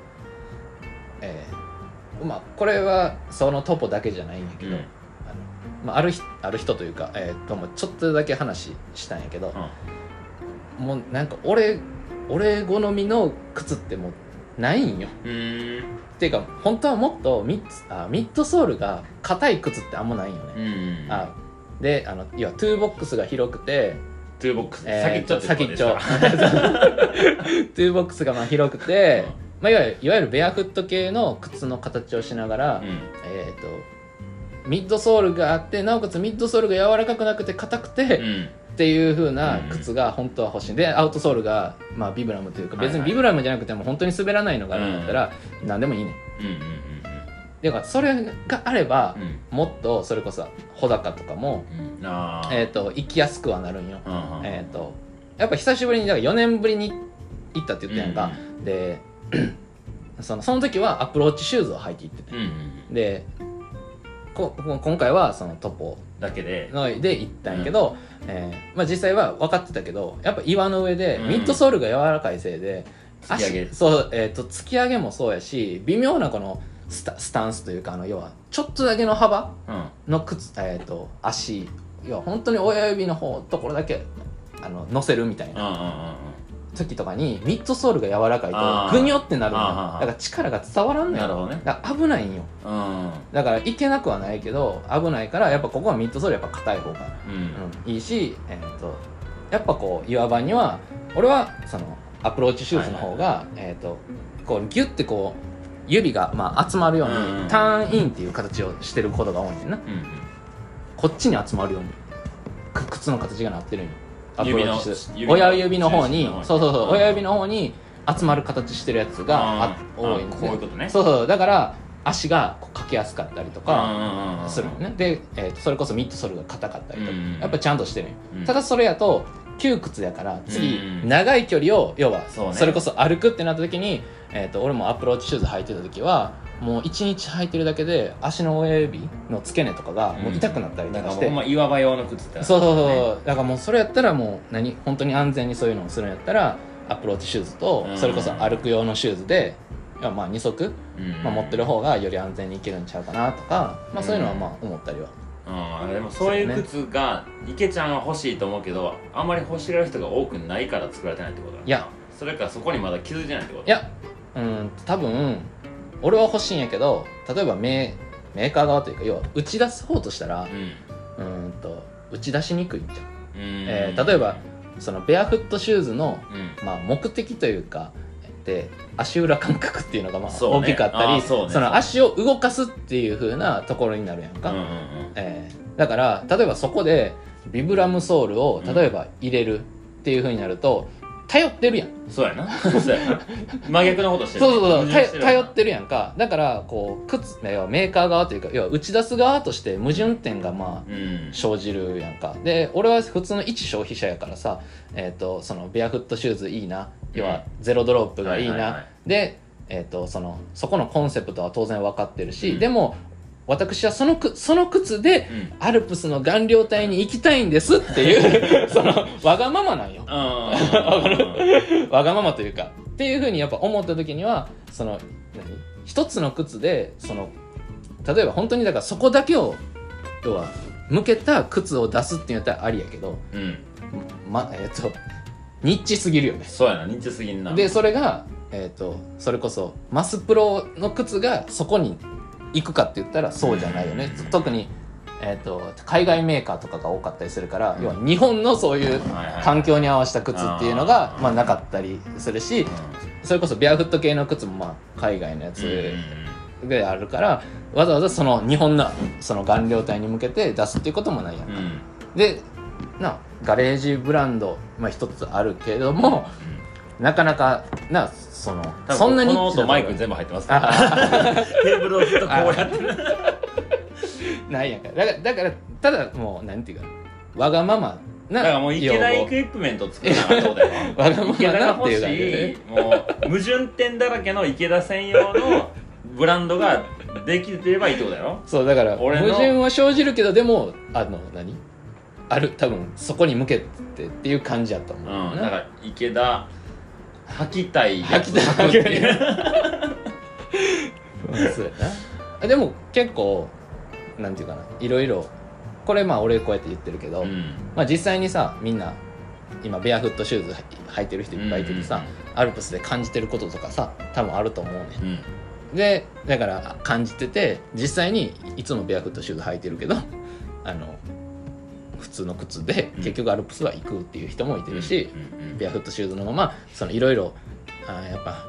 [SPEAKER 1] えーまあこれはそのトポだけじゃないんやけど、
[SPEAKER 2] うん
[SPEAKER 1] あのまあ、あるひある人というか、えーともちょっとだけ話したんやけど、もうなんか俺俺好みの靴ってもうないんよ
[SPEAKER 2] うーん
[SPEAKER 1] っていうか本当はもっとミッツあミッドソールが硬い靴ってあんまないんよ
[SPEAKER 2] う
[SPEAKER 1] ね、
[SPEAKER 2] んうん
[SPEAKER 1] あであの要はトゥーボックスが広くて
[SPEAKER 2] トゥーボックス
[SPEAKER 1] えーと先
[SPEAKER 2] 先っ
[SPEAKER 1] っ
[SPEAKER 2] ち
[SPEAKER 1] ち
[SPEAKER 2] ょ
[SPEAKER 1] ょ
[SPEAKER 2] ってことですか
[SPEAKER 1] トゥーボックスがまあ広くて、まあ、いわゆるいわゆるベアフット系の靴の形をしながら、
[SPEAKER 2] う
[SPEAKER 1] えっ、とミッドソールがあってなおかつミッドソールが柔らかくなくて硬くて、
[SPEAKER 2] ん
[SPEAKER 1] っ
[SPEAKER 2] うん
[SPEAKER 1] ていう風な靴が本当は欲しいでアウトソールが、まあ、ビブラムというか
[SPEAKER 2] はいはい
[SPEAKER 1] 別にビブラムじゃなくても本当に滑らないのがあるんだったら、何でもいいね
[SPEAKER 2] うんうん
[SPEAKER 1] だからそれがあれば
[SPEAKER 2] うんう、ん
[SPEAKER 1] もっとそれこそ穂高とかも、
[SPEAKER 2] うんああ
[SPEAKER 1] えー、と行きやすくはなるんよ、
[SPEAKER 2] うんうん
[SPEAKER 1] えー、とやっぱ久しぶりにだから4年ぶりに行ったって言ったやんか、で そのその時はアプローチシューズを履いていってて、
[SPEAKER 2] うんうんうん
[SPEAKER 1] でここ今回はそのトポ
[SPEAKER 2] だけで
[SPEAKER 1] ので行ったんやけど、えーまあ、実際は分かってたけどやっぱ岩の上でミッドソールが柔らかいせいで、
[SPEAKER 2] 突き上げ
[SPEAKER 1] 足そう、えー、と突き上げもそうやし微妙なこのスタスタンスというかあの要はちょっとだけの幅
[SPEAKER 2] うん
[SPEAKER 1] の靴、えー、と足要は本当に親指の方ところだけあの乗せるみたいな
[SPEAKER 2] うんうんうん
[SPEAKER 1] 時とかにミッドソールが柔らか
[SPEAKER 2] あ
[SPEAKER 1] い
[SPEAKER 2] ー
[SPEAKER 1] とグニョってなるのよ
[SPEAKER 2] あーはーはー
[SPEAKER 1] だから力が伝わら
[SPEAKER 2] うんん
[SPEAKER 1] の
[SPEAKER 2] なる
[SPEAKER 1] よ
[SPEAKER 2] ほどね
[SPEAKER 1] だから危ないんよ
[SPEAKER 2] うん
[SPEAKER 1] だからいけなくはないけど危ないからやっぱここはミッドソールやっぱ硬い方が、
[SPEAKER 2] う
[SPEAKER 1] う
[SPEAKER 2] ん
[SPEAKER 1] ん、いいし、えー、とやっぱこう岩場には俺はそのアプローチシューズの方が、えー、とこうギュッてこう指がまあ集まるように、
[SPEAKER 2] うんうん
[SPEAKER 1] ターンインっていう形をしてることが多いんだよな
[SPEAKER 2] うん
[SPEAKER 1] こっちに集まるようにく靴の形がなってるんよアプロ
[SPEAKER 2] 指の
[SPEAKER 1] ーチシューズ
[SPEAKER 2] 指の
[SPEAKER 1] 親指の方に
[SPEAKER 2] 中心の方に
[SPEAKER 1] そうそうそう、
[SPEAKER 2] うん
[SPEAKER 1] 親指の方に集まる形してるやつがあ
[SPEAKER 2] うん
[SPEAKER 1] 多いん
[SPEAKER 2] あ
[SPEAKER 1] です
[SPEAKER 2] こういうことね
[SPEAKER 1] そうそうだから足がこうかけやすかったりと
[SPEAKER 2] う
[SPEAKER 1] か
[SPEAKER 2] んうんうんうん
[SPEAKER 1] するのねで、えーとそれこそミッドソールが硬かったりとか、
[SPEAKER 2] うん
[SPEAKER 1] やっぱちゃんとしてるんよ
[SPEAKER 2] うん
[SPEAKER 1] ただそれやと窮屈やから次
[SPEAKER 2] うん
[SPEAKER 1] 長い距離を要は
[SPEAKER 2] そうね
[SPEAKER 1] それこそ歩くってなった時に、えー、と俺もアプローチシューズ履いてた時はもう1日履いてるだけで足の親指の付け根とかがもう痛くなったりと
[SPEAKER 2] だか
[SPEAKER 1] からし
[SPEAKER 2] もう
[SPEAKER 1] て、
[SPEAKER 2] ほんま岩場用の靴って
[SPEAKER 1] そうそうそう、
[SPEAKER 2] ね
[SPEAKER 1] だからもうそれやったらもう何本当に安全にそういうのをするんやったらアプローチシューズと
[SPEAKER 2] うん
[SPEAKER 1] それこそ歩く用のシューズで、いやまあ2足、
[SPEAKER 2] うん
[SPEAKER 1] まあ、持ってる方がより安全にいけるんちゃうかなとか、まあ、そういうのはまあ思ったりは、
[SPEAKER 2] あーでもそういう靴が池ちゃんは欲しいと思うけどあんまり欲しがる人が多くないから作られてないってことだない
[SPEAKER 1] や
[SPEAKER 2] それかそこにまだ気づいてないってこと
[SPEAKER 1] いやうん多分俺は欲しいんやけど例えばメーメーカー側というか要は打ち出す方としたら
[SPEAKER 2] うん
[SPEAKER 1] うんと打ち出しにくいんじゃん、
[SPEAKER 2] うん
[SPEAKER 1] えー例えばそのベアフットシューズの
[SPEAKER 2] うん
[SPEAKER 1] まあ、目的というかで足裏感覚っていうのがまあ
[SPEAKER 2] そうね
[SPEAKER 1] 大きかった
[SPEAKER 2] あ
[SPEAKER 1] り
[SPEAKER 2] ーそうね
[SPEAKER 1] の足を動かすっていう風なところになるやんか、
[SPEAKER 2] うんうんうん
[SPEAKER 1] えーだから例えばそこでビブラムソールを
[SPEAKER 2] うん
[SPEAKER 1] 例えば入れるっていう風になると、頼ってるやん
[SPEAKER 2] そうやなそうやな真逆のことしてる
[SPEAKER 1] そうそうそう
[SPEAKER 2] 矛盾
[SPEAKER 1] 頼
[SPEAKER 2] してる
[SPEAKER 1] 頼ってるやんかだからこう靴要はメーカー側というか要は打ち出す側として矛盾点がまあ
[SPEAKER 2] うん
[SPEAKER 1] 生じるやんかで俺は普通の一消費者やからさ、えー、とそのベアフットシューズいいな要はゼロドロップがいいな、
[SPEAKER 2] ははは
[SPEAKER 1] で、えー、とそのそこのコンセプトは当然分かってるし、
[SPEAKER 2] うん
[SPEAKER 1] でも私はそのくその靴で
[SPEAKER 2] うん
[SPEAKER 1] アルプスの顔料体に行きたいんですっていう そのわがままなんよ
[SPEAKER 2] あ
[SPEAKER 1] わがままというかっていうふうにやっぱ思った時にはその何一つの靴でその例えば本当にだからそこだけを要は向けた靴を出すって言ったらありやけど、
[SPEAKER 2] ーうん
[SPEAKER 1] ま、えっとニッチすぎるよね
[SPEAKER 2] そうやな認知すぎんな
[SPEAKER 1] でそれが、えー、とそれこそマスプロの靴がそこに行くかって言ったらそうじゃないよね、
[SPEAKER 2] うん
[SPEAKER 1] 特に、えー、と海外メーカーとかが多かったりするから、
[SPEAKER 2] うん
[SPEAKER 1] 要は日本のそういう
[SPEAKER 2] はいはい
[SPEAKER 1] 環境に合わせた靴っていうのが
[SPEAKER 2] あー
[SPEAKER 1] まあ、なかったりするしそれこそベアフット系の靴も、まあ、海外のや
[SPEAKER 2] うんうん
[SPEAKER 1] つであるから、わざわざその日本のその顔料体に向けて出すっていうこともないやん
[SPEAKER 2] うんうんうん
[SPEAKER 1] でなガレージブランド、まあ、一つあるけども、なかなかなその
[SPEAKER 2] 多分
[SPEAKER 1] そんなに
[SPEAKER 2] この音マイク全部入ってますから
[SPEAKER 1] あ
[SPEAKER 2] テーブルをずっとこうやって る
[SPEAKER 1] あ ないやんかだからだからただもうなんていうかわがままな
[SPEAKER 2] だからもう池田
[SPEAKER 1] 用
[SPEAKER 2] エ
[SPEAKER 1] 語
[SPEAKER 2] クイプメント作るなってことや
[SPEAKER 1] わがま
[SPEAKER 2] 池
[SPEAKER 1] ま
[SPEAKER 2] 田
[SPEAKER 1] な
[SPEAKER 2] が
[SPEAKER 1] って
[SPEAKER 2] 欲
[SPEAKER 1] いう感じ
[SPEAKER 2] し
[SPEAKER 1] で
[SPEAKER 2] いもう矛盾点だらけの池田専用のブランドができてればいいってことやろ
[SPEAKER 1] そうだから矛
[SPEAKER 2] 俺の
[SPEAKER 1] 盾は生じるけどでもあの何ある多分そこに向けてっていう感じやと
[SPEAKER 2] う
[SPEAKER 1] 思
[SPEAKER 2] ん
[SPEAKER 1] うな、
[SPEAKER 2] だから池田吐きたいや
[SPEAKER 1] 吐
[SPEAKER 2] つ
[SPEAKER 1] きたい
[SPEAKER 2] 吐くっていう
[SPEAKER 1] うんそうやなでも結構なんていうかないろいろこれまあ俺こうやって言ってるけど、
[SPEAKER 2] うん
[SPEAKER 1] まあ実際にさみんな今ベアフットシューズ履いてる人いっぱいいててさ、アルプスで感じてることとかさ多分あると思うねん
[SPEAKER 2] うん
[SPEAKER 1] でだから感じてて実際にいつもベアフットシューズ履いてるけどあの普通の靴で
[SPEAKER 2] うん
[SPEAKER 1] 結局アルプスは行くっていう人もいてるし、
[SPEAKER 2] うんうんうん
[SPEAKER 1] ベアフットシューズのままそのいろいろあーやっぱ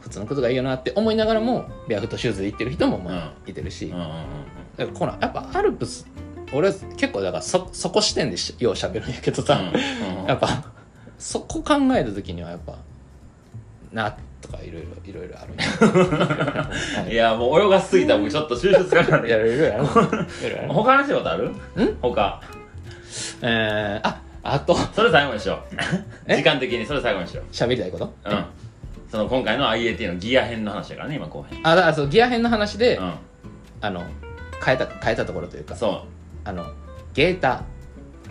[SPEAKER 1] 普通の靴がいいよなって思いながらもベアフットシューズで行ってる人もまあいてるし、
[SPEAKER 2] うんうんうんうん
[SPEAKER 1] だからこのやっぱアルプス俺結構だからそそこ視点でしようしゃべるんやけどさ、
[SPEAKER 2] うんう ん
[SPEAKER 1] やっぱそこ考えた時にはやっぱなとかいろいろいろいろあるんや
[SPEAKER 2] いやもう泳がしすぎたら僕ちょっと収集つか ないい
[SPEAKER 1] やいろいろやろういろいろやろう
[SPEAKER 2] 他の仕事ある他
[SPEAKER 1] えー、ああと
[SPEAKER 2] それ最後にしよう
[SPEAKER 1] え
[SPEAKER 2] 時間的にそれ最後にしよ
[SPEAKER 1] 喋りたいこと
[SPEAKER 2] ううんその今回の IAT のギア編の話だからね今後編
[SPEAKER 1] あだからそうギア編の話で、
[SPEAKER 2] う
[SPEAKER 1] あの変えた変えたところというんか
[SPEAKER 2] そ
[SPEAKER 1] あのゲータ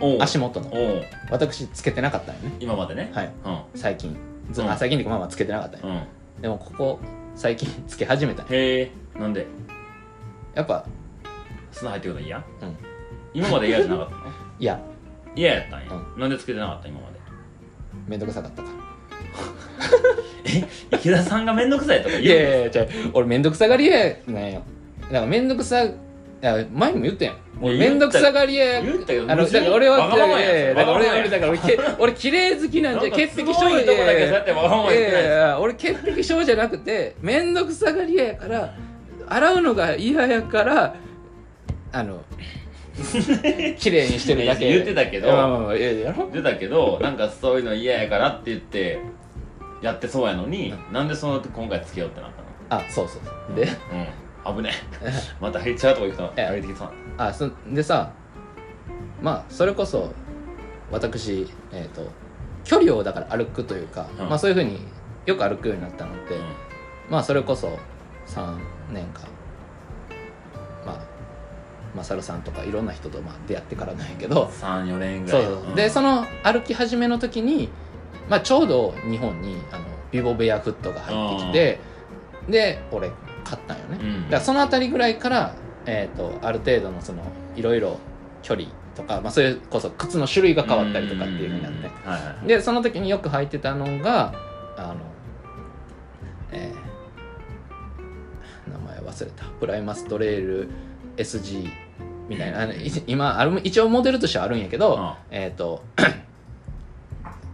[SPEAKER 2] うおう
[SPEAKER 1] 足元の
[SPEAKER 2] おう
[SPEAKER 1] 私つけてなかったんよね
[SPEAKER 2] 今までね
[SPEAKER 1] はい
[SPEAKER 2] うん
[SPEAKER 1] 最近ず、
[SPEAKER 2] うん
[SPEAKER 1] あ最近っていうかまあまあつけてなかったんよ、
[SPEAKER 2] うん
[SPEAKER 1] でもここ最近 つけ始めたんよ
[SPEAKER 2] へえなんで
[SPEAKER 1] やっぱ
[SPEAKER 2] 砂入ってくるの嫌
[SPEAKER 1] うん
[SPEAKER 2] 今まで嫌じゃなかったの
[SPEAKER 1] いや
[SPEAKER 2] 嫌やったんや
[SPEAKER 1] う
[SPEAKER 2] なんでつけてなかった今まで
[SPEAKER 1] めんどくさかったから
[SPEAKER 2] え池田さんが面倒くさいとか言う
[SPEAKER 1] いやいやいや違う俺めんどくさがり屋なんよだからめんどくさいや前にも言ったやん俺
[SPEAKER 2] いや
[SPEAKER 1] めんどくさがり屋
[SPEAKER 2] 言ったけど
[SPEAKER 1] あの
[SPEAKER 2] 無事
[SPEAKER 1] だから俺は
[SPEAKER 2] わがまま
[SPEAKER 1] いやい
[SPEAKER 2] や
[SPEAKER 1] やだから俺
[SPEAKER 2] わがままや
[SPEAKER 1] 俺だから俺け俺綺麗好きなんじゃ潔癖症
[SPEAKER 2] なんかすごいとこだけそうやってわがまま言ってない
[SPEAKER 1] いやいや俺潔癖症じゃなくて面倒くさがり屋やから洗うのが嫌やからあ の綺麗にしてるだけ
[SPEAKER 2] 言ってたけど
[SPEAKER 1] まあまあまあいやいややろ
[SPEAKER 2] 出たけどなんかそういうの嫌やからって言ってやってそうやのに、なんでその今回つけようってなった
[SPEAKER 1] あそうそうそうで
[SPEAKER 2] のうん危ね えまた減っちゃうとこ行くと
[SPEAKER 1] ええ
[SPEAKER 2] 歩いてきそう
[SPEAKER 1] あそでさまあそれこそ私えっ、と距離をだから歩くというか、
[SPEAKER 2] うん
[SPEAKER 1] まあそういうふうによく歩くようになったのって、
[SPEAKER 2] なん
[SPEAKER 1] まあそれこそ3年間まあマサルさんとかいろんな人とまあ出会ってからなんやけど
[SPEAKER 2] 34年ぐ
[SPEAKER 1] そ
[SPEAKER 2] ら
[SPEAKER 1] う
[SPEAKER 2] い
[SPEAKER 1] そう、
[SPEAKER 2] ん
[SPEAKER 1] でその歩き始めの時に、まあ、ちょうど日本にあのビボベアフットが入ってきて、で俺買ったんよね、
[SPEAKER 2] うん
[SPEAKER 1] だからそのあたりぐらいから、えー、とある程度のそのいろいろ距離とか、まあ、それこそ靴の種類が変わったりとかっていうふうになっ
[SPEAKER 2] んん
[SPEAKER 1] て
[SPEAKER 2] んはいはい
[SPEAKER 1] でその時によく履いてたのがあのえー名前忘れたプライマストレール SG みたいなあのい今ある一応モデルとしてはあるんやけど、えっ、と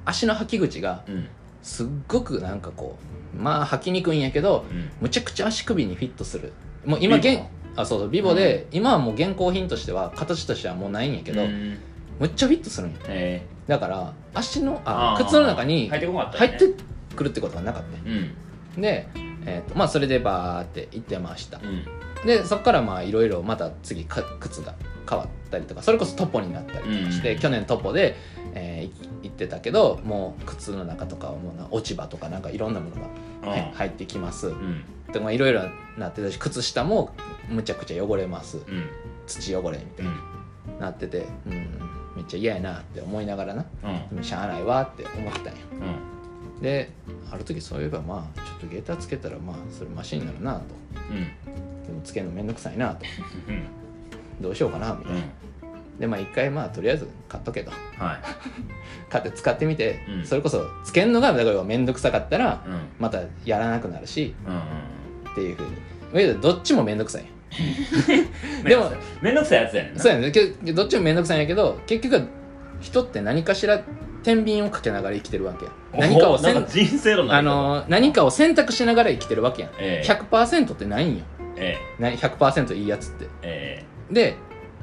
[SPEAKER 1] 足の履き口が
[SPEAKER 2] うん
[SPEAKER 1] すっごくなんかこうまあ履きにくいんやけど
[SPEAKER 2] うん
[SPEAKER 1] むちゃくちゃ足首にフィットするもう今
[SPEAKER 2] ビボ
[SPEAKER 1] 現あそうそうビボで、今はもう現行品としては形としてはもうないんやけど、
[SPEAKER 2] うん
[SPEAKER 1] むっちゃフィットするんよ
[SPEAKER 2] え
[SPEAKER 1] だから足の
[SPEAKER 2] あ
[SPEAKER 1] あ
[SPEAKER 2] ー
[SPEAKER 1] 靴の中に
[SPEAKER 2] 入ってこなかった
[SPEAKER 1] 入
[SPEAKER 2] よ
[SPEAKER 1] っ
[SPEAKER 2] ね
[SPEAKER 1] てくるってことがなかったよ
[SPEAKER 2] えうん
[SPEAKER 1] で、えーとまあ、それでバーって行ってました
[SPEAKER 2] うん
[SPEAKER 1] でそこからまあいろいろまた次か靴が変わったりとかそれこそトポになったりとかして、
[SPEAKER 2] うん
[SPEAKER 1] 去年トポで、えーい行ってたけどもう靴の中とかはもうな落ち葉とかなんかいろんなものが、はい入ってきます
[SPEAKER 2] うん
[SPEAKER 1] でまあいろいろなってたし靴下もむちゃくちゃ汚れます
[SPEAKER 2] うん
[SPEAKER 1] 土汚れみた
[SPEAKER 2] う
[SPEAKER 1] い
[SPEAKER 2] ん
[SPEAKER 1] になっててうんめっちゃ嫌やなって思いながらな
[SPEAKER 2] うん
[SPEAKER 1] でもしゃあないわって思ったんや
[SPEAKER 2] うん
[SPEAKER 1] である時そういえばまあちょっとゲーターつけたらまあそれマシになるなと
[SPEAKER 2] うん
[SPEAKER 1] でもつけるのめんどくさいなと
[SPEAKER 2] うん
[SPEAKER 1] どうしようかなみたいな
[SPEAKER 2] うん
[SPEAKER 1] でまあ一回まあとりあえず買っとけと
[SPEAKER 2] はい
[SPEAKER 1] 買って使ってみて、
[SPEAKER 2] うん
[SPEAKER 1] それこそつけんのがだから面倒くさかったら
[SPEAKER 2] うんうん
[SPEAKER 1] またやらなくなるし
[SPEAKER 2] うん
[SPEAKER 1] っていうふうにけどどっちも面倒くさいんや
[SPEAKER 2] うん
[SPEAKER 1] でも
[SPEAKER 2] めんどくさいやつやねんな
[SPEAKER 1] そうやねけどどっちも面倒くさいんやけど結局は人って何かしら天秤をかけながら生きてるわけや
[SPEAKER 2] お
[SPEAKER 1] 何かをせ
[SPEAKER 2] なんんか人生論
[SPEAKER 1] あのー何かを選択しながら生きてるわけやん
[SPEAKER 2] ええ
[SPEAKER 1] 100%ってないんよ
[SPEAKER 2] え
[SPEAKER 1] な100%いいやつって
[SPEAKER 2] え
[SPEAKER 1] で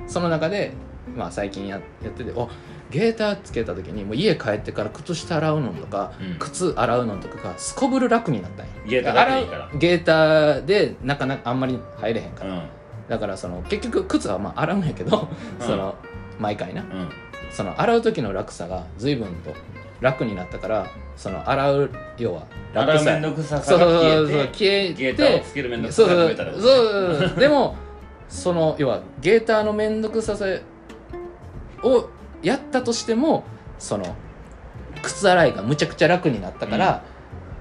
[SPEAKER 1] その中で、まあ、最近ややってておゲーターつけた時にもう家帰ってから靴下洗うのとか、
[SPEAKER 2] うん
[SPEAKER 1] 靴洗うのとかがすこぶる楽になったんや
[SPEAKER 2] ゲーターだけでいいから
[SPEAKER 1] 洗うゲーターでなかなかあんまり入れへん
[SPEAKER 2] え
[SPEAKER 1] か
[SPEAKER 2] う
[SPEAKER 1] ら、
[SPEAKER 2] ん
[SPEAKER 1] だからその結局靴はまあ洗うんやけど、
[SPEAKER 2] うん
[SPEAKER 1] その毎回な
[SPEAKER 2] うん
[SPEAKER 1] その洗う時の楽さが随分と楽になったからその洗う要は楽
[SPEAKER 2] 洗う
[SPEAKER 1] さ
[SPEAKER 2] めんどくさ
[SPEAKER 1] そ
[SPEAKER 2] さ
[SPEAKER 1] うそ
[SPEAKER 2] が
[SPEAKER 1] うそうそ
[SPEAKER 2] 消
[SPEAKER 1] う
[SPEAKER 2] えて
[SPEAKER 1] 消えて
[SPEAKER 2] ゲーターをつけるめんどくさ
[SPEAKER 1] そう
[SPEAKER 2] さ
[SPEAKER 1] そ
[SPEAKER 2] が
[SPEAKER 1] う
[SPEAKER 2] 増えたら
[SPEAKER 1] そうそうそうでもその要はゲーターの面倒くささをやったとしてもその靴洗いがむちゃくちゃ楽になったから、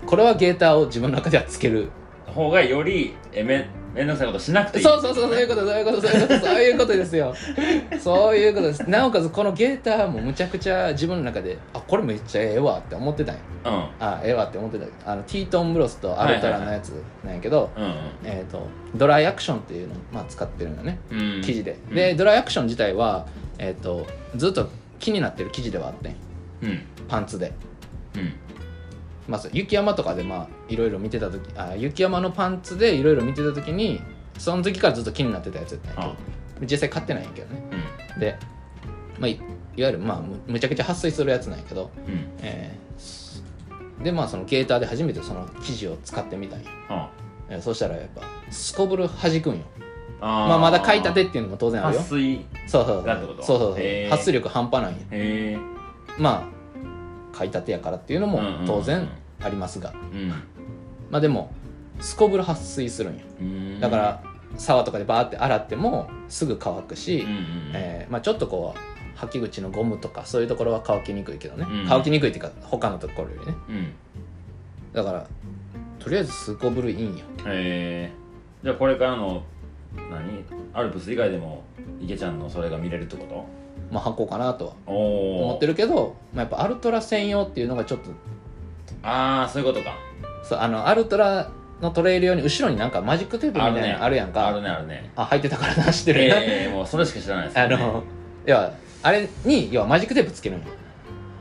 [SPEAKER 1] これはゲーターを自分の中ではつける、
[SPEAKER 2] 方がよりえめめんどくさいことしなくていい
[SPEAKER 1] そうそうそうそういうことそういうことそういうことそういうことです よそういうことですなおかつこのゲーターもむちゃくちゃ自分の中であこれめっちゃええわって思ってたんよ
[SPEAKER 2] うん
[SPEAKER 1] あええわって思ってたあのティートンブロスとアルトラのやつなんやけど、
[SPEAKER 2] うん
[SPEAKER 1] えー、とドライアクションっていうのを、まあ、使ってるんだね
[SPEAKER 2] うんうん
[SPEAKER 1] 生地で、
[SPEAKER 2] うん
[SPEAKER 1] でドライアクション自体は、えー、とずっと気になってる生地ではあってん
[SPEAKER 2] うん
[SPEAKER 1] パンツで、
[SPEAKER 2] うん
[SPEAKER 1] まあ、そう雪山とかでまあいろいろ見てた時あ雪山のパンツでいろいろ見てた時にその時からずっと気になってたやつやったんや
[SPEAKER 2] あ
[SPEAKER 1] けど実際買ってないんやけどね
[SPEAKER 2] うん
[SPEAKER 1] で、まあ、いいわゆる、まあ、むむちゃくちゃ発水するやつなんやけど、
[SPEAKER 2] うん
[SPEAKER 1] えーでまあそのゲーターで初めてその生地を使ってみたんや
[SPEAKER 2] あ
[SPEAKER 1] えーそしたらやっぱすこぶる弾くんよ
[SPEAKER 2] あ
[SPEAKER 1] まあ、まだ買いた
[SPEAKER 2] 立
[SPEAKER 1] てっていうのも当然あるよ
[SPEAKER 2] 撥水
[SPEAKER 1] そうそうそ
[SPEAKER 2] がっ
[SPEAKER 1] う
[SPEAKER 2] てこと
[SPEAKER 1] そうそうそう
[SPEAKER 2] へー
[SPEAKER 1] 発出力半端ないんや
[SPEAKER 2] へえ
[SPEAKER 1] まあ買いたてやからっていうのも
[SPEAKER 2] うんうんうん
[SPEAKER 1] 当然ありますが、
[SPEAKER 2] うん
[SPEAKER 1] まあでもすこぶる発水するんや
[SPEAKER 2] うん
[SPEAKER 1] だから沢とかでバーって洗ってもすぐ乾くし、
[SPEAKER 2] うんうん
[SPEAKER 1] えーまあ、ちょっとこう履き口のゴムとかそういうところは乾きにくいけどね、
[SPEAKER 2] うん
[SPEAKER 1] 乾きにくいっていうか他のところよりね
[SPEAKER 2] うん
[SPEAKER 1] だからとりあえずすこぶるいいんよ
[SPEAKER 2] えー、じゃあこれからの何アルプス以外でも池ちゃんのそれが見れるってこ
[SPEAKER 1] まあ履こうかなとは
[SPEAKER 2] とおお
[SPEAKER 1] 思ってるけど、まあ、やっぱアルトラ専用っていうのがちょっと
[SPEAKER 2] ああそういうことか
[SPEAKER 1] そうあのアルトラのトレイル用に後ろになんかマジックテープみたいなのあるやんか
[SPEAKER 2] あるねあるね
[SPEAKER 1] あ入ってたからな知ってる、
[SPEAKER 2] ええもうそれしか知らないです
[SPEAKER 1] あ
[SPEAKER 2] よね
[SPEAKER 1] の要はあれに要はマジックテープつけるのよ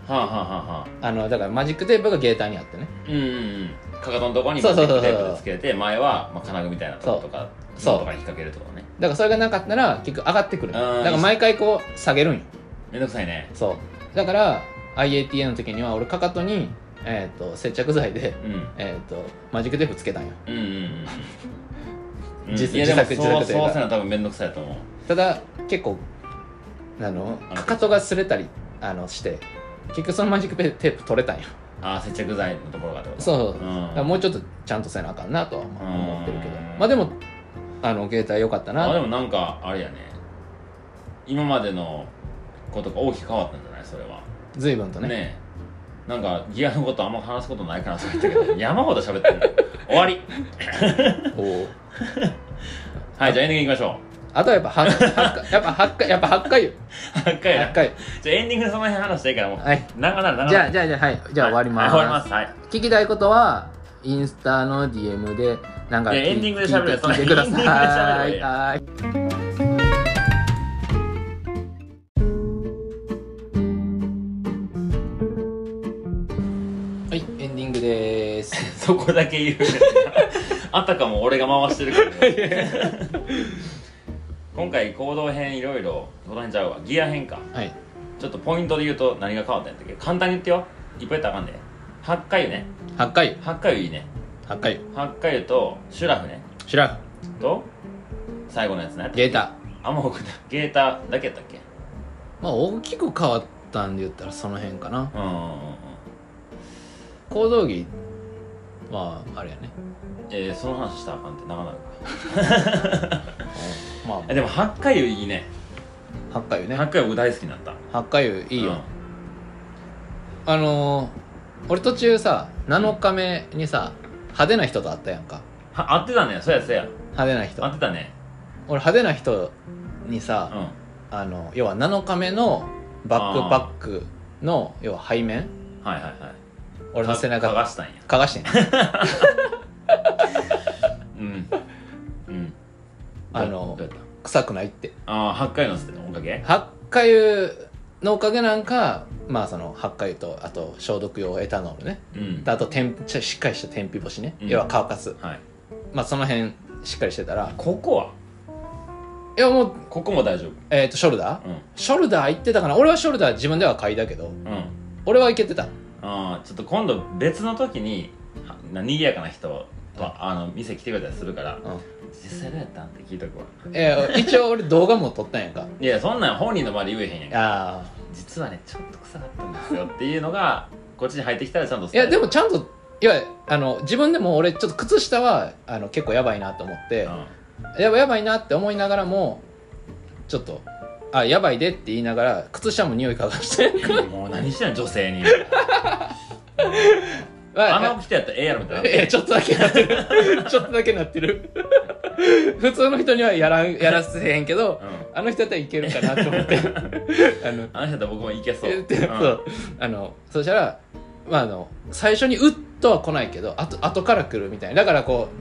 [SPEAKER 2] はあはあはあはあ
[SPEAKER 1] あのだからマジックテープがゲーターにあってね
[SPEAKER 2] うんうんうんかかとのとこに
[SPEAKER 1] そうそうそうそう
[SPEAKER 2] テープでつけて前は、まあ、金具みたいなとことか
[SPEAKER 1] そう
[SPEAKER 2] 紐とかに引っ掛けるとかね
[SPEAKER 1] だからそれがなかったら結局上がってくるだ
[SPEAKER 2] あー
[SPEAKER 1] から毎回こう下げるんよ
[SPEAKER 2] めんどくさいね
[SPEAKER 1] そうだから IATA の時には俺かかとに、えー、と接着剤で、
[SPEAKER 2] うんうん
[SPEAKER 1] えー、とマジックテープつけたんよ
[SPEAKER 2] うんうんうん
[SPEAKER 1] 自
[SPEAKER 2] いやでも
[SPEAKER 1] 自作自作というか
[SPEAKER 2] そうそうせな多分めんどくさいと思う
[SPEAKER 1] ただ結構あの
[SPEAKER 2] あの
[SPEAKER 1] かかとが擦れたりあのして結局そのマジックテープ取れたんよ
[SPEAKER 2] ああ接着剤のところがってこと
[SPEAKER 1] そう
[SPEAKER 2] う
[SPEAKER 1] そうそう、だから
[SPEAKER 2] ん
[SPEAKER 1] もうちょっとちゃんとせなあかんなとはまあ思ってるけど
[SPEAKER 2] うん
[SPEAKER 1] まあでもあの携帯良かった
[SPEAKER 2] あで
[SPEAKER 1] な
[SPEAKER 2] もなんかあれやね今までのことが大きく変わったんじゃないそれは
[SPEAKER 1] 随分とね
[SPEAKER 2] ねえなんかギアのことあんま話すことないかなと思ったけど山ほど喋ってんの 終わり
[SPEAKER 1] おー
[SPEAKER 2] はいじゃあエンディングいきましょ
[SPEAKER 1] あとはやっぱ八八回やっぱ八回やっぱ八回よ
[SPEAKER 2] う 8回
[SPEAKER 1] 八
[SPEAKER 2] や
[SPEAKER 1] 回
[SPEAKER 2] じゃあエンディングでその辺話していいからもう
[SPEAKER 1] はい
[SPEAKER 2] 長なる長なる
[SPEAKER 1] じゃあじゃあじゃあはいじゃあ終わります、
[SPEAKER 2] はいはい 終わります
[SPEAKER 1] 聞きたいことはインスタの DM でなんか
[SPEAKER 2] いやエンディングで喋る
[SPEAKER 1] 聞いて聞いてください
[SPEAKER 2] エンディングで喋ればいいやん
[SPEAKER 1] はいはいエンディングでーす
[SPEAKER 2] はいそこだけ 言うあたかも俺が回してるから、 今回行動編いろいろ行動編ちゃうわギア編か
[SPEAKER 1] はい
[SPEAKER 2] ちょっとポイントで言うと何が変わったんやったっけ簡単に言ってよいっぱい言ったらあかんで8回ね
[SPEAKER 1] 8回
[SPEAKER 2] 8回いいね
[SPEAKER 1] 8回
[SPEAKER 2] 8回とシュラフね
[SPEAKER 1] シュラ
[SPEAKER 2] と最後のやつね
[SPEAKER 1] フゲータ
[SPEAKER 2] あんま多くないゲータだけやったっけ
[SPEAKER 1] まあ大きく変わったんで言ったらその辺かな
[SPEAKER 2] うんうんうんうん
[SPEAKER 1] 行動着まああれやね、
[SPEAKER 2] えー、その話したらあかんってなかなか
[SPEAKER 1] うんま
[SPEAKER 2] えでも8回いいね
[SPEAKER 1] あ8回ね
[SPEAKER 2] 8回僕大好きになった
[SPEAKER 1] 8回いいよ、あのー俺途中さ7日目にさ派手な人と会ったやんか
[SPEAKER 2] は合ってたねそうやそうや
[SPEAKER 1] 派手な人
[SPEAKER 2] 合ってたね
[SPEAKER 1] 俺派手な人に
[SPEAKER 2] うん
[SPEAKER 1] さ、あの要は7日目のバックパックの要は背面
[SPEAKER 2] はいはいはい
[SPEAKER 1] 俺の背中
[SPEAKER 2] かがしたんや
[SPEAKER 1] かが してんね
[SPEAKER 2] うんうん
[SPEAKER 1] あの
[SPEAKER 2] どうやった
[SPEAKER 1] 臭くないって
[SPEAKER 2] ああ8回のおかげ
[SPEAKER 1] 八花湯のおかげなんかまあその八花湯とあと消毒用エタノールね
[SPEAKER 2] うん
[SPEAKER 1] あと天ちょしっかりした天日干しね、
[SPEAKER 2] うん
[SPEAKER 1] 要は乾かす
[SPEAKER 2] はい
[SPEAKER 1] まあその辺しっかりしてたら
[SPEAKER 2] ここはい
[SPEAKER 1] やもう
[SPEAKER 2] ここも大丈夫
[SPEAKER 1] えっ、とショルダー
[SPEAKER 2] うん
[SPEAKER 1] ショルダー行ってたかな俺はショルダー自分では買いだけど
[SPEAKER 2] うん
[SPEAKER 1] 俺は行けてた
[SPEAKER 2] ああちょっと今度別の時にはな賑やかな人はあの店来てくれたりするから
[SPEAKER 1] う
[SPEAKER 2] 実際どうやったんって聞いとくわ
[SPEAKER 1] んえ ー一応俺動画も撮ったんやんか
[SPEAKER 2] いやそんなん本人の場で言えへんやんか
[SPEAKER 1] ああ
[SPEAKER 2] 実はねちょっと臭かったんですよっていうのが こっちに入ってきたらちゃんと
[SPEAKER 1] いやでもちゃんといやあの自分でも俺ちょっと靴下はあの結構やばいなと思って、
[SPEAKER 2] うん
[SPEAKER 1] やばいやばいなって思いながらもちょっと「あやばいで」って言いながら靴下も匂い嗅がして
[SPEAKER 2] もう何してんの女 性にあ
[SPEAKER 1] あ
[SPEAKER 2] の人やったらええやろみたいな
[SPEAKER 1] えちょっとだけなって るちょっとだけなってる普通の人にはやらんやらせへんけど
[SPEAKER 2] うん
[SPEAKER 1] あの人やったらいけるかなと思って あの
[SPEAKER 2] あの人やったら僕もいけそう
[SPEAKER 1] 言ってそ
[SPEAKER 2] うん
[SPEAKER 1] うあのそしたらまああの最初に「うっ」とは来ないけどあと後から来るみたいなだからこう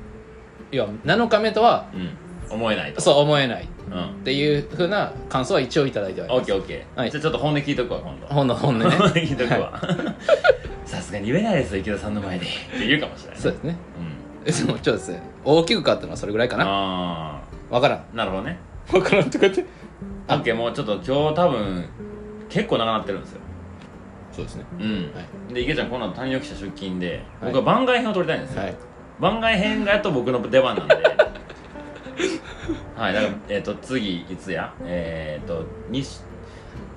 [SPEAKER 1] 要は7日目とは
[SPEAKER 2] うん思えないと
[SPEAKER 1] そう思えないっ
[SPEAKER 2] うん
[SPEAKER 1] ていうふうな感想は一応いただいてはい
[SPEAKER 2] オ
[SPEAKER 1] ま
[SPEAKER 2] ッ
[SPEAKER 1] す
[SPEAKER 2] ケーオッケー、
[SPEAKER 1] はい
[SPEAKER 2] じゃあちょっと本音聞いとくわ今度
[SPEAKER 1] ほんの本音ね
[SPEAKER 2] 本音聞いとくわ さすがに言えないですよ池田さんの前でって言うかもしれないね
[SPEAKER 1] そうですね
[SPEAKER 2] うん
[SPEAKER 1] でもちょっとですね大きく変わったのはそれぐらいかな
[SPEAKER 2] あ
[SPEAKER 1] わからん
[SPEAKER 2] あなるほどね
[SPEAKER 1] わからんとかって
[SPEAKER 2] オッケーもうちょっと今日多分結構長なってるんですよ
[SPEAKER 1] そうですね
[SPEAKER 2] うん、
[SPEAKER 1] は
[SPEAKER 2] で池ちゃんこの後谷記者出勤で
[SPEAKER 1] はい
[SPEAKER 2] 僕は番外編を撮りたいんですよ、
[SPEAKER 1] はい
[SPEAKER 2] 番外編がやっと僕の出番 なんではいだから、えっと次いつやえっ、とにし、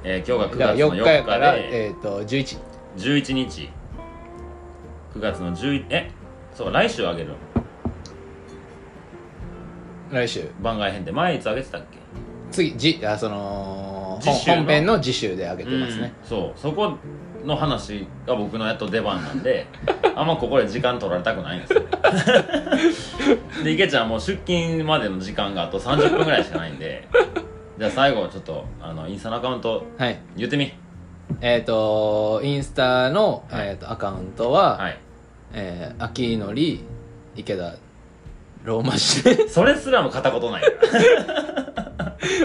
[SPEAKER 2] えー今日
[SPEAKER 1] だから
[SPEAKER 2] が9月の
[SPEAKER 1] 4日やか
[SPEAKER 2] で
[SPEAKER 1] らえっ、と11
[SPEAKER 2] 11日9月の11えそう来週あげる
[SPEAKER 1] 来週
[SPEAKER 2] 番外編で毎日あげてたっけ
[SPEAKER 1] 次じあその
[SPEAKER 2] 次
[SPEAKER 1] 本
[SPEAKER 2] 週の
[SPEAKER 1] 本編の次週で上げてますね、
[SPEAKER 2] うんそうそこの話が僕のやっと出番な んであんまここで時間取られたくないんですよ で池ちゃんもう出勤までの時間があと30分ぐらいしかないんでじゃあ最後ちょっとあのインスタのアカウント
[SPEAKER 1] はい
[SPEAKER 2] 言ってみ
[SPEAKER 1] えっ、とインスタの、
[SPEAKER 2] はい
[SPEAKER 1] えー、とアカウントは、
[SPEAKER 2] はい
[SPEAKER 1] えー、秋のり池田ローマ字 で
[SPEAKER 2] それすらも片言ない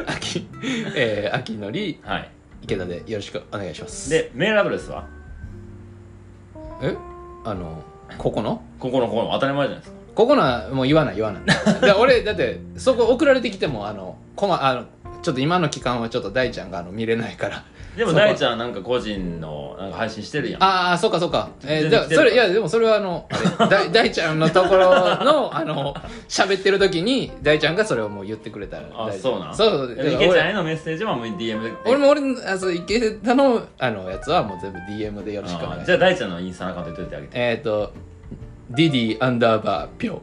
[SPEAKER 1] 秋えー、秋のり
[SPEAKER 2] はい
[SPEAKER 1] 池田でよろしくお願いします
[SPEAKER 2] でメールアドレスは
[SPEAKER 1] えあのここの
[SPEAKER 2] ここのここの当たり前じゃないですか
[SPEAKER 1] ここのはもう言わない言わないだ俺だってそこ送られてきてもあのこまあのちょっと今の期間はちょっと大ちゃんがあの見れないから
[SPEAKER 2] でも
[SPEAKER 1] そうか
[SPEAKER 2] 大ちゃんなんか個人のなんか配信してるやん
[SPEAKER 1] ああそうかそうか、えー、
[SPEAKER 2] 全然
[SPEAKER 1] じゃあ
[SPEAKER 2] 来てる
[SPEAKER 1] それいやでもそれはあのあれだい大ちゃんのところの あの喋ってる時に大ちゃんがそれをもう言ってくれたら
[SPEAKER 2] あ
[SPEAKER 1] 大丈
[SPEAKER 2] そ
[SPEAKER 1] 夫
[SPEAKER 2] うなん
[SPEAKER 1] そうそうだから
[SPEAKER 2] で池ちゃんへのメッセージはもう DM で
[SPEAKER 1] 俺俺も俺あそう池田のあのやつはもう全部 DM でよろしくお願いしま
[SPEAKER 2] あー
[SPEAKER 1] す
[SPEAKER 2] じゃあ大ちゃんのインスタのアカウント言っといてあげて
[SPEAKER 1] えっ、ー、と、DD アンダーバーぴょう。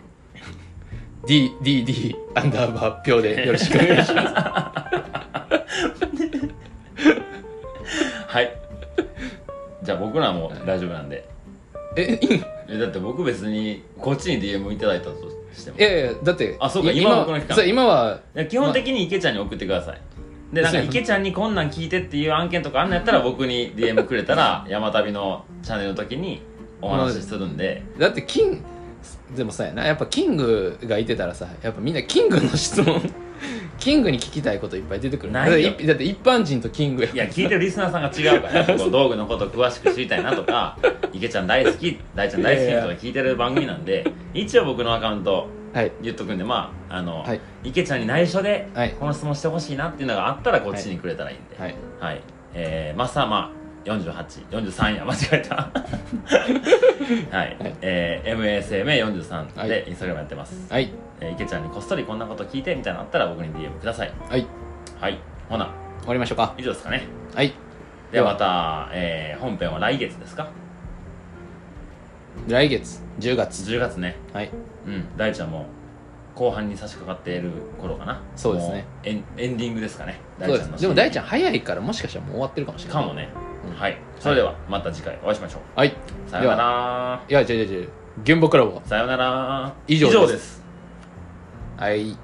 [SPEAKER 1] DDD アンダーバーぴょうでよろしくお 願いします。
[SPEAKER 2] はいじゃあ僕らも大丈夫なんで
[SPEAKER 1] え、いいの
[SPEAKER 2] えだって僕別にこっちに DM いただいたとしても
[SPEAKER 1] いやいや、だって、
[SPEAKER 2] あそうか
[SPEAKER 1] い
[SPEAKER 2] 今は僕の期間
[SPEAKER 1] そう今は、
[SPEAKER 2] いや基本的に池ちゃんに送ってくださいでなん
[SPEAKER 1] そ
[SPEAKER 2] か
[SPEAKER 1] うやな
[SPEAKER 2] 池ちゃんにこんなん聞いてっていう案件とかあんのやったら僕に DM くれたら山旅のチャンネルの時にお話しするんで
[SPEAKER 1] だって、キン、でもさやな、やっぱキングがいてたらさ、やっぱみんなキングの質問、キングに聞きたいこといっぱい出てくる。
[SPEAKER 2] ないよ
[SPEAKER 1] だってだって一般人とキングや
[SPEAKER 2] いや聞いてるリスナーさんが違う からこう道具のこと詳しく知りたいなとか「池ちゃん大好き大ちゃん大好き」とか聞いてる番組なんで一応僕のアカウント
[SPEAKER 1] はい。
[SPEAKER 2] 言っとくんでまああの、
[SPEAKER 1] はい
[SPEAKER 2] 池ちゃんに内緒で
[SPEAKER 1] はい
[SPEAKER 2] この質問してほしいなっていうのがあったらこっちにくれたらいいんで、
[SPEAKER 1] はい。
[SPEAKER 2] はいえー、マッサーマ48、43や、間違え た。はい、
[SPEAKER 1] はい
[SPEAKER 2] えー、MSMA43 で、
[SPEAKER 1] はい
[SPEAKER 2] インスタグラムやってます。
[SPEAKER 1] はい
[SPEAKER 2] えー、池ちゃんにこっそりこんなこと聞いてみたいなのあったら僕に DM ください。
[SPEAKER 1] はい終
[SPEAKER 2] はい、ほな、
[SPEAKER 1] わりましょうか
[SPEAKER 2] 以上ですかね。
[SPEAKER 1] はい
[SPEAKER 2] ではまた、えー、本編は来月ですか
[SPEAKER 1] 来月10月
[SPEAKER 2] ?10 月ね。
[SPEAKER 1] はい
[SPEAKER 2] うん、大ちゃんも後半に差し掛かっている頃かな。
[SPEAKER 1] そうですね
[SPEAKER 2] もエン。エンディングですかね。
[SPEAKER 1] そうですでも大ちゃん
[SPEAKER 2] ん
[SPEAKER 1] 早いからもしかしたらもう終わってるかもしれ
[SPEAKER 2] の
[SPEAKER 1] な
[SPEAKER 2] か
[SPEAKER 1] い
[SPEAKER 2] もね。
[SPEAKER 1] うん
[SPEAKER 2] はい。それでは、また次回お会いしましょ
[SPEAKER 1] はい。
[SPEAKER 2] う。さようなら。
[SPEAKER 1] いや、違う違う違う。現場クラブは。
[SPEAKER 2] さようなら。
[SPEAKER 1] 以上です
[SPEAKER 2] す
[SPEAKER 1] はい。